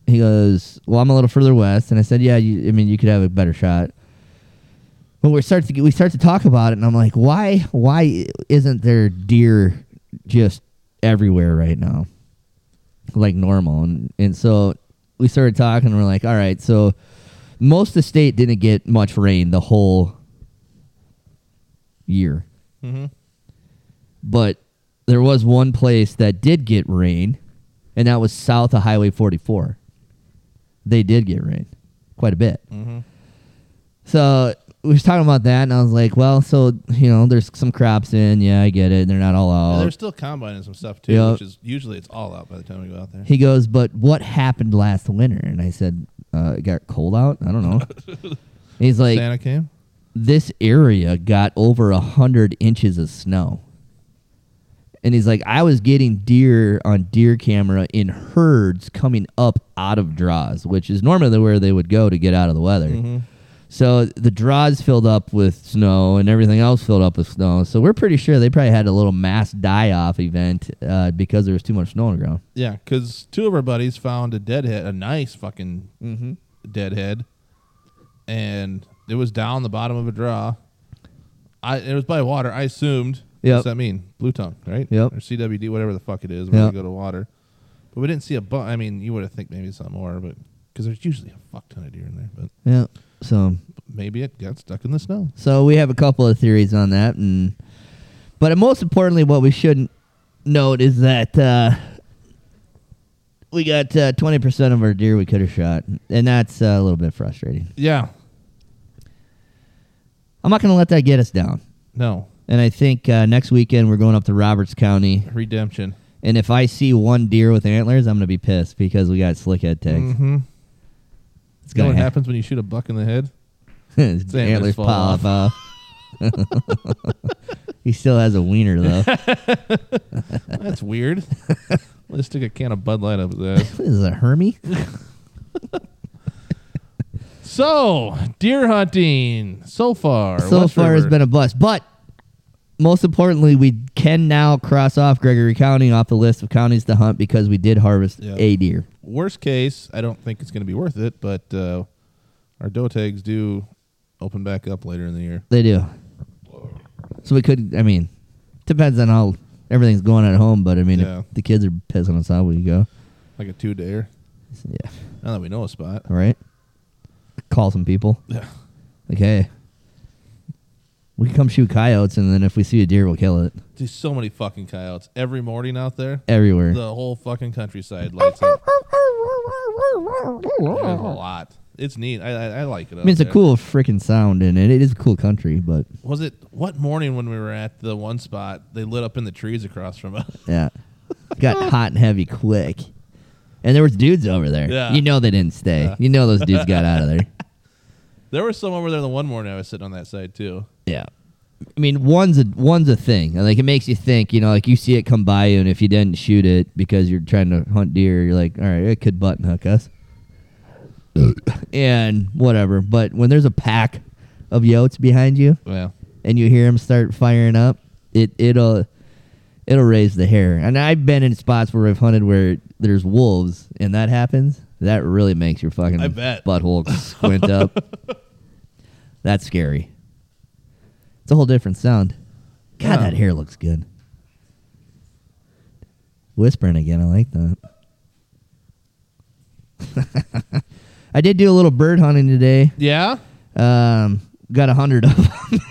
[SPEAKER 1] "He goes, well, I'm a little further west." And I said, "Yeah, you, I mean, you could have a better shot." But we start to get, we start to talk about it, and I'm like, "Why? Why isn't there deer just everywhere right now, like normal?" And and so we started talking, and we're like, "All right, so." Most of the state didn't get much rain the whole year
[SPEAKER 4] mhm,
[SPEAKER 1] but there was one place that did get rain, and that was south of Highway 44. They did get rain quite a bit.
[SPEAKER 4] mhm,
[SPEAKER 1] So we was talking about that, and I was like, well, so, you know, there's some crops in. Yeah, I get it. They're not all
[SPEAKER 4] And
[SPEAKER 1] out.
[SPEAKER 4] they're still combining some stuff too,
[SPEAKER 1] Uh, Yeah.
[SPEAKER 4] which is usually it's all out by the time we go out there.
[SPEAKER 1] He goes, but what happened last winter? And I said, uh, it got cold out? I don't know. And He's like,
[SPEAKER 4] Santa came.
[SPEAKER 1] this area got over a hundred inches of snow. And he's like, I was getting deer on deer camera in herds coming up out of draws, which is normally where they would go to get out of the weather. So the draws filled up with snow and everything else filled up with snow. So we're pretty sure they probably had a little mass die off event uh, because there was too much snow on the ground.
[SPEAKER 4] Yeah, because two of our buddies found a deadhead, a nice fucking
[SPEAKER 1] Mm-hmm.
[SPEAKER 4] deadhead, and it was down the bottom of a draw. I it was by water. I assumed
[SPEAKER 1] Yep.
[SPEAKER 4] What's that mean? Blue tongue, right?
[SPEAKER 1] Yep.
[SPEAKER 4] Or CWD, whatever the fuck it is when
[SPEAKER 1] Yep.
[SPEAKER 4] we go to water. But we didn't see a bun. I mean, you would have think maybe some more, but because there's usually a fuck ton of deer in there. But
[SPEAKER 1] Yeah. So
[SPEAKER 4] maybe it got stuck in the snow.
[SPEAKER 1] So we have a couple of theories on that, and but most importantly, what we should note is that uh, we got uh, twenty percent of our deer we could have shot, and that's uh, a little bit frustrating.
[SPEAKER 4] Yeah.
[SPEAKER 1] I'm not going to let that get us down,
[SPEAKER 4] No.
[SPEAKER 1] and I think uh, next weekend we're going up to Roberts County,
[SPEAKER 4] Redemption.
[SPEAKER 1] and if I see one deer with antlers, I'm going to be pissed because we got slick head tags.
[SPEAKER 4] Mm-hmm.
[SPEAKER 1] It's
[SPEAKER 4] You know
[SPEAKER 1] going
[SPEAKER 4] what
[SPEAKER 1] to happen.
[SPEAKER 4] happens when you shoot a buck in the head?
[SPEAKER 1] His
[SPEAKER 4] antlers
[SPEAKER 1] antlers
[SPEAKER 4] fall
[SPEAKER 1] pop off. he still has a wiener though.
[SPEAKER 4] That's weird. Let's stick a can of Bud Light up his ass.
[SPEAKER 1] this is a Hermie.
[SPEAKER 4] So, deer hunting so far.
[SPEAKER 1] so
[SPEAKER 4] West
[SPEAKER 1] far has
[SPEAKER 4] River.
[SPEAKER 1] been a bust. But most importantly, we can now cross off Gregory County off the list of counties to hunt because we did harvest
[SPEAKER 4] Yeah.
[SPEAKER 1] a deer.
[SPEAKER 4] worst case, I don't think it's going to be worth it, but uh, our doe tags do open back up later in the year.
[SPEAKER 1] They do. So we could. I mean, depends on how everything's going at home. But I mean,
[SPEAKER 4] Yeah.
[SPEAKER 1] if the kids are pissing us off, we go.
[SPEAKER 4] Like a two dayer.
[SPEAKER 1] Yeah.
[SPEAKER 4] Now that we know a spot.
[SPEAKER 1] All right. Call some people.
[SPEAKER 4] Yeah.
[SPEAKER 1] Like, hey, we can come shoot coyotes, and then if we see a deer, we'll kill it
[SPEAKER 4] There's so many fucking coyotes every morning out there.
[SPEAKER 1] everywhere.
[SPEAKER 4] The whole fucking countryside lights up. There's a lot. It's neat. I, I, I like it.
[SPEAKER 1] I mean, it's a cool freaking sound, and it, it is a cool country, but
[SPEAKER 4] Was it what morning when we were at the one spot? They lit up in the trees across from us.
[SPEAKER 1] Yeah. Got hot and heavy quick. And there was dudes over there.
[SPEAKER 4] Yeah.
[SPEAKER 1] You know they didn't stay. You know those dudes got out of there.
[SPEAKER 4] There was some over there the one morning I was sitting on that side too.
[SPEAKER 1] Yeah. I mean, one's a one's a thing. Like it makes you think, you know, like you see it come by you and if you didn't shoot it because you're trying to hunt deer, you're like, all right, it could button hook us. and whatever. But when there's a pack of yotes behind you
[SPEAKER 4] Well,
[SPEAKER 1] and you hear them start firing up, it it'll it'll raise the hair. And I've been in spots where I've hunted where there's wolves, and that happens. That really makes your fucking
[SPEAKER 4] I bet.
[SPEAKER 1] butthole squint up. That's scary. It's a whole different sound. God,
[SPEAKER 4] Yeah.
[SPEAKER 1] that hair looks good. Whispering again, I like that. I did do a little bird hunting today.
[SPEAKER 4] yeah.
[SPEAKER 1] Um, got a hundred of 'em.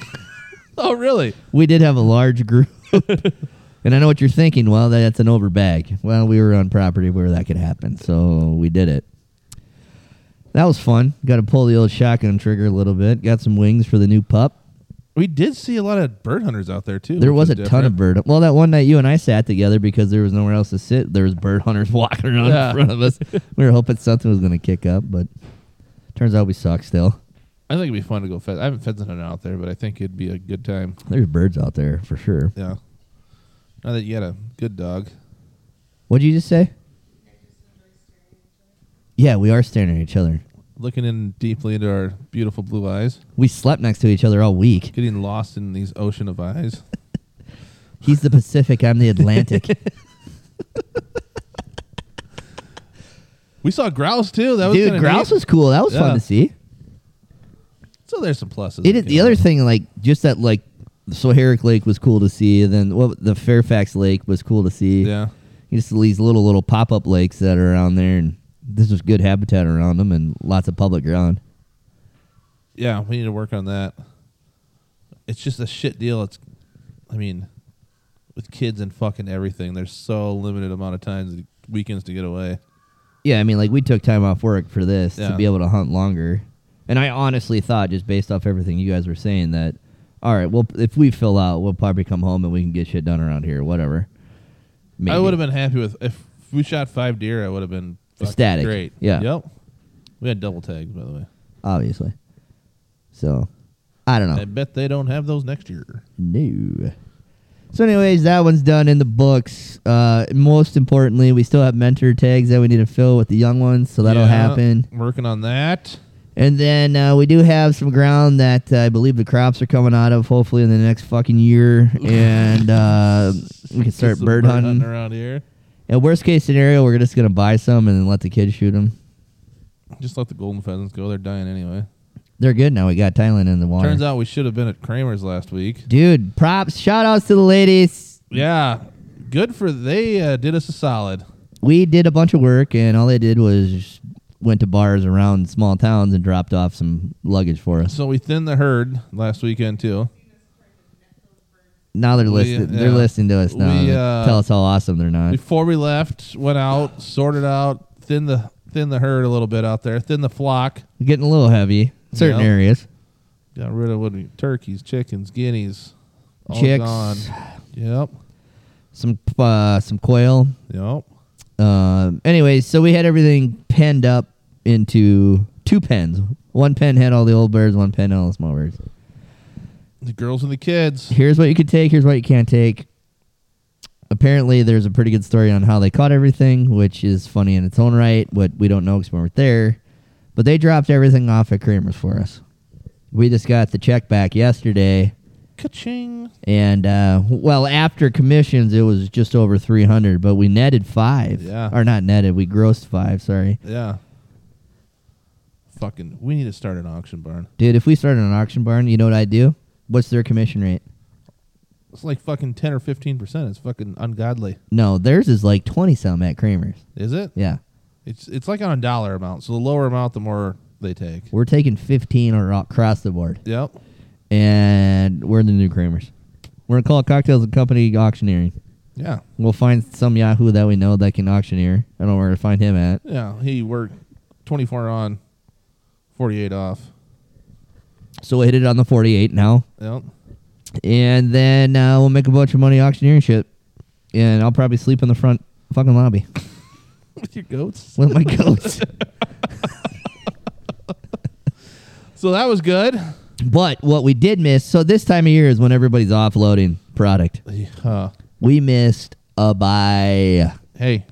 [SPEAKER 4] Oh, really?
[SPEAKER 1] We did have a large group. and I know what you're thinking. Well, that's an overbag. Well, we were on property where that could happen, so we did it. That was fun. Got to pull the old shotgun trigger a little bit. Got some wings for the new pup.
[SPEAKER 4] We did see a lot of bird hunters out there too.
[SPEAKER 1] There
[SPEAKER 4] which
[SPEAKER 1] was a
[SPEAKER 4] is
[SPEAKER 1] ton of
[SPEAKER 4] different.
[SPEAKER 1] bird. Well, that one night you and I sat together because there was nowhere else to sit. There was bird hunters walking around
[SPEAKER 4] Yeah.
[SPEAKER 1] in front of us. we were hoping something was going to kick up, but turns out we suck still.
[SPEAKER 4] I think it'd be fun to go fed. I haven't pheasant hunted out there, but I think it'd be a good time.
[SPEAKER 1] There's birds out there for sure.
[SPEAKER 4] Yeah. Now that you got a good dog.
[SPEAKER 1] What did you just say? Yeah, we are staring at each other.
[SPEAKER 4] Looking in deeply into our beautiful blue eyes,
[SPEAKER 1] We slept next to each other all week.
[SPEAKER 4] getting lost in these ocean of eyes.
[SPEAKER 1] He's the Pacific, I'm the Atlantic.
[SPEAKER 4] We saw grouse too. That was
[SPEAKER 1] Dude,
[SPEAKER 4] kinda
[SPEAKER 1] grouse
[SPEAKER 4] neat.
[SPEAKER 1] was cool. That was
[SPEAKER 4] Yeah.
[SPEAKER 1] fun to see.
[SPEAKER 4] So there's some pluses.
[SPEAKER 1] It, the other thing, like just that, like Soharic Lake was cool to see, and then what the Fairfax Lake was cool to see.
[SPEAKER 4] Yeah.
[SPEAKER 1] You just these little little pop up lakes that are around there, and this was good habitat around them, and lots of public ground.
[SPEAKER 4] Yeah, we need to work on that. It's just a shit deal. It's, I mean, with kids and fucking everything, there's so limited amount of times weekends to get away.
[SPEAKER 1] Yeah, I mean, like we took time off work for this
[SPEAKER 4] Yeah.
[SPEAKER 1] to be able to hunt longer, and I honestly thought, just based off everything you guys were saying, that all right, well, if we fill out, we'll probably come home and we can get shit done around here, whatever.
[SPEAKER 4] I
[SPEAKER 1] Maybe.
[SPEAKER 4] would have been happy with if we shot five deer. I would have been fucking
[SPEAKER 1] Ecstatic.
[SPEAKER 4] Great.
[SPEAKER 1] Yeah.
[SPEAKER 4] Yep. We had double tags, by the way.
[SPEAKER 1] obviously. So, I don't
[SPEAKER 4] I
[SPEAKER 1] know.
[SPEAKER 4] bet they don't have those next year.
[SPEAKER 1] No. So, anyways, that one's done in the books. Uh, most importantly, we still have mentor tags that we need to fill with the young ones, so that'll
[SPEAKER 4] Yeah,
[SPEAKER 1] happen.
[SPEAKER 4] Working on that.
[SPEAKER 1] And then uh, we do have some ground that uh, I believe the crops are coming out of, hopefully in the next fucking year, and uh, we can start
[SPEAKER 4] Some
[SPEAKER 1] bird hunting.
[SPEAKER 4] around here.
[SPEAKER 1] And worst case scenario, we're just gonna buy some and then let the kids shoot them.
[SPEAKER 4] Just let the golden pheasants go. They're dying anyway.
[SPEAKER 1] They're good now. We got Thailand in the water.
[SPEAKER 4] Turns out we should have been at Kramer's last week.
[SPEAKER 1] Dude, props, shout outs to the ladies.
[SPEAKER 4] Yeah, good for they uh, did us a solid.
[SPEAKER 1] We did a bunch of work, and all they did was went to bars around small towns and dropped off some luggage for us.
[SPEAKER 4] So we thinned the herd last weekend too.
[SPEAKER 1] Now they're listening. They're
[SPEAKER 4] yeah.
[SPEAKER 1] listening to us now.
[SPEAKER 4] We, uh,
[SPEAKER 1] Tell us how awesome they're not.
[SPEAKER 4] Before we left, went out, sorted out, thinned the thinned the herd a little bit out there, thinned the flock.
[SPEAKER 1] Getting a little heavy. in Certain
[SPEAKER 4] Yeah.
[SPEAKER 1] areas.
[SPEAKER 4] Got rid of what we- turkeys, chickens, guineas, all
[SPEAKER 1] Chicks.
[SPEAKER 4] gone. Yep,
[SPEAKER 1] Some uh, some quail.
[SPEAKER 4] yep.
[SPEAKER 1] Um, anyways, so we had everything penned up into two pens. One pen had all the old birds. One pen had all the small birds.
[SPEAKER 4] The girls and the kids.
[SPEAKER 1] Here's what you could take. Here's what you can't take. Apparently, there's a pretty good story on how they caught everything, which is funny in its own right. What we don't know because we weren't there, but they dropped everything off at Kramer's for us. We just got the check back yesterday,
[SPEAKER 4] Ka-ching.
[SPEAKER 1] and uh, well, after commissions, it was just over 300, but we netted five.
[SPEAKER 4] Yeah.
[SPEAKER 1] or not netted. We grossed five. Sorry.
[SPEAKER 4] Yeah. Fucking, we need to start an auction barn.
[SPEAKER 1] Dude, if we started an auction barn, you know what I'd do? What's their commission rate?
[SPEAKER 4] It's like fucking ten or fifteen percent. It's fucking ungodly.
[SPEAKER 1] No, theirs is like 20 some at Kramer's.
[SPEAKER 4] Is it?
[SPEAKER 1] Yeah.
[SPEAKER 4] It's it's like on a dollar amount. So the lower amount, the more they take.
[SPEAKER 1] We're taking 15 or across the board.
[SPEAKER 4] Yep.
[SPEAKER 1] And we're the new Kramer's. We're going to call it Cocktails and Company Auctioneering.
[SPEAKER 4] Yeah.
[SPEAKER 1] We'll find some Yahoo that we know that can auctioneer. I don't know where to find him at.
[SPEAKER 4] Yeah. He worked twenty four on, forty eight off.
[SPEAKER 1] So we'll hit it on the 48 now.
[SPEAKER 4] Yep.
[SPEAKER 1] And then uh, we'll make a bunch of money auctioneering shit. And I'll probably sleep in the front fucking lobby
[SPEAKER 4] With your goats.
[SPEAKER 1] with my goats.
[SPEAKER 4] So that was good.
[SPEAKER 1] But what we did miss, so this time of year is when everybody's offloading product.
[SPEAKER 4] Yeah.
[SPEAKER 1] We missed a buy.
[SPEAKER 4] Uh, Hey,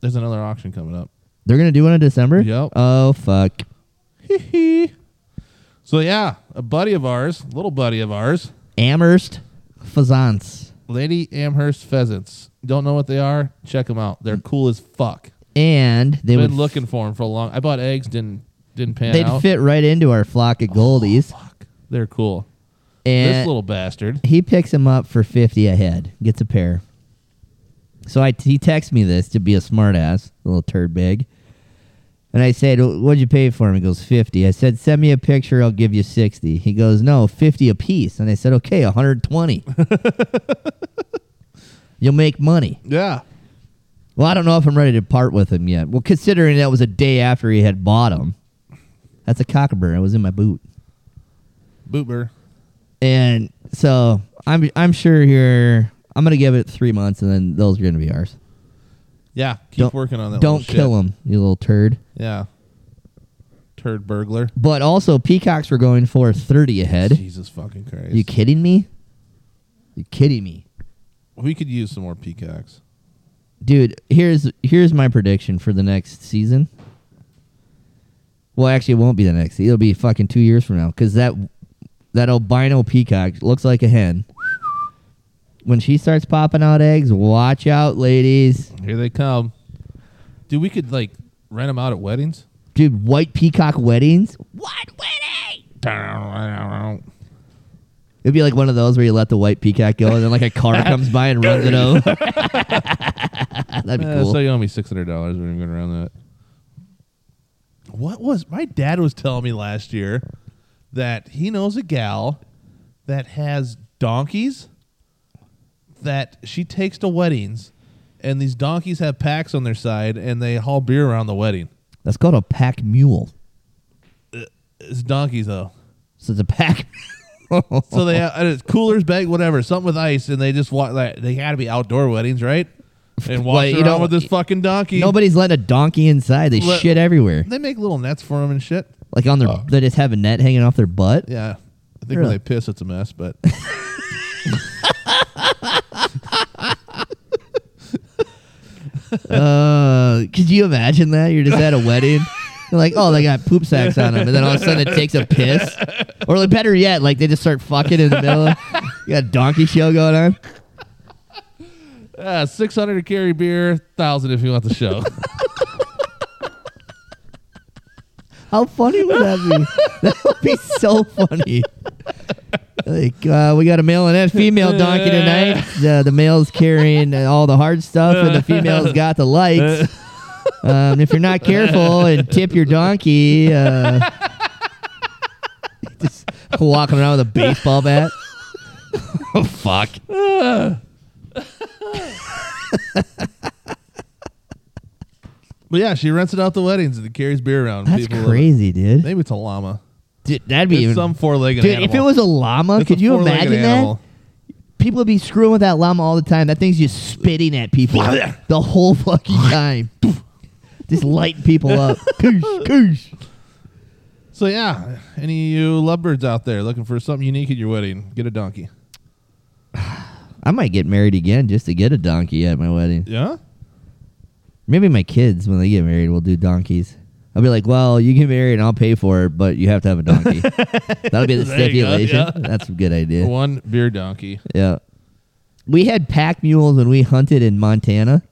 [SPEAKER 4] there's another auction coming up.
[SPEAKER 1] They're gonna do one in December.
[SPEAKER 4] Yep.
[SPEAKER 1] Oh fuck.
[SPEAKER 4] so yeah, a buddy of ours, little buddy of ours,
[SPEAKER 1] Amherst Fazance
[SPEAKER 4] Lady Amherst pheasants. Don't know what they are? Check them out. They're cool as fuck.
[SPEAKER 1] and they
[SPEAKER 4] Been
[SPEAKER 1] would
[SPEAKER 4] looking for them for a long. I bought eggs, didn't didn't pan
[SPEAKER 1] they'd
[SPEAKER 4] out.
[SPEAKER 1] fit right into our flock of goldies.
[SPEAKER 4] Fuck, they're cool. this
[SPEAKER 1] and
[SPEAKER 4] little bastard.
[SPEAKER 1] he picks them up for fifty a head. Gets a pair. So I he texts me this to be a smartass, little turd bag. And I said, "What'd you pay for him?" He goes, 50. I said, "Send me a picture. I'll give you 60." He goes, "No, 50 a piece." And I said, "Okay, 120." You'll make money.
[SPEAKER 4] Yeah,
[SPEAKER 1] Well, I don't know if I'm ready to part with him yet. Well, considering that was a day after he had bought him, that's a cockabur. It was in my boot,
[SPEAKER 4] boober.
[SPEAKER 1] and so I'm I'm sure here I'm gonna give it three months, and then those are gonna be ours.
[SPEAKER 4] Yeah, keep
[SPEAKER 1] Don't-
[SPEAKER 4] working on that.
[SPEAKER 1] Don't
[SPEAKER 4] little
[SPEAKER 1] kill
[SPEAKER 4] shit.
[SPEAKER 1] him, you little turd.
[SPEAKER 4] Yeah, turd burglar.
[SPEAKER 1] But also, peacocks were going for 30 ahead.
[SPEAKER 4] Jesus fucking Christ.
[SPEAKER 1] You kidding me? You kidding me,
[SPEAKER 4] we could use some more peacocks.
[SPEAKER 1] dude? Here's here's my prediction for the next season. Well, actually, it won't be the next. It'll be fucking two years from now because that that albino peacock looks like a hen. When she starts popping out eggs, watch out, ladies.
[SPEAKER 4] Here they come. Dude, we could like rent them out at weddings.
[SPEAKER 1] Dude, white peacock weddings. It'd be like one of those where you let the white peacock go, and then like a car comes by and runs it over. That'd be
[SPEAKER 4] Eh,
[SPEAKER 1] cool.
[SPEAKER 4] So you owe me six hundred dollars. We're going around that. What was my dad was telling me last year that he knows a gal that has donkeys that she takes to weddings, and these donkeys have packs on their side, and they haul beer around the wedding.
[SPEAKER 1] That's called a pack mule.
[SPEAKER 4] It's donkeys though,
[SPEAKER 1] So it's a pack.
[SPEAKER 4] so they have, and it's coolers, bag, whatever, something with ice, and they just walk. Like, they got to be outdoor weddings, right? And walk
[SPEAKER 1] Like, you
[SPEAKER 4] around
[SPEAKER 1] don't-
[SPEAKER 4] with this fucking donkey.
[SPEAKER 1] Nobody's letting a donkey inside. They
[SPEAKER 4] Let-
[SPEAKER 1] shit everywhere.
[SPEAKER 4] They make little nets for them and shit.
[SPEAKER 1] Like on their, they just have a net hanging off their butt.
[SPEAKER 4] Yeah. I think when
[SPEAKER 1] Really?
[SPEAKER 4] they piss, it's a mess, but
[SPEAKER 1] Uh, could you imagine that? You're just at a wedding. You're like, oh, they got poop sacks on them, and then all of a sudden it takes a piss. Or like, better yet, like they just start fucking in the middle. Of, you got a donkey show going on.
[SPEAKER 4] uh, 600 to carry beer, 1,000 if you want the show.
[SPEAKER 1] How funny would that be? that would be so funny. Like uh, we got a male and a female donkey tonight. The, the male's carrying uh, all the hard stuff, and the female's got the lights. Um, if you're not careful and tip your donkey, uh, just walking around with a baseball bat. oh fuck!
[SPEAKER 4] But yeah, she rents it out the weddings and carries beer around.
[SPEAKER 1] That's
[SPEAKER 4] People love it.
[SPEAKER 1] crazy, dude.
[SPEAKER 4] Maybe it's a llama.
[SPEAKER 1] Dude, That'd be
[SPEAKER 4] It's
[SPEAKER 1] even,
[SPEAKER 4] some four-legged
[SPEAKER 1] dude.
[SPEAKER 4] animal.
[SPEAKER 1] If it was a llama,
[SPEAKER 4] It's a
[SPEAKER 1] could you
[SPEAKER 4] four-legged
[SPEAKER 1] imagine that?
[SPEAKER 4] animal.
[SPEAKER 1] people be screwing with that llama all the time. That thing's just spitting at people the whole fucking time. just lighting people up. Koosh, koosh.
[SPEAKER 4] So yeah, any of you lovebirds out there looking for something unique at your wedding, get a donkey.
[SPEAKER 1] I might get married again just to get a donkey at my wedding.
[SPEAKER 4] Yeah.
[SPEAKER 1] Maybe my kids, when they get married, will do donkeys. I'll be like, well, you get married and I'll pay for it, but you have to have a donkey. That'll be the
[SPEAKER 4] There you go,
[SPEAKER 1] stipulation.
[SPEAKER 4] yeah.
[SPEAKER 1] That's a good idea.
[SPEAKER 4] One beer donkey.
[SPEAKER 1] Yeah. We had pack mules when we hunted in Montana.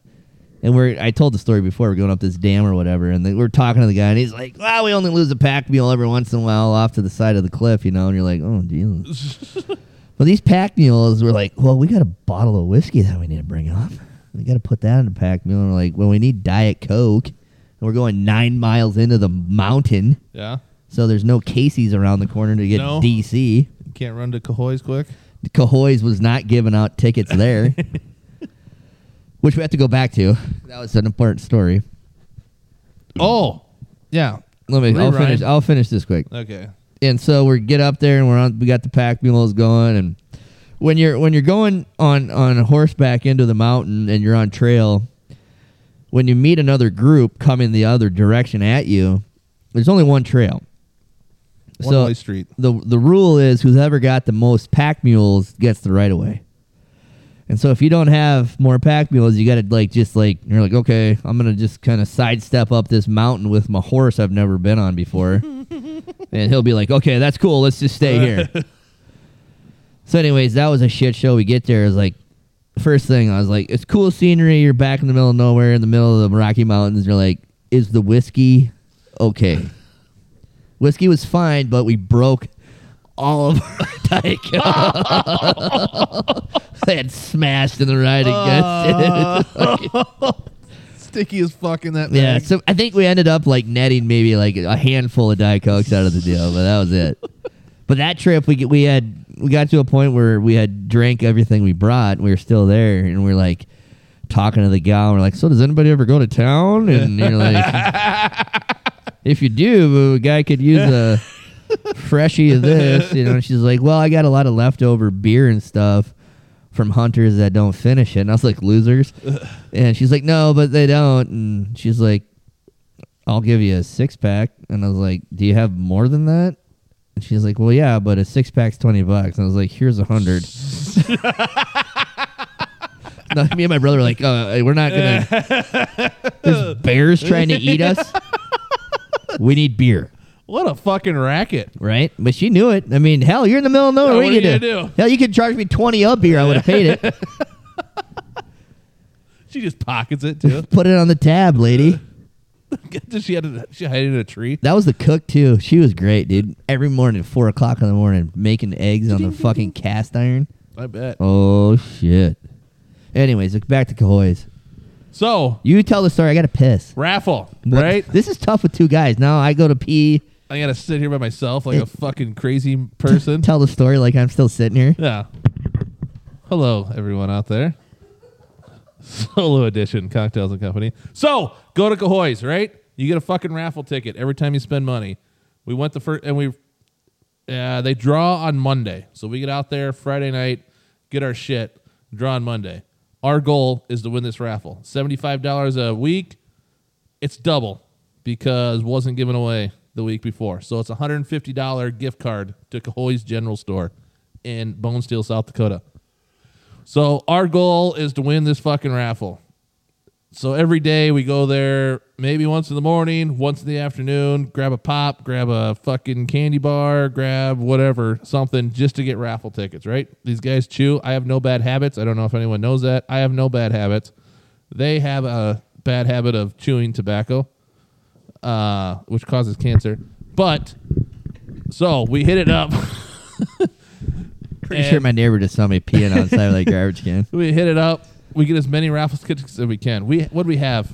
[SPEAKER 1] And we're I told the story before, we're going up this dam or whatever, and then we're talking to the guy and he's like, Well, we only lose a pack mule every once in a while off to the side of the cliff, you know, and you're like, Oh Jesus. well these pack mules were like, Well, we got a bottle of whiskey that we need to bring up. We gotta put that in the pack mule and we're like, Well, we need Diet Coke and we're going nine miles into the mountain.
[SPEAKER 4] Yeah.
[SPEAKER 1] So there's no Casey's around the corner to get
[SPEAKER 4] No.
[SPEAKER 1] DC.
[SPEAKER 4] You can't run to Cahoy's quick.
[SPEAKER 1] Cahoy's was not giving out tickets there, which we have to go back to. That was an important story.
[SPEAKER 4] Oh. Yeah.
[SPEAKER 1] Let me. I'll
[SPEAKER 4] Rewind.
[SPEAKER 1] finish. I'll finish this quick.
[SPEAKER 4] Okay.
[SPEAKER 1] And so we get up there and we're on. We got the pack mules going, and when you're when you're going on on horseback into the mountain and you're on trail, when you meet another group coming the other direction at you, there's only one trail.
[SPEAKER 4] One
[SPEAKER 1] So-
[SPEAKER 4] way street.
[SPEAKER 1] the the rule is whoever got the most pack mules gets the right of way. And so if you don't have more pack mules, you got to like just like you're like okay, I'm gonna just kind of sidestep up this mountain with my horse I've never been on before, and he'll be like, okay, that's cool, let's just stay here. so, anyways, that was a shit show. We get there, it was like first thing I was like, it's cool scenery. You're back in the middle of nowhere, in the middle of the Rocky Mountains. You're like, is the whiskey okay? whiskey was fine, but we broke all of our Diet Coke. they had smashed in the ride against it.
[SPEAKER 4] Sticky as fuck in that
[SPEAKER 1] yeah,
[SPEAKER 4] bag.
[SPEAKER 1] so I think we ended up like netting maybe like a handful of Diet Cokes out of the deal, but that was it. But that trip, we get- we had we got to a point where we had drank everything we brought. And we were still there, and we are like talking to the gal. And we're like, "So does anybody ever go to town?" And you're like, "If you do, a guy could use a freshie of this." You know, and she's like, "Well, I got a lot of leftover beer and stuff." From hunters that don't finish it, and I was like losers, and she's like, no, but they don't, and she's like, I'll give you a six pack, and I was like, do you have more than that? And she's like, "Well, yeah, but a six pack's twenty bucks." And I was like, "Here's a hundred. No, me and my brother were like, uh, "We're not gonna." There's bears trying to eat us. We need beer,
[SPEAKER 4] What a fucking racket.
[SPEAKER 1] right? But she knew it. I mean, hell, you're in the middle of nowhere.
[SPEAKER 4] Yeah,
[SPEAKER 1] what,
[SPEAKER 4] what
[SPEAKER 1] are you
[SPEAKER 4] are you
[SPEAKER 1] gonna
[SPEAKER 4] gonna do?
[SPEAKER 1] Hell, you could charge me twenty up here. I would have paid it.
[SPEAKER 4] She just pockets it too.
[SPEAKER 1] Put it on the tab, lady.
[SPEAKER 4] she had it, she hid it in a tree.
[SPEAKER 1] That was the cook too. She was great, dude. Every morning, at four o'clock in the morning, making eggs on the fucking cast iron.
[SPEAKER 4] I bet.
[SPEAKER 1] Oh shit. Anyways, back to Cahoy's.
[SPEAKER 4] So
[SPEAKER 1] You tell the story. I got to piss.
[SPEAKER 4] raffle, right?
[SPEAKER 1] This is tough with two guys. Now I go to pee,
[SPEAKER 4] I gotta sit here by myself like a
[SPEAKER 1] It-
[SPEAKER 4] fucking crazy person.
[SPEAKER 1] tell the story like I'm still sitting here.
[SPEAKER 4] Yeah. Hello, everyone out there. Solo edition, cocktails and company. So go to Cahoy's, right? You get a fucking raffle ticket every time you spend money. We went the first, and we, uh, they draw on Monday. So we get out there Friday night, get our shit, draw on Monday. Our goal is to win this raffle. Seventy-five dollars a week. It's double because wasn't given away the week before. So it's a hundred and fifty dollar gift card to Cahoy's General Store in Bonesteel, South Dakota. So our goal is to win this fucking raffle. So every day we go there, maybe once in the morning, once in the afternoon, grab a pop, grab a fucking candy bar, grab whatever, something just to get raffle tickets, right? These guys chew. I have no bad habits. I don't know if anyone knows that. I have no bad habits. They have a bad habit of chewing tobacco. uh, which causes cancer. But so we hit it up.
[SPEAKER 1] Pretty sure my neighbor just saw me peeing outside of that garbage can.
[SPEAKER 4] we hit it up. We get as many raffle tickets as we can. We what do we have?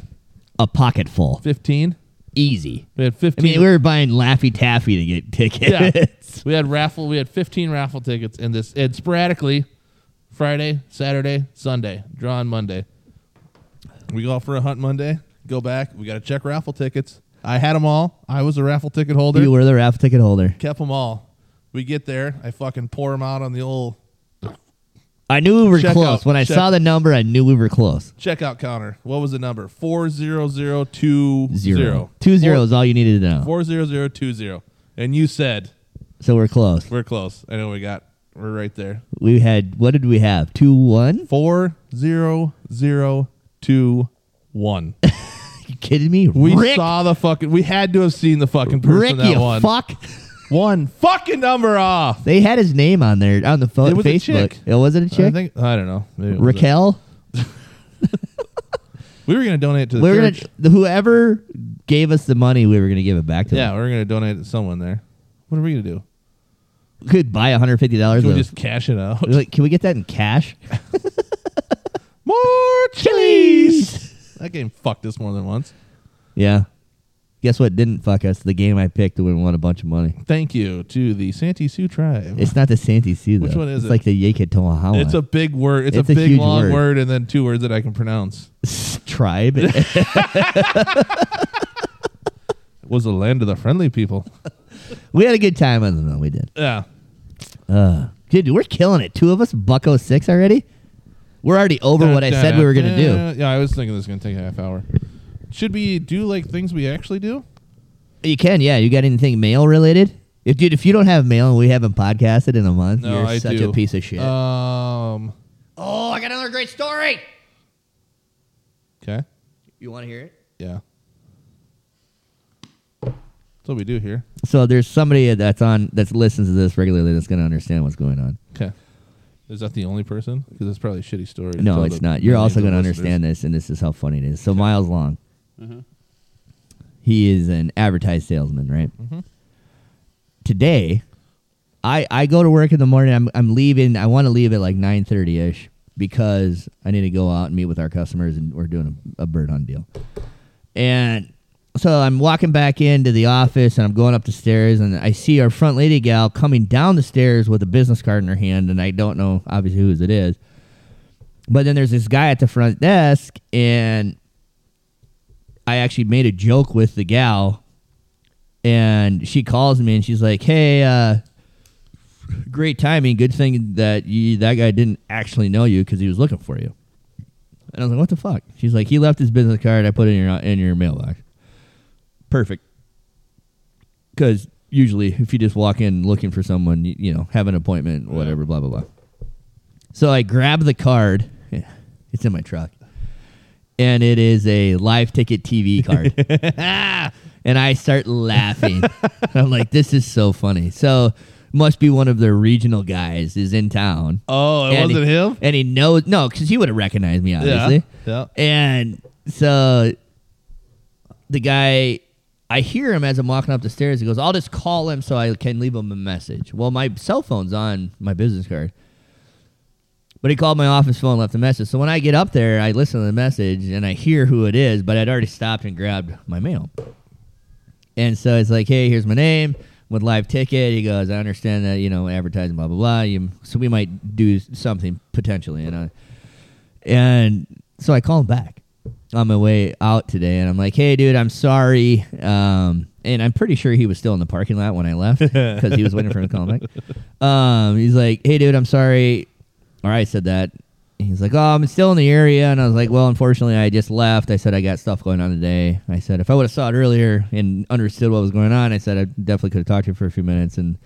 [SPEAKER 1] A pocket full.
[SPEAKER 4] Fifteen.
[SPEAKER 1] Easy.
[SPEAKER 4] We had
[SPEAKER 1] I
[SPEAKER 4] fifteen.
[SPEAKER 1] mean, we were buying Laffy Taffy to get tickets.
[SPEAKER 4] We had raffle. We had 15 raffle tickets, and this and sporadically, Friday, Saturday, Sunday, draw on Monday. We go out for a hunt Monday. Go back. We got to check raffle tickets. I had them all. I was a raffle ticket holder.
[SPEAKER 1] You were the raffle ticket holder.
[SPEAKER 4] Kept them all. We get there. I fucking pour them out on the old
[SPEAKER 1] I knew we were
[SPEAKER 4] Check
[SPEAKER 1] close.
[SPEAKER 4] out,
[SPEAKER 1] when I
[SPEAKER 4] check-
[SPEAKER 1] saw the number, I knew we were close.
[SPEAKER 4] checkout counter. What was the number? Four zero zero two
[SPEAKER 1] Zero. Two zero is all you needed to know.
[SPEAKER 4] Four zero zero two zero. And you said
[SPEAKER 1] So we're close.
[SPEAKER 4] we're close. I know we got. We're right there.
[SPEAKER 1] We had, what did we have? Two one?
[SPEAKER 4] four zero zero two one.
[SPEAKER 1] you kidding me?
[SPEAKER 4] We
[SPEAKER 1] Rick,
[SPEAKER 4] saw the fucking. We had to have seen the fucking person
[SPEAKER 1] Rick,
[SPEAKER 4] that
[SPEAKER 1] you
[SPEAKER 4] won.
[SPEAKER 1] fuck.
[SPEAKER 4] One fucking number off.
[SPEAKER 1] They had his name on there on the phone.
[SPEAKER 4] It was a
[SPEAKER 1] Facebook.
[SPEAKER 4] chick.
[SPEAKER 1] It wasn't a
[SPEAKER 4] I
[SPEAKER 1] chick.
[SPEAKER 4] think I don't know. Maybe it was that.
[SPEAKER 1] Raquel.
[SPEAKER 4] We were gonna donate to the
[SPEAKER 1] We were
[SPEAKER 4] church.
[SPEAKER 1] gonna whoever gave us the money, we were gonna give it back to
[SPEAKER 4] yeah,
[SPEAKER 1] them.
[SPEAKER 4] we were gonna donate to someone there. What are we gonna do?
[SPEAKER 1] We could buy one hundred fifty dollars.
[SPEAKER 4] Should we
[SPEAKER 1] of
[SPEAKER 4] just cash it out?
[SPEAKER 1] We're like, can we get that in cash?
[SPEAKER 4] More chilies.
[SPEAKER 1] Chilies.
[SPEAKER 4] That game fucked us more than once.
[SPEAKER 1] Yeah. Guess what? Didn't fuck us. The game I picked to win won a bunch of money.
[SPEAKER 4] Thank you to the Santee Sioux tribe.
[SPEAKER 1] It's not the Santee Sea though.
[SPEAKER 4] Which one is
[SPEAKER 1] it's
[SPEAKER 4] it?
[SPEAKER 1] like the Yakatoahawa.
[SPEAKER 4] It's a big word. It's,
[SPEAKER 1] It's
[SPEAKER 4] a
[SPEAKER 1] a
[SPEAKER 4] big
[SPEAKER 1] huge
[SPEAKER 4] long
[SPEAKER 1] word.
[SPEAKER 4] word and then two words that I can pronounce.
[SPEAKER 1] tribe.
[SPEAKER 4] was the land of the friendly people.
[SPEAKER 1] we had a good time on them though. We did.
[SPEAKER 4] Yeah.
[SPEAKER 1] Uh, dude, we're killing it. Two of us, Bucko six already. We're already over what I said we were gonna do.
[SPEAKER 4] Yeah, I was thinking this was gonna take a half hour. Should we do like things we actually do?
[SPEAKER 1] You can, yeah. You got anything mail related? If dude, if you don't have mail and we haven't podcasted in a month, you're
[SPEAKER 4] I
[SPEAKER 1] such
[SPEAKER 4] do. Uh,
[SPEAKER 1] a piece of shit.
[SPEAKER 4] Um.
[SPEAKER 1] oh, I got another great story.
[SPEAKER 4] Okay.
[SPEAKER 1] You want to hear it?
[SPEAKER 4] Yeah. That's what we do here.
[SPEAKER 1] So there's somebody that's on that's listens to this regularly that's gonna understand what's going on.
[SPEAKER 4] Okay. Is that the only person? Because that's probably a shitty story. to
[SPEAKER 1] No,
[SPEAKER 4] tell
[SPEAKER 1] it's
[SPEAKER 4] the
[SPEAKER 1] not. You're
[SPEAKER 4] millions
[SPEAKER 1] also
[SPEAKER 4] of
[SPEAKER 1] gonna
[SPEAKER 4] listeners.
[SPEAKER 1] understand this, and this is how funny it is. So Miles Long, he is an advertised salesman, right?
[SPEAKER 4] Mm-hmm.
[SPEAKER 1] Today, I I go to work in the morning. I'm I'm leaving. I want to leave at like nine thirty ish because I need to go out and meet with our customers, and we're doing a, a bird on deal. And so I'm walking back into the office, and I'm going up the stairs, and I see our front lady gal coming down the stairs with a business card in her hand, and I don't know obviously whose it is. But then there's this guy at the front desk, and I actually made a joke with the gal, and she calls me and she's like, "Hey, uh, great timing. Good thing that you that guy didn't actually know you because he was looking for you." And I was like, "What the fuck?" She's like, "He left his business card. I put it in your in your mailbox." Perfect. Because usually, if you just walk in looking for someone, you, you know, have an appointment, whatever, blah blah blah. So I grab the card. Yeah, it's in my truck. And it is a live ticket TV card. and I start laughing. I'm like, this is so funny. So must be one of their regional guys is in town.
[SPEAKER 4] Oh, it
[SPEAKER 1] And
[SPEAKER 4] wasn't
[SPEAKER 1] he-
[SPEAKER 4] him.
[SPEAKER 1] And he knows no, because he would have recognized me, obviously.
[SPEAKER 4] yeah.
[SPEAKER 1] And so the guy, I hear him as I'm walking up the stairs. He goes, "I'll just call him so I can leave him a message." Well, my cell phone's on my business card, but he called my office phone, and left a message. So when I get up there, I listen to the message and I hear who it is, but I'd already stopped and grabbed my mail. And so it's like, "Hey, here's my name." With live ticket, he goes, I understand that, you know, advertising, blah, blah, blah. You, so we might do something potentially. And I, and so I call him back on my way out today, and I'm like, "Hey, dude, I'm sorry." Um, and I'm pretty sure he was still in the parking lot when I left because he was waiting for him to call him back. Um, he's like, "Hey, dude, I'm sorry," or I said that. And He's like, "Oh, I'm still in the area," and I was like, "Well, unfortunately, I just left." I said, "I got stuff going on today." I said, "If I would have saw it earlier and understood what was going on," I said, "I definitely could have talked to you for a few minutes." And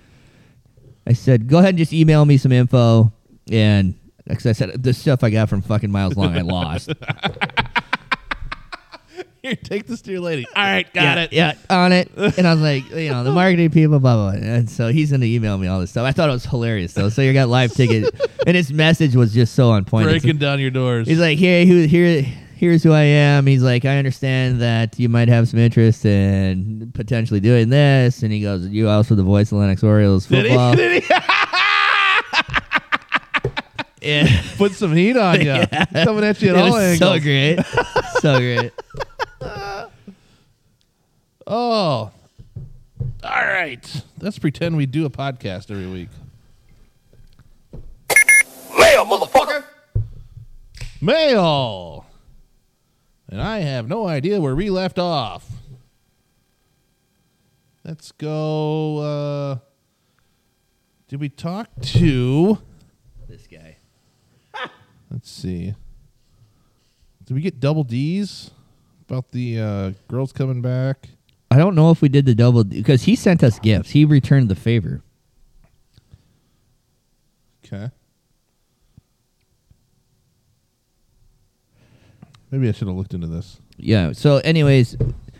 [SPEAKER 1] I said, go ahead and just email me some info. And because I said the stuff I got from fucking Miles Long, I lost.
[SPEAKER 4] Here, take this to your lady. All right, got
[SPEAKER 1] yeah,
[SPEAKER 4] it.
[SPEAKER 1] Yeah, on it. And I was like, you know, the marketing people, blah, blah, blah. And so he's going to email me all this stuff. I thought it was hilarious, though. So you got live ticket. and his message was just so on point. It's-
[SPEAKER 4] Breaking down your doors.
[SPEAKER 1] He's like, hey, who, here, here's who I am. He's like, I understand that you might have some interest in potentially doing this. And he goes, You also the voice of Lennox Orioles football.
[SPEAKER 4] Did he?
[SPEAKER 1] Yeah.
[SPEAKER 4] Put some heat on you. Coming at you at
[SPEAKER 1] It
[SPEAKER 4] all
[SPEAKER 1] was so
[SPEAKER 4] angles.
[SPEAKER 1] great. so great.
[SPEAKER 4] Oh. All right. Let's pretend we do a podcast every week. Mail, motherfucker! Mail! And I have no idea where we left off. Let's go. Uh, did we talk to.
[SPEAKER 1] This guy.
[SPEAKER 4] Let's see. Did we get double D's about the uh, girls coming back?
[SPEAKER 1] I don't know if we did the double because he sent us gifts. He returned the favor.
[SPEAKER 4] Okay. Maybe I should have looked into this.
[SPEAKER 1] Yeah. So, anyways,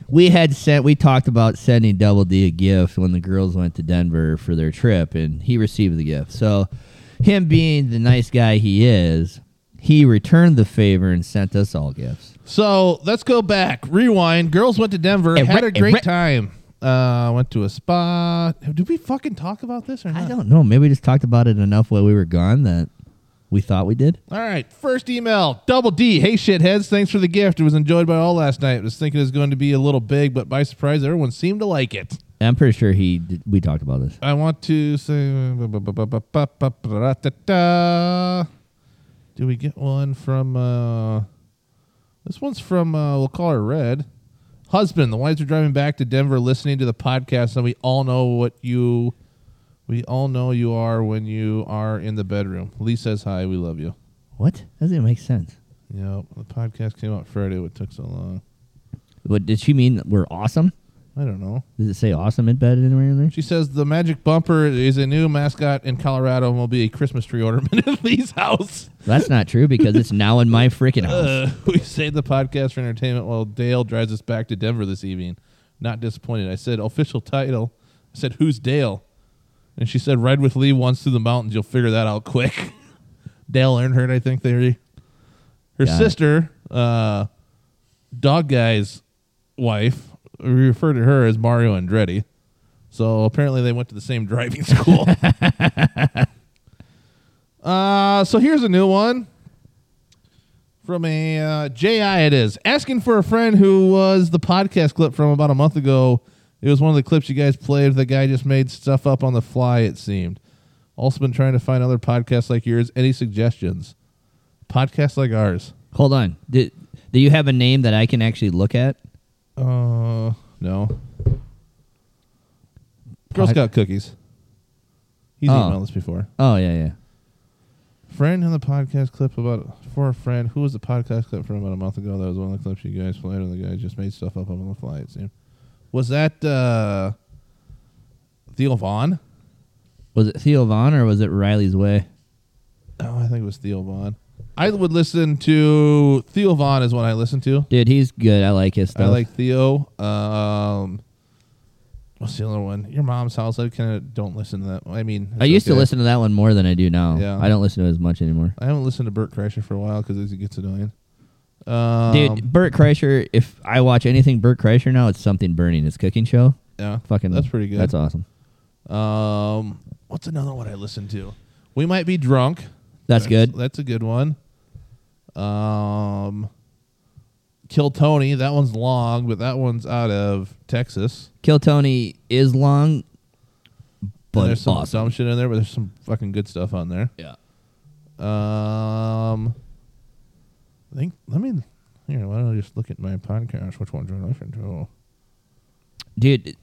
[SPEAKER 1] we had sent we talked about sending Double D a gift when the girls went to Denver for their trip, and he received the gift. So, him being the nice guy he is, he returned the favor and sent us all gifts.
[SPEAKER 4] So let's go back, rewind. Girls went to Denver,
[SPEAKER 1] Eh,
[SPEAKER 4] had
[SPEAKER 1] re-
[SPEAKER 4] a
[SPEAKER 1] eh,
[SPEAKER 4] great
[SPEAKER 1] re-
[SPEAKER 4] time. Uh, went to a spa. Did we fucking talk about this or not?
[SPEAKER 1] I don't know. Maybe we just talked about it enough while we were gone that we thought we did.
[SPEAKER 4] All right. First email, Double D. Hey, shitheads. Thanks for the gift. It was enjoyed by all last night. Was thinking it was going to be a little big, but by surprise, everyone seemed to like it.
[SPEAKER 1] I'm pretty sure he did, we talked about this.
[SPEAKER 4] I want to say. Do we get one from? Uh, this one's from. Uh, we'll call her Red. Husband, the wives are driving back to Denver, listening to the podcast, and we all know what you. We all know you are when you are in the bedroom. Lee says hi. We love you.
[SPEAKER 1] What? Doesn't even make sense.
[SPEAKER 4] Yep, the podcast came out Friday. What took so long?
[SPEAKER 1] What did she mean? We're awesome?
[SPEAKER 4] I don't know.
[SPEAKER 1] Does it say awesome embedded anywhere in there?
[SPEAKER 4] She says the magic bumper is a new mascot in Colorado and will be a Christmas tree ornament in Lee's house.
[SPEAKER 1] That's not true because it's now in my freaking house.
[SPEAKER 4] Uh, we saved the podcast for entertainment while Dale drives us back to Denver this evening. Not disappointed. I said official title. I said who's Dale, and she said ride with Lee once through the mountains. You'll figure that out quick. Dale Earnhardt, I think theory. Her
[SPEAKER 1] Got it.
[SPEAKER 4] sister, uh, dog guy's wife. We refer to her as Mario Andretti. So apparently they went to the same driving school. uh, so here's a new one from a uh, JI. It is asking for a friend who was the podcast clip from about a month ago. It was one of the clips you guys played. The guy just made stuff up on the fly. It seemed. Also been trying to find other podcasts like yours. Any suggestions? Podcasts like ours.
[SPEAKER 1] Hold on. Did do you have a name that I can actually look at?
[SPEAKER 4] Uh, no. Girl
[SPEAKER 1] Pod-
[SPEAKER 4] Scout cookies. He's
[SPEAKER 1] Oh.
[SPEAKER 4] emailed us before.
[SPEAKER 1] Oh yeah, yeah.
[SPEAKER 4] Friend on the podcast clip about for a friend who was the podcast clip from about a month ago. That was one of the clips you guys played, and the guy just made stuff up on the fly. It seemed. Was that uh, Theo Vaughn?
[SPEAKER 1] Was it Theo Vaughn or was it Riley's Way?
[SPEAKER 4] Oh, I think it was Theo Vaughn. I would listen to Theo Vaughn is what I listen to.
[SPEAKER 1] Dude, he's good. I like his stuff.
[SPEAKER 4] I like Theo. Um, what's the other one? Your mom's house. I kind of don't listen to that. I mean,
[SPEAKER 1] I
[SPEAKER 4] it's
[SPEAKER 1] used to
[SPEAKER 4] okay.
[SPEAKER 1] listen to that one more than I do now.
[SPEAKER 4] Yeah.
[SPEAKER 1] I don't listen to it as much anymore.
[SPEAKER 4] I haven't listened to Bert Kreischer for a while because it gets annoying. Um,
[SPEAKER 1] Dude, Bert Kreischer. If I watch anything Bert Kreischer now, it's something burning. His cooking show.
[SPEAKER 4] yeah,
[SPEAKER 1] Fucking.
[SPEAKER 4] That's pretty good.
[SPEAKER 1] That's awesome.
[SPEAKER 4] Um, what's another one I listen to? We might be drunk.
[SPEAKER 1] That's good.
[SPEAKER 4] That's a good one. Um, Kill Tony. That one's long, but that one's out of Texas.
[SPEAKER 1] Kill Tony is long,
[SPEAKER 4] And
[SPEAKER 1] but
[SPEAKER 4] there's
[SPEAKER 1] it's
[SPEAKER 4] some
[SPEAKER 1] awesome.
[SPEAKER 4] dumb shit in there, but there's some fucking good stuff on there.
[SPEAKER 1] Yeah.
[SPEAKER 4] Um, I think. Let me. Here, why don't I just look at my podcast? Which ones do I listen to?
[SPEAKER 1] dude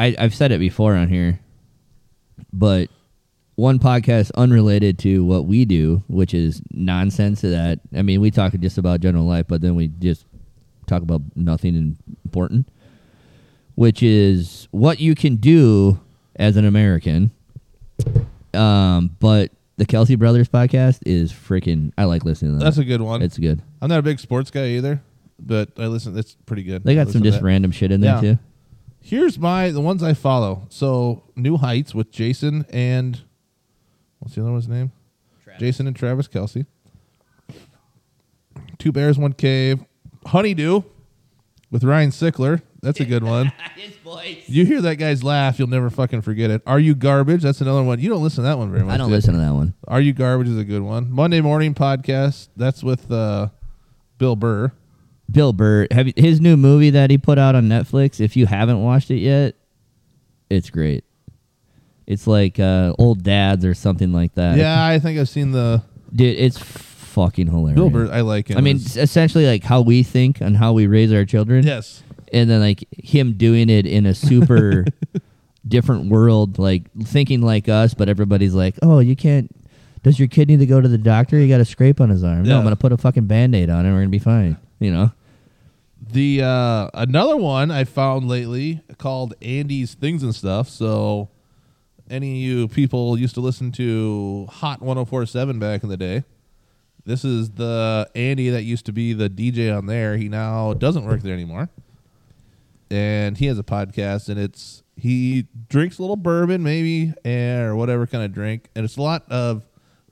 [SPEAKER 1] I, i've said it before on here but one podcast unrelated to what we do which is nonsense to that i mean we talk just about general life but then we just talk about nothing important which is what you can do as an american um, but the kelsey brothers podcast is freaking i like listening to that
[SPEAKER 4] That's a good one.
[SPEAKER 1] it's good
[SPEAKER 4] I'm not a big sports guy either, but I listen. That's pretty good.
[SPEAKER 1] they
[SPEAKER 4] I
[SPEAKER 1] got some
[SPEAKER 4] listen to
[SPEAKER 1] just
[SPEAKER 4] that.
[SPEAKER 1] random shit in there
[SPEAKER 4] Yeah.
[SPEAKER 1] too
[SPEAKER 4] Here's my the ones I follow. So New Heights with Jason and what's the other one's name? Jason and Travis Kelsey. Two Bears, One Cave, Honeydew with Ryan Sickler. That's a good one.
[SPEAKER 1] His voice.
[SPEAKER 4] You hear that guy's laugh, you'll never fucking forget it. Are You Garbage? That's another one. You don't listen to that one very much.
[SPEAKER 1] I don't
[SPEAKER 4] do you?
[SPEAKER 1] listen to that one.
[SPEAKER 4] Are You Garbage is a good one. Monday Morning Podcast. That's with uh, Bill Burr.
[SPEAKER 1] Bill Burr, have you, his new movie that he put out on Netflix. If you haven't watched it yet, it's great. It's like uh, old dads or something like that.
[SPEAKER 4] Yeah, I think I've seen the
[SPEAKER 1] dude, it's fucking hilarious.
[SPEAKER 4] Bill Burr. I like him.
[SPEAKER 1] Oh, I mean,
[SPEAKER 4] It's-
[SPEAKER 1] it's essentially like how we think and how we raise our children.
[SPEAKER 4] yes.
[SPEAKER 1] and then like him doing it in a super different world, like thinking like us, but everybody's like, "Oh, you can't." Does your kid need to go to the doctor? He got a scrape on his arm. No, I'm
[SPEAKER 4] Yeah.
[SPEAKER 1] gonna put a fucking band-aid on it. We're gonna be fine. You know.
[SPEAKER 4] The uh, another one I found lately called Andy's Things and Stuff. So, any of you people used to listen to Hot 104.7 back in the day? This is the Andy that used to be the DJ on there. He now doesn't work there anymore, and he has a podcast. And it's he drinks a little bourbon, maybe, eh, or whatever kind of drink, and it's a lot of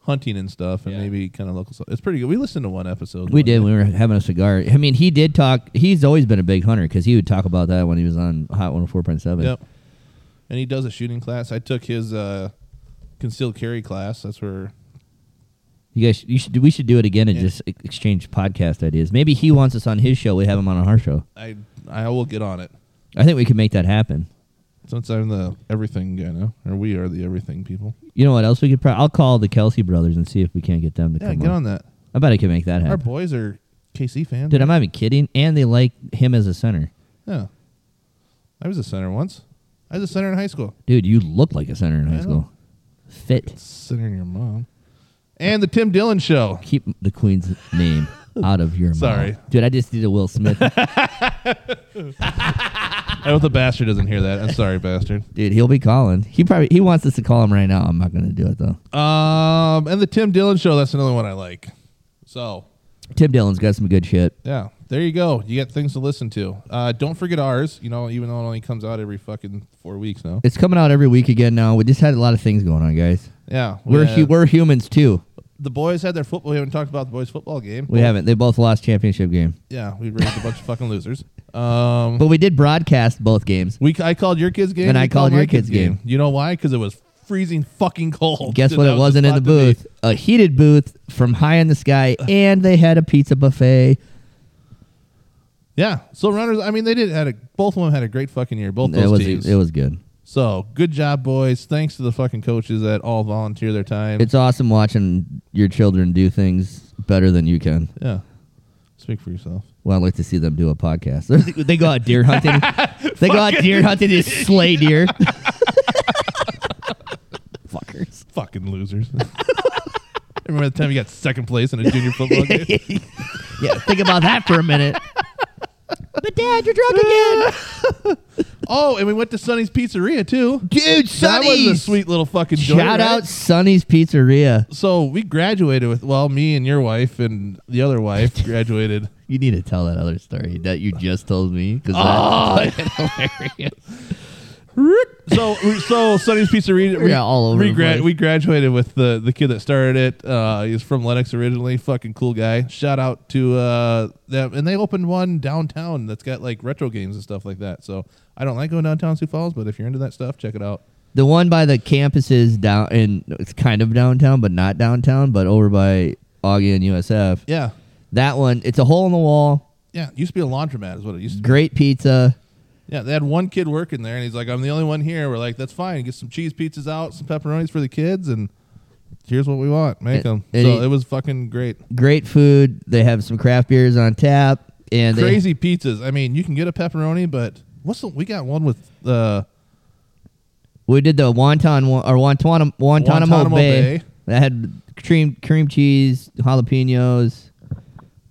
[SPEAKER 4] hunting and stuff, and maybe kind of local stuff. It's pretty good. We listened to one episode.
[SPEAKER 1] We
[SPEAKER 4] one
[SPEAKER 1] did.
[SPEAKER 4] day.
[SPEAKER 1] We were having a cigar. I mean, he did talk. He's always been a big hunter because he would talk about that when he was on Hot 104.7.
[SPEAKER 4] Yep. And he does a shooting class. I took his uh, concealed carry class. That's where
[SPEAKER 1] You guys, you should. We should do it again and
[SPEAKER 4] Yeah.
[SPEAKER 1] just e- exchange podcast ideas. Maybe he wants us on his show. We have him on our show.
[SPEAKER 4] I I will get on it.
[SPEAKER 1] I think we could make that happen.
[SPEAKER 4] Since I'm the everything guy now, or we are the everything people.
[SPEAKER 1] You know what else we could? Pro- I'll call the Kelsey brothers and see if we can't get them to
[SPEAKER 4] Yeah,
[SPEAKER 1] come
[SPEAKER 4] get on that.
[SPEAKER 1] I bet I could make that
[SPEAKER 4] Our
[SPEAKER 1] happen.
[SPEAKER 4] boys are KC fans.
[SPEAKER 1] Dude, I'm not even kidding. And they like him as a center.
[SPEAKER 4] yeah. I was a center once. I was a center in high school.
[SPEAKER 1] Dude, you look like a center in
[SPEAKER 4] I
[SPEAKER 1] high
[SPEAKER 4] know.
[SPEAKER 1] school. Fit.
[SPEAKER 4] Center in your mom. And the Tim Dillon show.
[SPEAKER 1] Keep the queen's name out of your
[SPEAKER 4] Sorry.
[SPEAKER 1] mouth. Dude, I just did a Will Smith.
[SPEAKER 4] I hope the bastard doesn't hear that. I'm sorry, bastard.
[SPEAKER 1] Dude, he'll be calling. He probably he wants us to call him right now. I'm not gonna do it though.
[SPEAKER 4] Um, and the Tim Dillon show. That's another one I like. So
[SPEAKER 1] Tim Dillon's got some good shit.
[SPEAKER 4] Yeah, there you go. You got things to listen to. Uh, don't forget ours. You know, even though it only comes out every fucking four weeks now.
[SPEAKER 1] It's coming out every week again now. We just had a lot of things going on, guys.
[SPEAKER 4] Yeah, we
[SPEAKER 1] We're
[SPEAKER 4] had-
[SPEAKER 1] hu- we're humans too.
[SPEAKER 4] the boys had their football. We haven't talked about the boys' football game.
[SPEAKER 1] We haven't. They both lost championship game,
[SPEAKER 4] Yeah, we raised a bunch of fucking losers. Um,
[SPEAKER 1] but we did broadcast both games.
[SPEAKER 4] we I called your kids game,
[SPEAKER 1] And I
[SPEAKER 4] you
[SPEAKER 1] called
[SPEAKER 4] my
[SPEAKER 1] your kids' game.
[SPEAKER 4] You know why? Because it was freezing fucking cold.
[SPEAKER 1] Guess
[SPEAKER 4] And
[SPEAKER 1] what?
[SPEAKER 4] that
[SPEAKER 1] It
[SPEAKER 4] was
[SPEAKER 1] wasn't in the
[SPEAKER 4] spot to be.
[SPEAKER 1] booth. A heated booth from high in the sky, and they had a pizza buffet.
[SPEAKER 4] Yeah. So runners. I mean, they did had a both of them had a great fucking year. Both
[SPEAKER 1] it
[SPEAKER 4] those
[SPEAKER 1] was
[SPEAKER 4] teams.
[SPEAKER 1] it was good.
[SPEAKER 4] so good job, boys. Thanks to the fucking coaches that all volunteer their time.
[SPEAKER 1] It's awesome watching your children do things better than you can.
[SPEAKER 4] yeah. Speak for yourself.
[SPEAKER 1] Well, I'd like to see them do a podcast. they go out deer hunting. they go out deer hunting and slay deer. Fuckers.
[SPEAKER 4] Fucking losers. Remember the time you got second place in a junior football game?
[SPEAKER 1] Yeah, think about that for a minute. But dad, you're drunk again,
[SPEAKER 4] Oh, and we went to Sonny's Pizzeria too.
[SPEAKER 1] dude.
[SPEAKER 4] That was a
[SPEAKER 1] Sonny's.
[SPEAKER 4] sweet little fucking joy,
[SPEAKER 1] Shout
[SPEAKER 4] right?
[SPEAKER 1] out Sonny's Pizzeria.
[SPEAKER 4] So we graduated with well, me and your wife and the other wife graduated.
[SPEAKER 1] You need to tell that other story that you just told me because Oh.
[SPEAKER 4] so so Sonny's Pizzeria. We,
[SPEAKER 1] Yeah, all over
[SPEAKER 4] We,
[SPEAKER 1] the place.
[SPEAKER 4] we graduated with the the kid that started it. Uh, he's from Lenox originally. Fucking cool guy. Shout out to uh, them. And they opened one downtown that's got like retro games and stuff like that. So I don't like going downtown Sioux Falls, but if you're into that stuff, check it out.
[SPEAKER 1] the one by the campus is down in it's kind of downtown, but not downtown, but over by Augie and USF.
[SPEAKER 4] Yeah,
[SPEAKER 1] That one, it's a hole in the wall.
[SPEAKER 4] yeah. It used to be a laundromat, is what it used to. be.
[SPEAKER 1] Great pizza.
[SPEAKER 4] Yeah, they had one kid working there, and he's like, "I'm the only one here." We're like, "That's fine. Get some cheese pizzas out, some pepperonis for the kids, and here's what we want. Make them."
[SPEAKER 1] And-
[SPEAKER 4] So
[SPEAKER 1] and he-
[SPEAKER 4] it was fucking great.
[SPEAKER 1] great food. They have some craft beers on tap, and they-
[SPEAKER 4] Crazy pizzas. I mean, you can get a pepperoni, but what's the? We got one with uh, the
[SPEAKER 1] we did the wonton wa- or wonton Guantanamo
[SPEAKER 4] Guantanamo
[SPEAKER 1] Bay.
[SPEAKER 4] Bay.
[SPEAKER 1] That had cream cream cheese, jalapenos,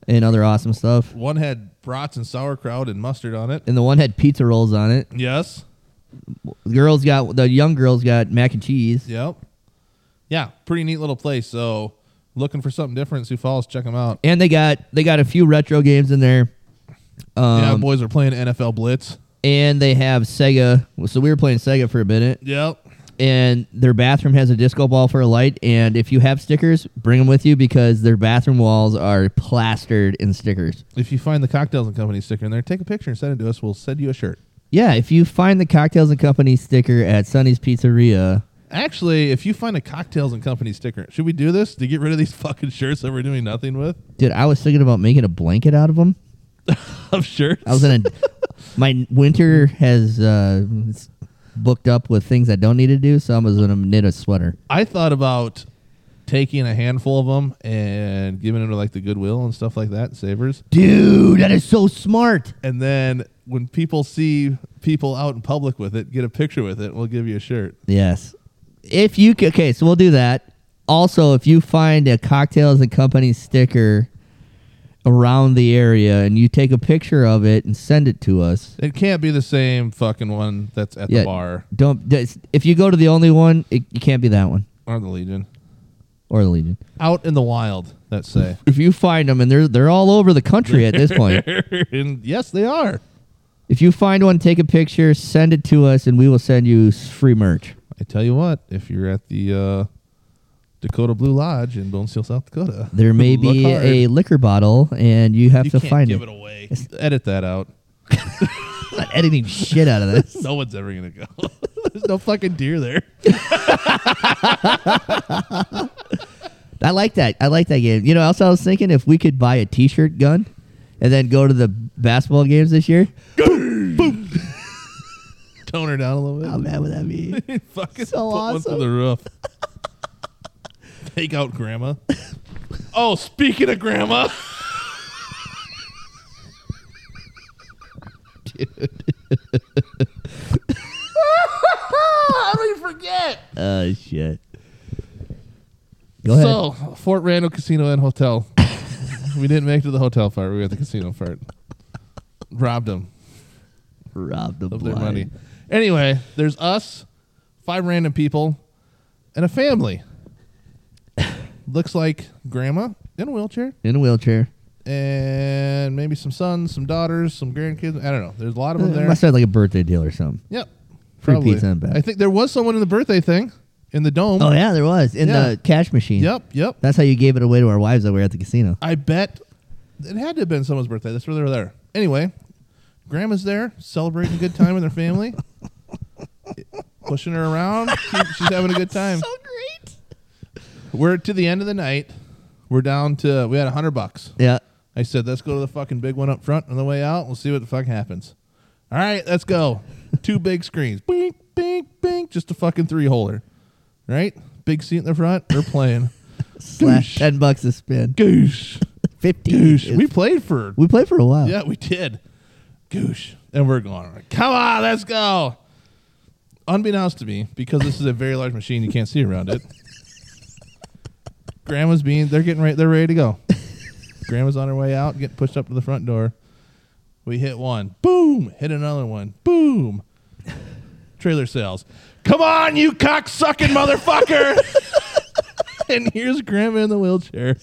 [SPEAKER 1] and other awesome stuff.
[SPEAKER 4] one had brats and sauerkraut and mustard on it.
[SPEAKER 1] And the one had pizza rolls on it.
[SPEAKER 4] Yes.
[SPEAKER 1] The girls got the young girls got mac and cheese.
[SPEAKER 4] Yep. Yeah, pretty neat little place. So looking for something different, in Sioux Falls, check them out.
[SPEAKER 1] and they got they got a few retro games in there. Um,
[SPEAKER 4] yeah, boys are playing NFL Blitz.
[SPEAKER 1] and they have Sega. So we were playing Sega for a minute,
[SPEAKER 4] Yep.
[SPEAKER 1] and their bathroom has a disco ball for a light. And if you have stickers, bring them with you because their bathroom walls are plastered in stickers.
[SPEAKER 4] If you find the cocktails and company sticker in there, take a picture and send it to us. We'll send you a shirt.
[SPEAKER 1] Yeah, if you find the Cocktails and Company sticker at Sunny's Pizzeria,
[SPEAKER 4] Actually, if you find a cocktails and company sticker, should we do this to get rid of these fucking shirts that we're doing nothing with?
[SPEAKER 1] dude, I was thinking about making a blanket out of them.
[SPEAKER 4] Of shirts.
[SPEAKER 1] I was in a my winter has uh, it's booked up with things I don't need to do, so I was gonna knit a sweater.
[SPEAKER 4] I thought about taking a handful of them and giving them to like the Goodwill and stuff like that, Savers.
[SPEAKER 1] Dude, that is so smart.
[SPEAKER 4] And then when people see people out in public with it, get a picture with it. We'll give you a shirt.
[SPEAKER 1] Yes. If you c- okay, so we'll do that. Also, if you find a cocktails and company sticker around the area and you take a picture of it and send it to us,
[SPEAKER 4] It can't be the same fucking one that's at
[SPEAKER 1] Yeah.
[SPEAKER 4] the bar
[SPEAKER 1] don't. that's- If you go to the only one, it, you can't be that one
[SPEAKER 4] or the Legion.
[SPEAKER 1] or the Legion.
[SPEAKER 4] Out in the wild, let's say.
[SPEAKER 1] If you find them and they're they're all over the country at this point.
[SPEAKER 4] and yes, they are.
[SPEAKER 1] If you find one, take a picture, send it to us, and we will send you s- free merch.
[SPEAKER 4] I tell you what, if you're at the uh, Dakota Blue Lodge in Bonesville, South Dakota,
[SPEAKER 1] There may
[SPEAKER 4] look
[SPEAKER 1] be
[SPEAKER 4] hard.
[SPEAKER 1] a liquor bottle, and you have
[SPEAKER 4] You
[SPEAKER 1] to
[SPEAKER 4] can't
[SPEAKER 1] find
[SPEAKER 4] give it
[SPEAKER 1] it.
[SPEAKER 4] away. Edit that out.
[SPEAKER 1] I'm not editing shit out of this.
[SPEAKER 4] No one's ever gonna go. There's no fucking deer there.
[SPEAKER 1] I like that. I like that game. You know, also I was thinking if we could buy a T-shirt gun, and then go to the basketball games this year.
[SPEAKER 4] Tone her down a little bit.
[SPEAKER 1] How bad would that be?
[SPEAKER 4] fucking
[SPEAKER 1] So
[SPEAKER 4] put one through
[SPEAKER 1] awesome.
[SPEAKER 4] the roof. Take out grandma. oh, speaking of grandma.
[SPEAKER 1] Oh shit. Go ahead.
[SPEAKER 4] So, Fort Randall Casino and Hotel. we didn't make it to the hotel part. We were at the casino part. Robbed them
[SPEAKER 1] Rob the
[SPEAKER 4] of
[SPEAKER 1] blind.
[SPEAKER 4] their money. Anyway, there's us, five random people, and a family. Looks like grandma in a wheelchair,
[SPEAKER 1] in a wheelchair.
[SPEAKER 4] and maybe some sons, some daughters, some grandkids. I don't know. There's a lot of them
[SPEAKER 1] It
[SPEAKER 4] there.
[SPEAKER 1] Uh, must have like a birthday deal or something.
[SPEAKER 4] Yep.
[SPEAKER 1] Free
[SPEAKER 4] Probably.
[SPEAKER 1] pizza and back.
[SPEAKER 4] I think there was someone in the birthday thing in the dome.
[SPEAKER 1] Oh yeah, there was in
[SPEAKER 4] Yeah.
[SPEAKER 1] the cash machine.
[SPEAKER 4] Yep, yep.
[SPEAKER 1] That's how you gave it away to our wives that were at the casino.
[SPEAKER 4] I bet it had to have been someone's birthday. That's where they were there. Anyway, grandma's there celebrating a good time with her family, pushing her around. She- she's having a good time.
[SPEAKER 1] great.
[SPEAKER 4] We're to the end of the night. We're down to, we had a 100 bucks.
[SPEAKER 1] Yeah.
[SPEAKER 4] I said, let's go to the fucking big one up front on the way out. We'll see what the fuck happens. All right, let's go. Two big screens. Bink, bink, bink. Just a fucking three holder. Right? Big seat in the front. They're playing.
[SPEAKER 1] Slash
[SPEAKER 4] Goosh.
[SPEAKER 1] ten bucks a spin.
[SPEAKER 4] Goosh.
[SPEAKER 1] Fifteen.
[SPEAKER 4] Goosh.
[SPEAKER 1] is-
[SPEAKER 4] We played for
[SPEAKER 1] we played for a while.
[SPEAKER 4] Yeah, we did. Goosh. And we're going, all right, come on, let's go. Unbeknownst to me, because this is a very large machine, you can't see around it. Grandma's being, they're getting ready, they're ready to go. Grandma's on her way out, getting pushed up to the front door. We hit one, boom, hit another one, boom. Trailer sales. Come on, you cocksucking motherfucker. and here's Grandma in the wheelchair.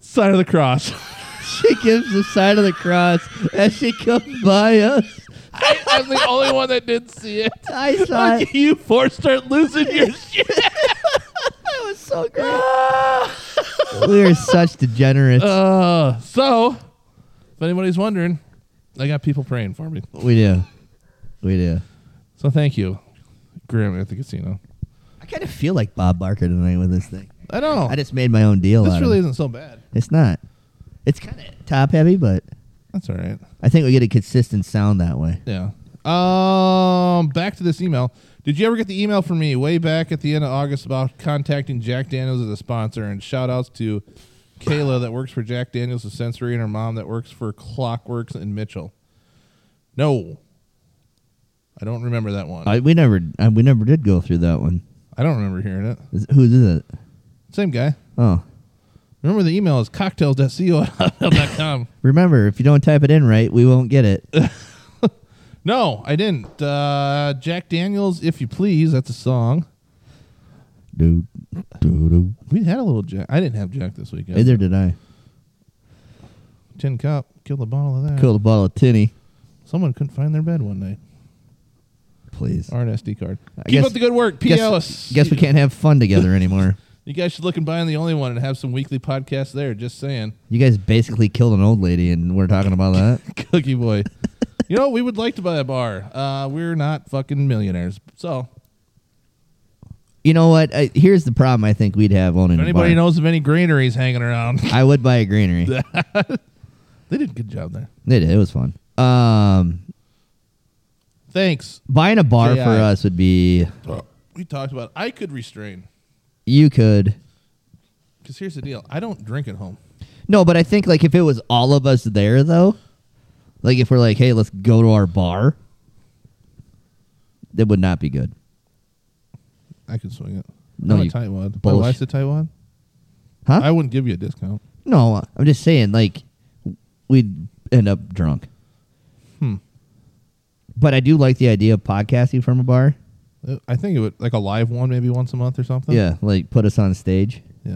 [SPEAKER 4] Side of the cross.
[SPEAKER 1] She gives the sign of the cross as she comes by us.
[SPEAKER 4] I, I'm the only one that didn't see it.
[SPEAKER 1] I saw it.
[SPEAKER 4] You four start losing your shit.
[SPEAKER 1] That was so great. we are such degenerates.
[SPEAKER 4] Uh, so, if anybody's wondering, I got people praying for me.
[SPEAKER 1] we do. We do.
[SPEAKER 4] So thank you, Graham at the casino.
[SPEAKER 1] I kind of feel like Bob Barker tonight with this thing.
[SPEAKER 4] I know.
[SPEAKER 1] I just made my own deal
[SPEAKER 4] this
[SPEAKER 1] out
[SPEAKER 4] Oh. really
[SPEAKER 1] of it.
[SPEAKER 4] isn't so bad.
[SPEAKER 1] It's not. It's kind of top heavy, but
[SPEAKER 4] That's all right.
[SPEAKER 1] I think we get a consistent sound that way.
[SPEAKER 4] Yeah. Um, back to this email. Did you ever get the email from me way back at the end of August about contacting Jack Daniels as a sponsor? And shout outs to Kayla that works for Jack Daniels of Sensory and her mom that works for Clockworks and Mitchell. No. I don't remember that one. I,
[SPEAKER 1] I, we never I, we never did go through that one.
[SPEAKER 4] don't remember hearing it.
[SPEAKER 1] Is, whose is it?
[SPEAKER 4] Same guy.
[SPEAKER 1] Oh.
[SPEAKER 4] Remember the email is cocktails.co.com.
[SPEAKER 1] Remember, if you don't type it in right, we won't get it.
[SPEAKER 4] no, I didn't. Uh, Jack Daniels, if you please. That's a song.
[SPEAKER 1] do, do, do.
[SPEAKER 4] We had a little Jack. I didn't have Jack this weekend.
[SPEAKER 1] Neither did I.
[SPEAKER 4] Tin cup. Killed a bottle of that.
[SPEAKER 1] Killed a bottle of tinny.
[SPEAKER 4] Someone couldn't find their bed one night.
[SPEAKER 1] please.
[SPEAKER 4] Or an SD card. Keep
[SPEAKER 1] guess-
[SPEAKER 4] up the good work, P. Ellis.
[SPEAKER 1] Guess, guess we can't have fun together anymore.
[SPEAKER 4] You guys should look and buy on the only one and have some weekly podcasts there. Just saying,
[SPEAKER 1] You guys basically killed an old lady, and we're talking about that.
[SPEAKER 4] Cookie Boy. you know we would like to buy a bar. Uh, we're not fucking millionaires, so
[SPEAKER 1] You know what? I, here's the problem. I think we'd have owning
[SPEAKER 4] if
[SPEAKER 1] a
[SPEAKER 4] anybody
[SPEAKER 1] bar.
[SPEAKER 4] knows of any greeneries hanging around,
[SPEAKER 1] I would buy a greenery.
[SPEAKER 4] they did a good job there.
[SPEAKER 1] They did. It was fun. Um,
[SPEAKER 4] Thanks.
[SPEAKER 1] buying a bar
[SPEAKER 4] Yeah.
[SPEAKER 1] for us would be
[SPEAKER 4] We talked about I could restrain
[SPEAKER 1] you could.
[SPEAKER 4] because here's the deal: I don't drink at home.
[SPEAKER 1] No, but I think like if it was all of us there though, like if we're like, hey, let's go to our bar, that would not be good.
[SPEAKER 4] I could swing it.
[SPEAKER 1] No,
[SPEAKER 4] I'm a
[SPEAKER 1] you-
[SPEAKER 4] tightwad. My
[SPEAKER 1] bullshit.
[SPEAKER 4] wife's a tightwad.
[SPEAKER 1] Huh?
[SPEAKER 4] I wouldn't give you a discount.
[SPEAKER 1] no, I'm just saying like we'd end up drunk.
[SPEAKER 4] Hmm.
[SPEAKER 1] But I do like the idea of podcasting from a bar.
[SPEAKER 4] Uh, I think it would like a live one maybe once a month or something.
[SPEAKER 1] Yeah, like put us on stage
[SPEAKER 4] yeah.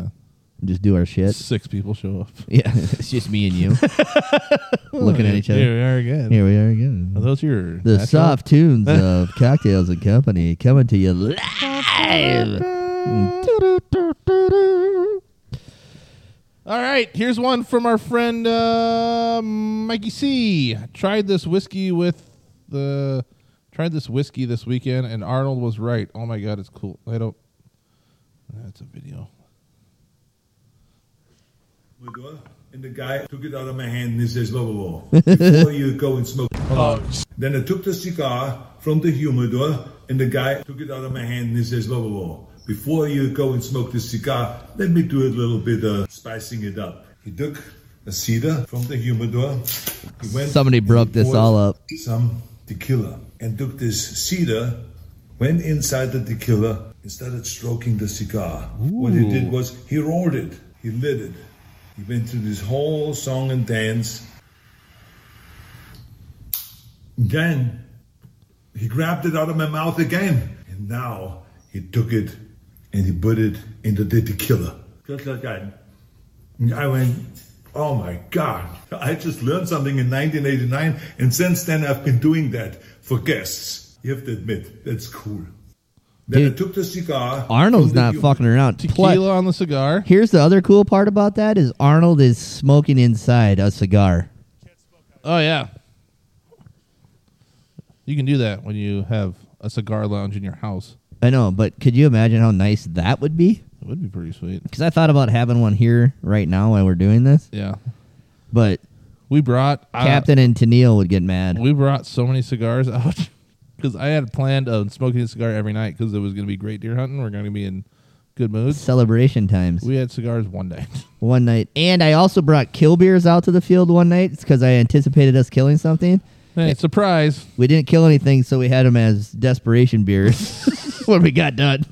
[SPEAKER 1] and just do our shit.
[SPEAKER 4] Six people show up
[SPEAKER 1] Yeah, it's just me and you looking at each other.
[SPEAKER 4] Here we are again.
[SPEAKER 1] Here we are again.
[SPEAKER 4] Are those your
[SPEAKER 1] The
[SPEAKER 4] natural?
[SPEAKER 1] soft tunes of Cocktails and Company coming to you
[SPEAKER 4] Mm.
[SPEAKER 1] live.
[SPEAKER 4] All right, here's one from our friend uh, Mikey C. Tried this whiskey with the tried this whiskey this weekend, and Arnold was right. Oh my god, it's cool. I don't. That's a video.
[SPEAKER 5] my door, and the guy took it out of my hand and he says, "Lobo, before you go and smoke." Then I took the cigar from the humidor, and the guy took it out of my hand and he says, "Lobo, before you go and smoke the cigar, let me do a little bit of spicing it up." He took a cedar from the humidor. He went
[SPEAKER 1] Somebody
[SPEAKER 5] and
[SPEAKER 1] broke
[SPEAKER 5] he
[SPEAKER 1] this
[SPEAKER 5] poured
[SPEAKER 1] all up.
[SPEAKER 5] Some tequila and took this cedar, went inside the tequila and started stroking the cigar. What he did was he rolled it, he lit it, he went through this whole song and dance. Then he grabbed it out of my mouth again. And now he took it and he put it into the tequila. Just like that. And I went, oh my God. I just learned something in 1989. And since then, I've been doing that for guests. You have to admit, that's cool. Then I
[SPEAKER 1] Dude,
[SPEAKER 5] took the cigar.
[SPEAKER 1] Arnold's
[SPEAKER 5] from the
[SPEAKER 1] not
[SPEAKER 5] humidor.
[SPEAKER 1] fucking around.
[SPEAKER 4] Tequila
[SPEAKER 1] Pl-
[SPEAKER 4] on the cigar.
[SPEAKER 1] Here's the other cool part about that is Arnold is smoking inside a cigar.
[SPEAKER 4] Oh yeah, you can do that when you have a cigar lounge in your house.
[SPEAKER 1] I know, but could you imagine how nice that would be?
[SPEAKER 4] It would be pretty sweet.
[SPEAKER 1] Because I thought about having one here right now while we're doing this,
[SPEAKER 4] Yeah,
[SPEAKER 1] but
[SPEAKER 4] we brought uh,
[SPEAKER 1] Captain and Tennille would get mad.
[SPEAKER 4] We brought so many cigars out because I had planned on smoking a cigar every night because it was going to be great deer hunting. We're going to be in good moods.
[SPEAKER 1] Celebration times.
[SPEAKER 4] We had cigars one night.
[SPEAKER 1] one night. And I also brought kill beers out to the field one night because I anticipated us killing something.
[SPEAKER 4] hey, surprise!
[SPEAKER 1] We didn't kill anything, so we had them as desperation beers when we got done.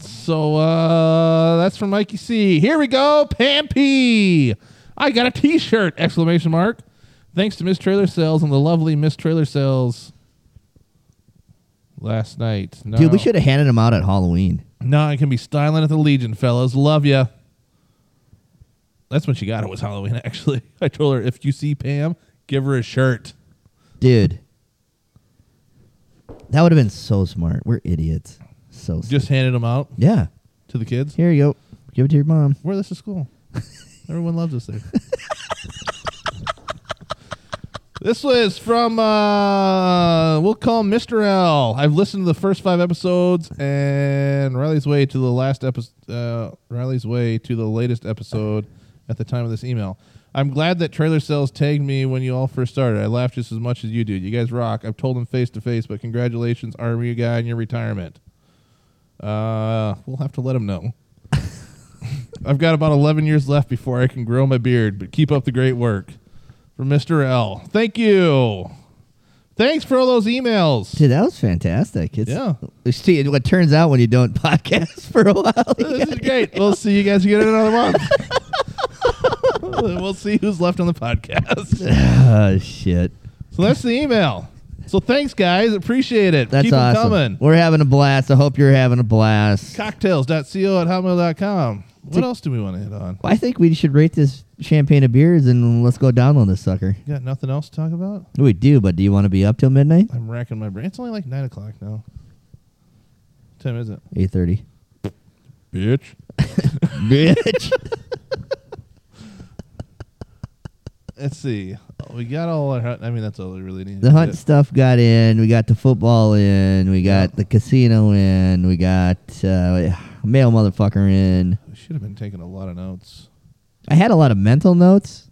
[SPEAKER 4] So uh, that's from Mikey C. Here we go, Pampy. I got a T-shirt! Exclamation mark! Thanks to Miss Trailer Sales and the lovely Miss Trailer Sales last night. No,
[SPEAKER 1] Dude, we should have handed them out at Halloween.
[SPEAKER 4] No, I can be styling at the Legion, fellas. Love ya. That's when she got it was Halloween. Actually, I told her if you see Pam, give her a shirt.
[SPEAKER 1] Dude, that would have been so smart. We're idiots. So s-
[SPEAKER 4] Just handed them out
[SPEAKER 1] yeah.
[SPEAKER 4] to the kids.
[SPEAKER 1] Here you go. Give it to your mom.
[SPEAKER 4] Wear this to school. Everyone loves us there. this was from uh we'll call him Mr. L. I've listened to the first five episodes and Riley's way to the last episode uh, Riley's way to the latest episode at the time of this email. I'm glad that Trailer Sales tagged me when you all first started. I laughed just as much as you did. You guys rock. I've told him face to face, but congratulations, Army guy, on your retirement. Uh, we'll have to let him know. I've got about 11 years left before I can grow my beard, but keep up the great work. From Mr. L. Thank you. Thanks for all those emails.
[SPEAKER 1] Dude, that was fantastic. It's,
[SPEAKER 4] Yeah.
[SPEAKER 1] See, it- what turns out when you don't podcast for a while. you
[SPEAKER 4] Uh, This is great. We'll see you guys again in another month. we'll see who's left on the podcast.
[SPEAKER 1] gotta- oh, shit.
[SPEAKER 4] So that's the email. So thanks, guys. Appreciate it.
[SPEAKER 1] That's
[SPEAKER 4] Keep 'em
[SPEAKER 1] awesome.
[SPEAKER 4] coming.
[SPEAKER 1] We're having a blast. I hope you're having a blast.
[SPEAKER 4] Cocktails.co at hotmail.com. What else do we want to hit on?
[SPEAKER 1] I think we should rate this champagne of beers and let's go download this sucker.
[SPEAKER 4] You got nothing else to talk about?
[SPEAKER 1] We do, but do you want to be up till midnight?
[SPEAKER 4] I'm racking my brain. It's only like nine o'clock now. What time is it?
[SPEAKER 1] Eight thirty.
[SPEAKER 4] Bitch.
[SPEAKER 1] Bitch.
[SPEAKER 4] Let's see. We got all our. hunt- I mean, that's all we really need.
[SPEAKER 1] The hunt stuff got in. We got the football in. We got the casino in. We got uh, male motherfucker in.
[SPEAKER 4] We should have been taking a lot of notes.
[SPEAKER 1] I had a lot of mental notes.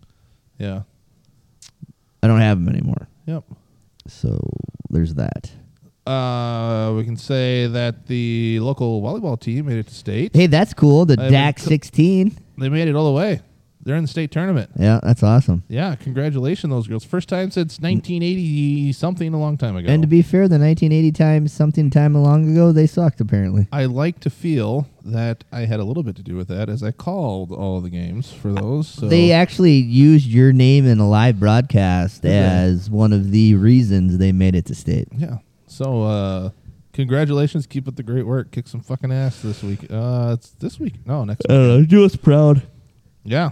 [SPEAKER 4] Yeah.
[SPEAKER 1] I don't have them anymore.
[SPEAKER 4] Yep.
[SPEAKER 1] So there's that.
[SPEAKER 4] Uh, we can say that the local volleyball team made it to state.
[SPEAKER 1] Hey, that's cool. The
[SPEAKER 4] I haven't
[SPEAKER 1] DAC
[SPEAKER 4] co-
[SPEAKER 1] 16.
[SPEAKER 4] They made it all the way. They're in the state tournament.
[SPEAKER 1] Yeah, that's awesome.
[SPEAKER 4] Yeah, congratulations, those girls. First time since 1980 something, a long time ago.
[SPEAKER 1] And to be fair, the 1980 times, something time long ago, they sucked apparently.
[SPEAKER 4] I like to feel that I had a little bit to do with that, as I called all the games for those. So
[SPEAKER 1] They actually used your name in a live broadcast as one of the reasons they made it to state.
[SPEAKER 4] yeah. So uh, congratulations, keep up the great work. Kick some fucking ass this week. Uh, it's this week. No, next. Week.
[SPEAKER 1] don't know. Do us proud.
[SPEAKER 4] Yeah.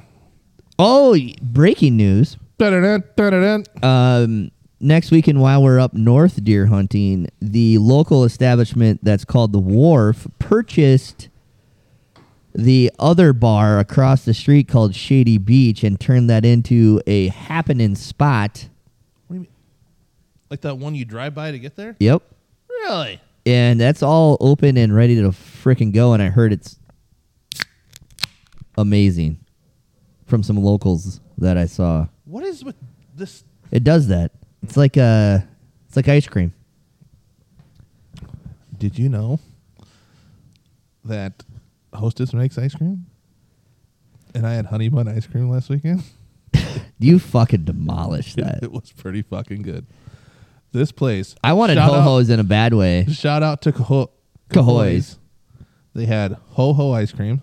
[SPEAKER 1] Oh, y- breaking news.
[SPEAKER 4] Dun-dun-dun, dun-dun-dun.
[SPEAKER 1] Um, next weekend, while we're up north deer hunting, the local establishment that's called the Wharf purchased the other bar across the street called Shady Beach and turned that into a happening spot.
[SPEAKER 4] What do you mean? Like that one you drive by to get there?
[SPEAKER 1] Yep.
[SPEAKER 4] Really?
[SPEAKER 1] And that's all open and ready to frickin' go. And I heard it's amazing from some locals that I saw.
[SPEAKER 4] What is with this?
[SPEAKER 1] It does that. It's like uh it's like ice cream.
[SPEAKER 4] Did you know that Hostess makes ice cream? And I had honey bun ice cream last weekend.
[SPEAKER 1] You fucking demolish that.
[SPEAKER 4] it was pretty fucking good. This place.
[SPEAKER 1] I wanted
[SPEAKER 4] shout
[SPEAKER 1] ho hos in a bad way.
[SPEAKER 4] out- Shout out to Caho-
[SPEAKER 1] Cahoy's.
[SPEAKER 4] They had ho ho ice cream.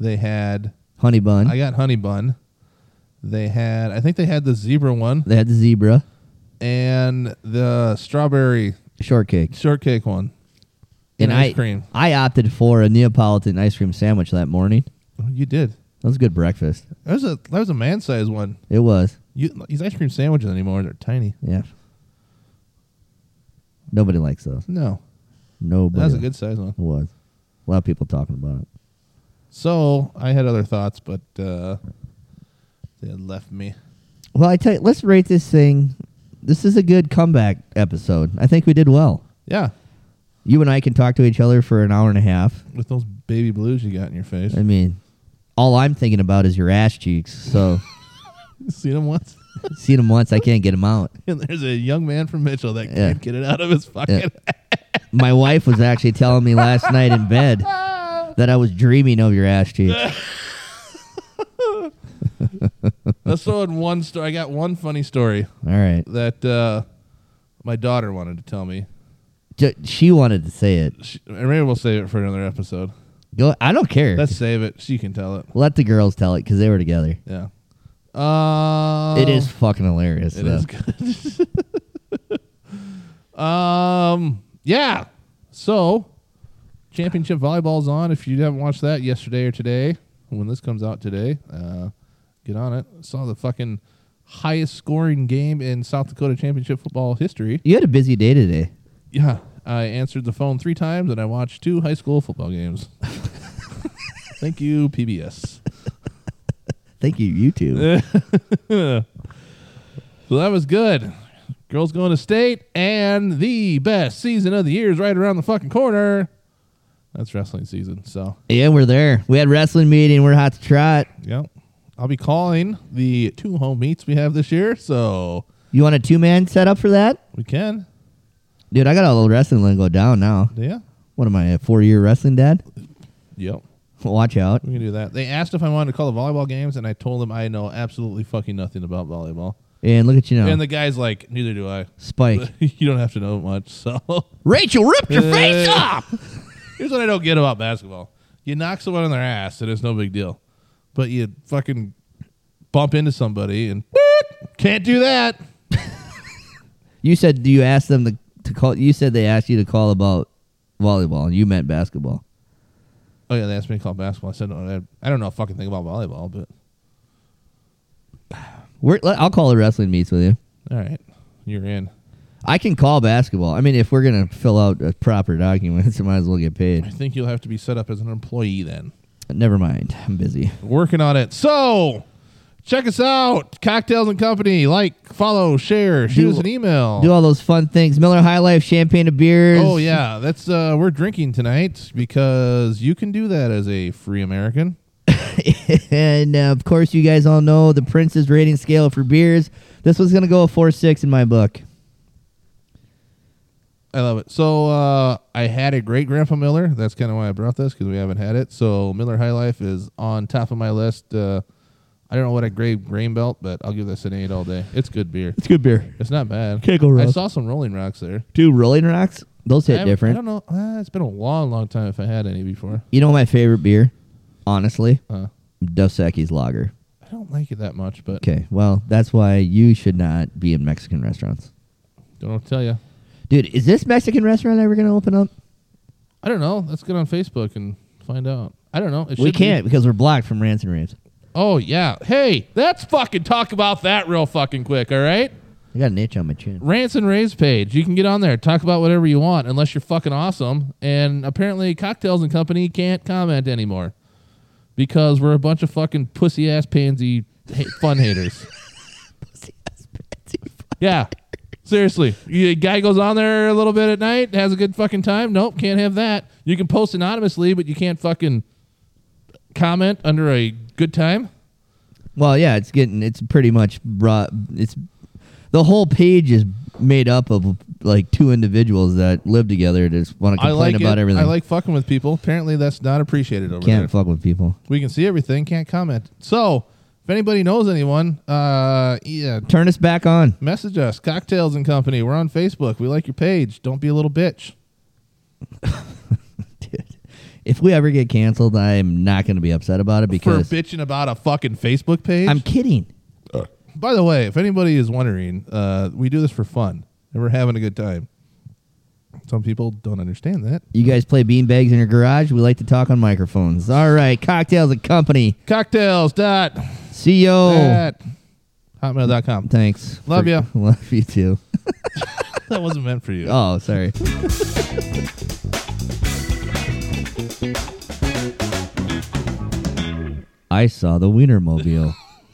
[SPEAKER 4] They had
[SPEAKER 1] Honey bun.
[SPEAKER 4] I got honey bun. They had I think they had the zebra one
[SPEAKER 1] they had the zebra
[SPEAKER 4] and the strawberry
[SPEAKER 1] shortcake.
[SPEAKER 4] shortcake one.
[SPEAKER 1] And,
[SPEAKER 4] ice
[SPEAKER 1] I
[SPEAKER 4] cream.
[SPEAKER 1] I opted for a Neapolitan ice cream sandwich that morning.
[SPEAKER 4] Oh, You did.
[SPEAKER 1] That was a good breakfast.
[SPEAKER 4] That was a that was a man sized one.
[SPEAKER 1] It was.
[SPEAKER 4] You, these ice cream sandwiches anymore, they're tiny.
[SPEAKER 1] Yeah. Nobody likes those.
[SPEAKER 4] No,
[SPEAKER 1] Nobody.
[SPEAKER 4] that was a good size one.
[SPEAKER 1] It was. A lot of people talking about it.
[SPEAKER 4] So I had other thoughts, but uh, they had left me.
[SPEAKER 1] Well, I tell you, let's rate this thing. This is a good comeback episode. I think we did well.
[SPEAKER 4] Yeah,
[SPEAKER 1] You and I can talk to each other for an hour and a half.
[SPEAKER 4] with those baby blues you got in your face.
[SPEAKER 1] I mean, all I'm thinking about is your ass cheeks. So,
[SPEAKER 4] Seen them once,
[SPEAKER 1] seen them once, I can't get them out.
[SPEAKER 4] and there's a young man from Mitchell that
[SPEAKER 1] Yeah.
[SPEAKER 4] can't get it out of his fucking.
[SPEAKER 1] Yeah. My wife was actually telling me last night in bed that I was dreaming of your ass cheeks.
[SPEAKER 4] Let's throw in one story. I got one funny story
[SPEAKER 1] All right.
[SPEAKER 4] that uh, my daughter wanted to tell me.
[SPEAKER 1] J- she wanted to say it.
[SPEAKER 4] She, or maybe we'll save it for another episode.
[SPEAKER 1] Go. I don't care.
[SPEAKER 4] Let's save it. She can tell it.
[SPEAKER 1] Let the girls tell it because they were together.
[SPEAKER 4] Yeah. Uh,
[SPEAKER 1] it is fucking hilarious.
[SPEAKER 4] It
[SPEAKER 1] though.
[SPEAKER 4] is good. um, yeah. So, championship volleyball's on. If you haven't watched that yesterday or today, when this comes out today, uh, get on it. Saw the fucking highest scoring game in South Dakota championship football history.
[SPEAKER 1] You had a busy day today.
[SPEAKER 4] Yeah, I answered the phone three times and I watched two high school football games. Thank you, PBS.
[SPEAKER 1] Thank you, YouTube.
[SPEAKER 4] So that was good. Girls going to state, and the best season of the year is right around the fucking corner. That's wrestling season. So,
[SPEAKER 1] yeah, we're there. We had wrestling meeting. We're hot to trot.
[SPEAKER 4] yeah. I'll be calling the two home meets we have this year. So
[SPEAKER 1] You want a two man setup for that?
[SPEAKER 4] we can.
[SPEAKER 1] Dude, I got a little wrestling lingo down now.
[SPEAKER 4] Yeah.
[SPEAKER 1] What am I, a four year wrestling dad?
[SPEAKER 4] Yep.
[SPEAKER 1] Watch out.
[SPEAKER 4] We can do that. They asked if I wanted to call the volleyball games, and I told them I know absolutely fucking nothing about volleyball.
[SPEAKER 1] And look at you now.
[SPEAKER 4] And the guy's like, neither do I.
[SPEAKER 1] Spike.
[SPEAKER 4] you don't have to know much. So
[SPEAKER 1] Rachel ripped your face
[SPEAKER 4] Uh,
[SPEAKER 1] off.
[SPEAKER 4] here's what I don't get about basketball: you knock someone on their ass, and it's no big deal, but you fucking bump into somebody and can't do that.
[SPEAKER 1] You said you asked them to, to call. You said they asked you to call about volleyball, and you meant basketball.
[SPEAKER 4] Oh yeah, they asked me to call basketball. I said no, I, I don't know a fucking thing about volleyball, but
[SPEAKER 1] We're, let- I'll call the wrestling meets with you.
[SPEAKER 4] all right, you're in.
[SPEAKER 1] I can call basketball. I mean, if we're gonna fill out a proper document, I might as well get
[SPEAKER 4] I
[SPEAKER 1] paid.
[SPEAKER 4] think you'll have to be set up as an employee then.
[SPEAKER 1] Never mind. I'm busy.
[SPEAKER 4] Working on it. So check us out, Cocktails and Company. Like, follow, share, shoot
[SPEAKER 1] Do-
[SPEAKER 4] us an email.
[SPEAKER 1] Do all those fun things. Miller High Life, champagne of beers.
[SPEAKER 4] Oh yeah, that's uh, we're drinking tonight because you can do that as a free American.
[SPEAKER 1] and uh, of course, you guys all know the Prince's rating scale for beers. This was gonna go a four six in my book.
[SPEAKER 4] I love it. So uh, I had a great grandpa Miller. That's kind of why I brought this because we haven't had it. So Miller High Life is on top of my list. Uh, I don't know what a great grain belt, but I'll give this an eight all day. It's good beer.
[SPEAKER 1] It's good beer.
[SPEAKER 4] It's not bad.
[SPEAKER 1] Can't go wrong.
[SPEAKER 4] I saw some Rolling Rocks there.
[SPEAKER 1] Dude, Rolling Rocks. Those
[SPEAKER 4] I,
[SPEAKER 1] hit
[SPEAKER 4] I don't
[SPEAKER 1] different.
[SPEAKER 4] know. Uh, it's been a long, long time if I had any before.
[SPEAKER 1] You know my favorite beer, honestly,
[SPEAKER 4] Uh,
[SPEAKER 1] Dos Equis Lager.
[SPEAKER 4] I don't like it that much, but
[SPEAKER 1] Okay, well, that's why you should not be in Mexican restaurants.
[SPEAKER 4] don't know what to tell you.
[SPEAKER 1] Dude, is this Mexican restaurant ever gonna open up?
[SPEAKER 4] I don't know. Let's get on Facebook and find out. I don't know. It
[SPEAKER 1] we
[SPEAKER 4] should be-
[SPEAKER 1] can't because we're blocked from Rants and Raves.
[SPEAKER 4] Oh yeah. Hey, let's fucking talk about that real fucking quick. All right.
[SPEAKER 1] I got an itch on my chin.
[SPEAKER 4] Rants and Raves page. You can get on there, talk about whatever you want, unless you're fucking awesome. And apparently, Cocktails and Company can't comment anymore because we're a bunch of fucking pussy ass pansy ha- fun haters. Yeah. Seriously. You, guy goes on there a little bit at night, has a good fucking time. Nope, can't have that. You can post anonymously, but you can't fucking comment under a good time.
[SPEAKER 1] Well, yeah, it's getting it's pretty much brought it's the whole page is made up of like two individuals that live together that just want to
[SPEAKER 4] I
[SPEAKER 1] complain
[SPEAKER 4] like
[SPEAKER 1] about
[SPEAKER 4] it.
[SPEAKER 1] everything.
[SPEAKER 4] I like fucking with people. Apparently, that's not appreciated over
[SPEAKER 1] can't
[SPEAKER 4] there.
[SPEAKER 1] fuck with people.
[SPEAKER 4] we can see everything, can't comment. So, if anybody knows anyone, uh, yeah,
[SPEAKER 1] Turn us back on.
[SPEAKER 4] message us. Cocktails and Company. We're on Facebook. We like your page. Don't be a little bitch.
[SPEAKER 1] Dude. If we ever get canceled, I'm not going to be upset about it because
[SPEAKER 4] For bitching about a fucking Facebook page.
[SPEAKER 1] I'm kidding.
[SPEAKER 4] By the way, if anybody is wondering, uh, we do this for fun and we're having a good time. Some people don't understand that.
[SPEAKER 1] You guys play beanbags in your garage. We like to talk on microphones. All right, cocktails and company.
[SPEAKER 4] Cocktails dot
[SPEAKER 1] See yo.
[SPEAKER 4] at hotmail.com.
[SPEAKER 1] Thanks.
[SPEAKER 4] Love
[SPEAKER 1] for-
[SPEAKER 4] ya.
[SPEAKER 1] Love you too.
[SPEAKER 4] That wasn't meant for you.
[SPEAKER 1] Oh, sorry. I saw the Wienermobile.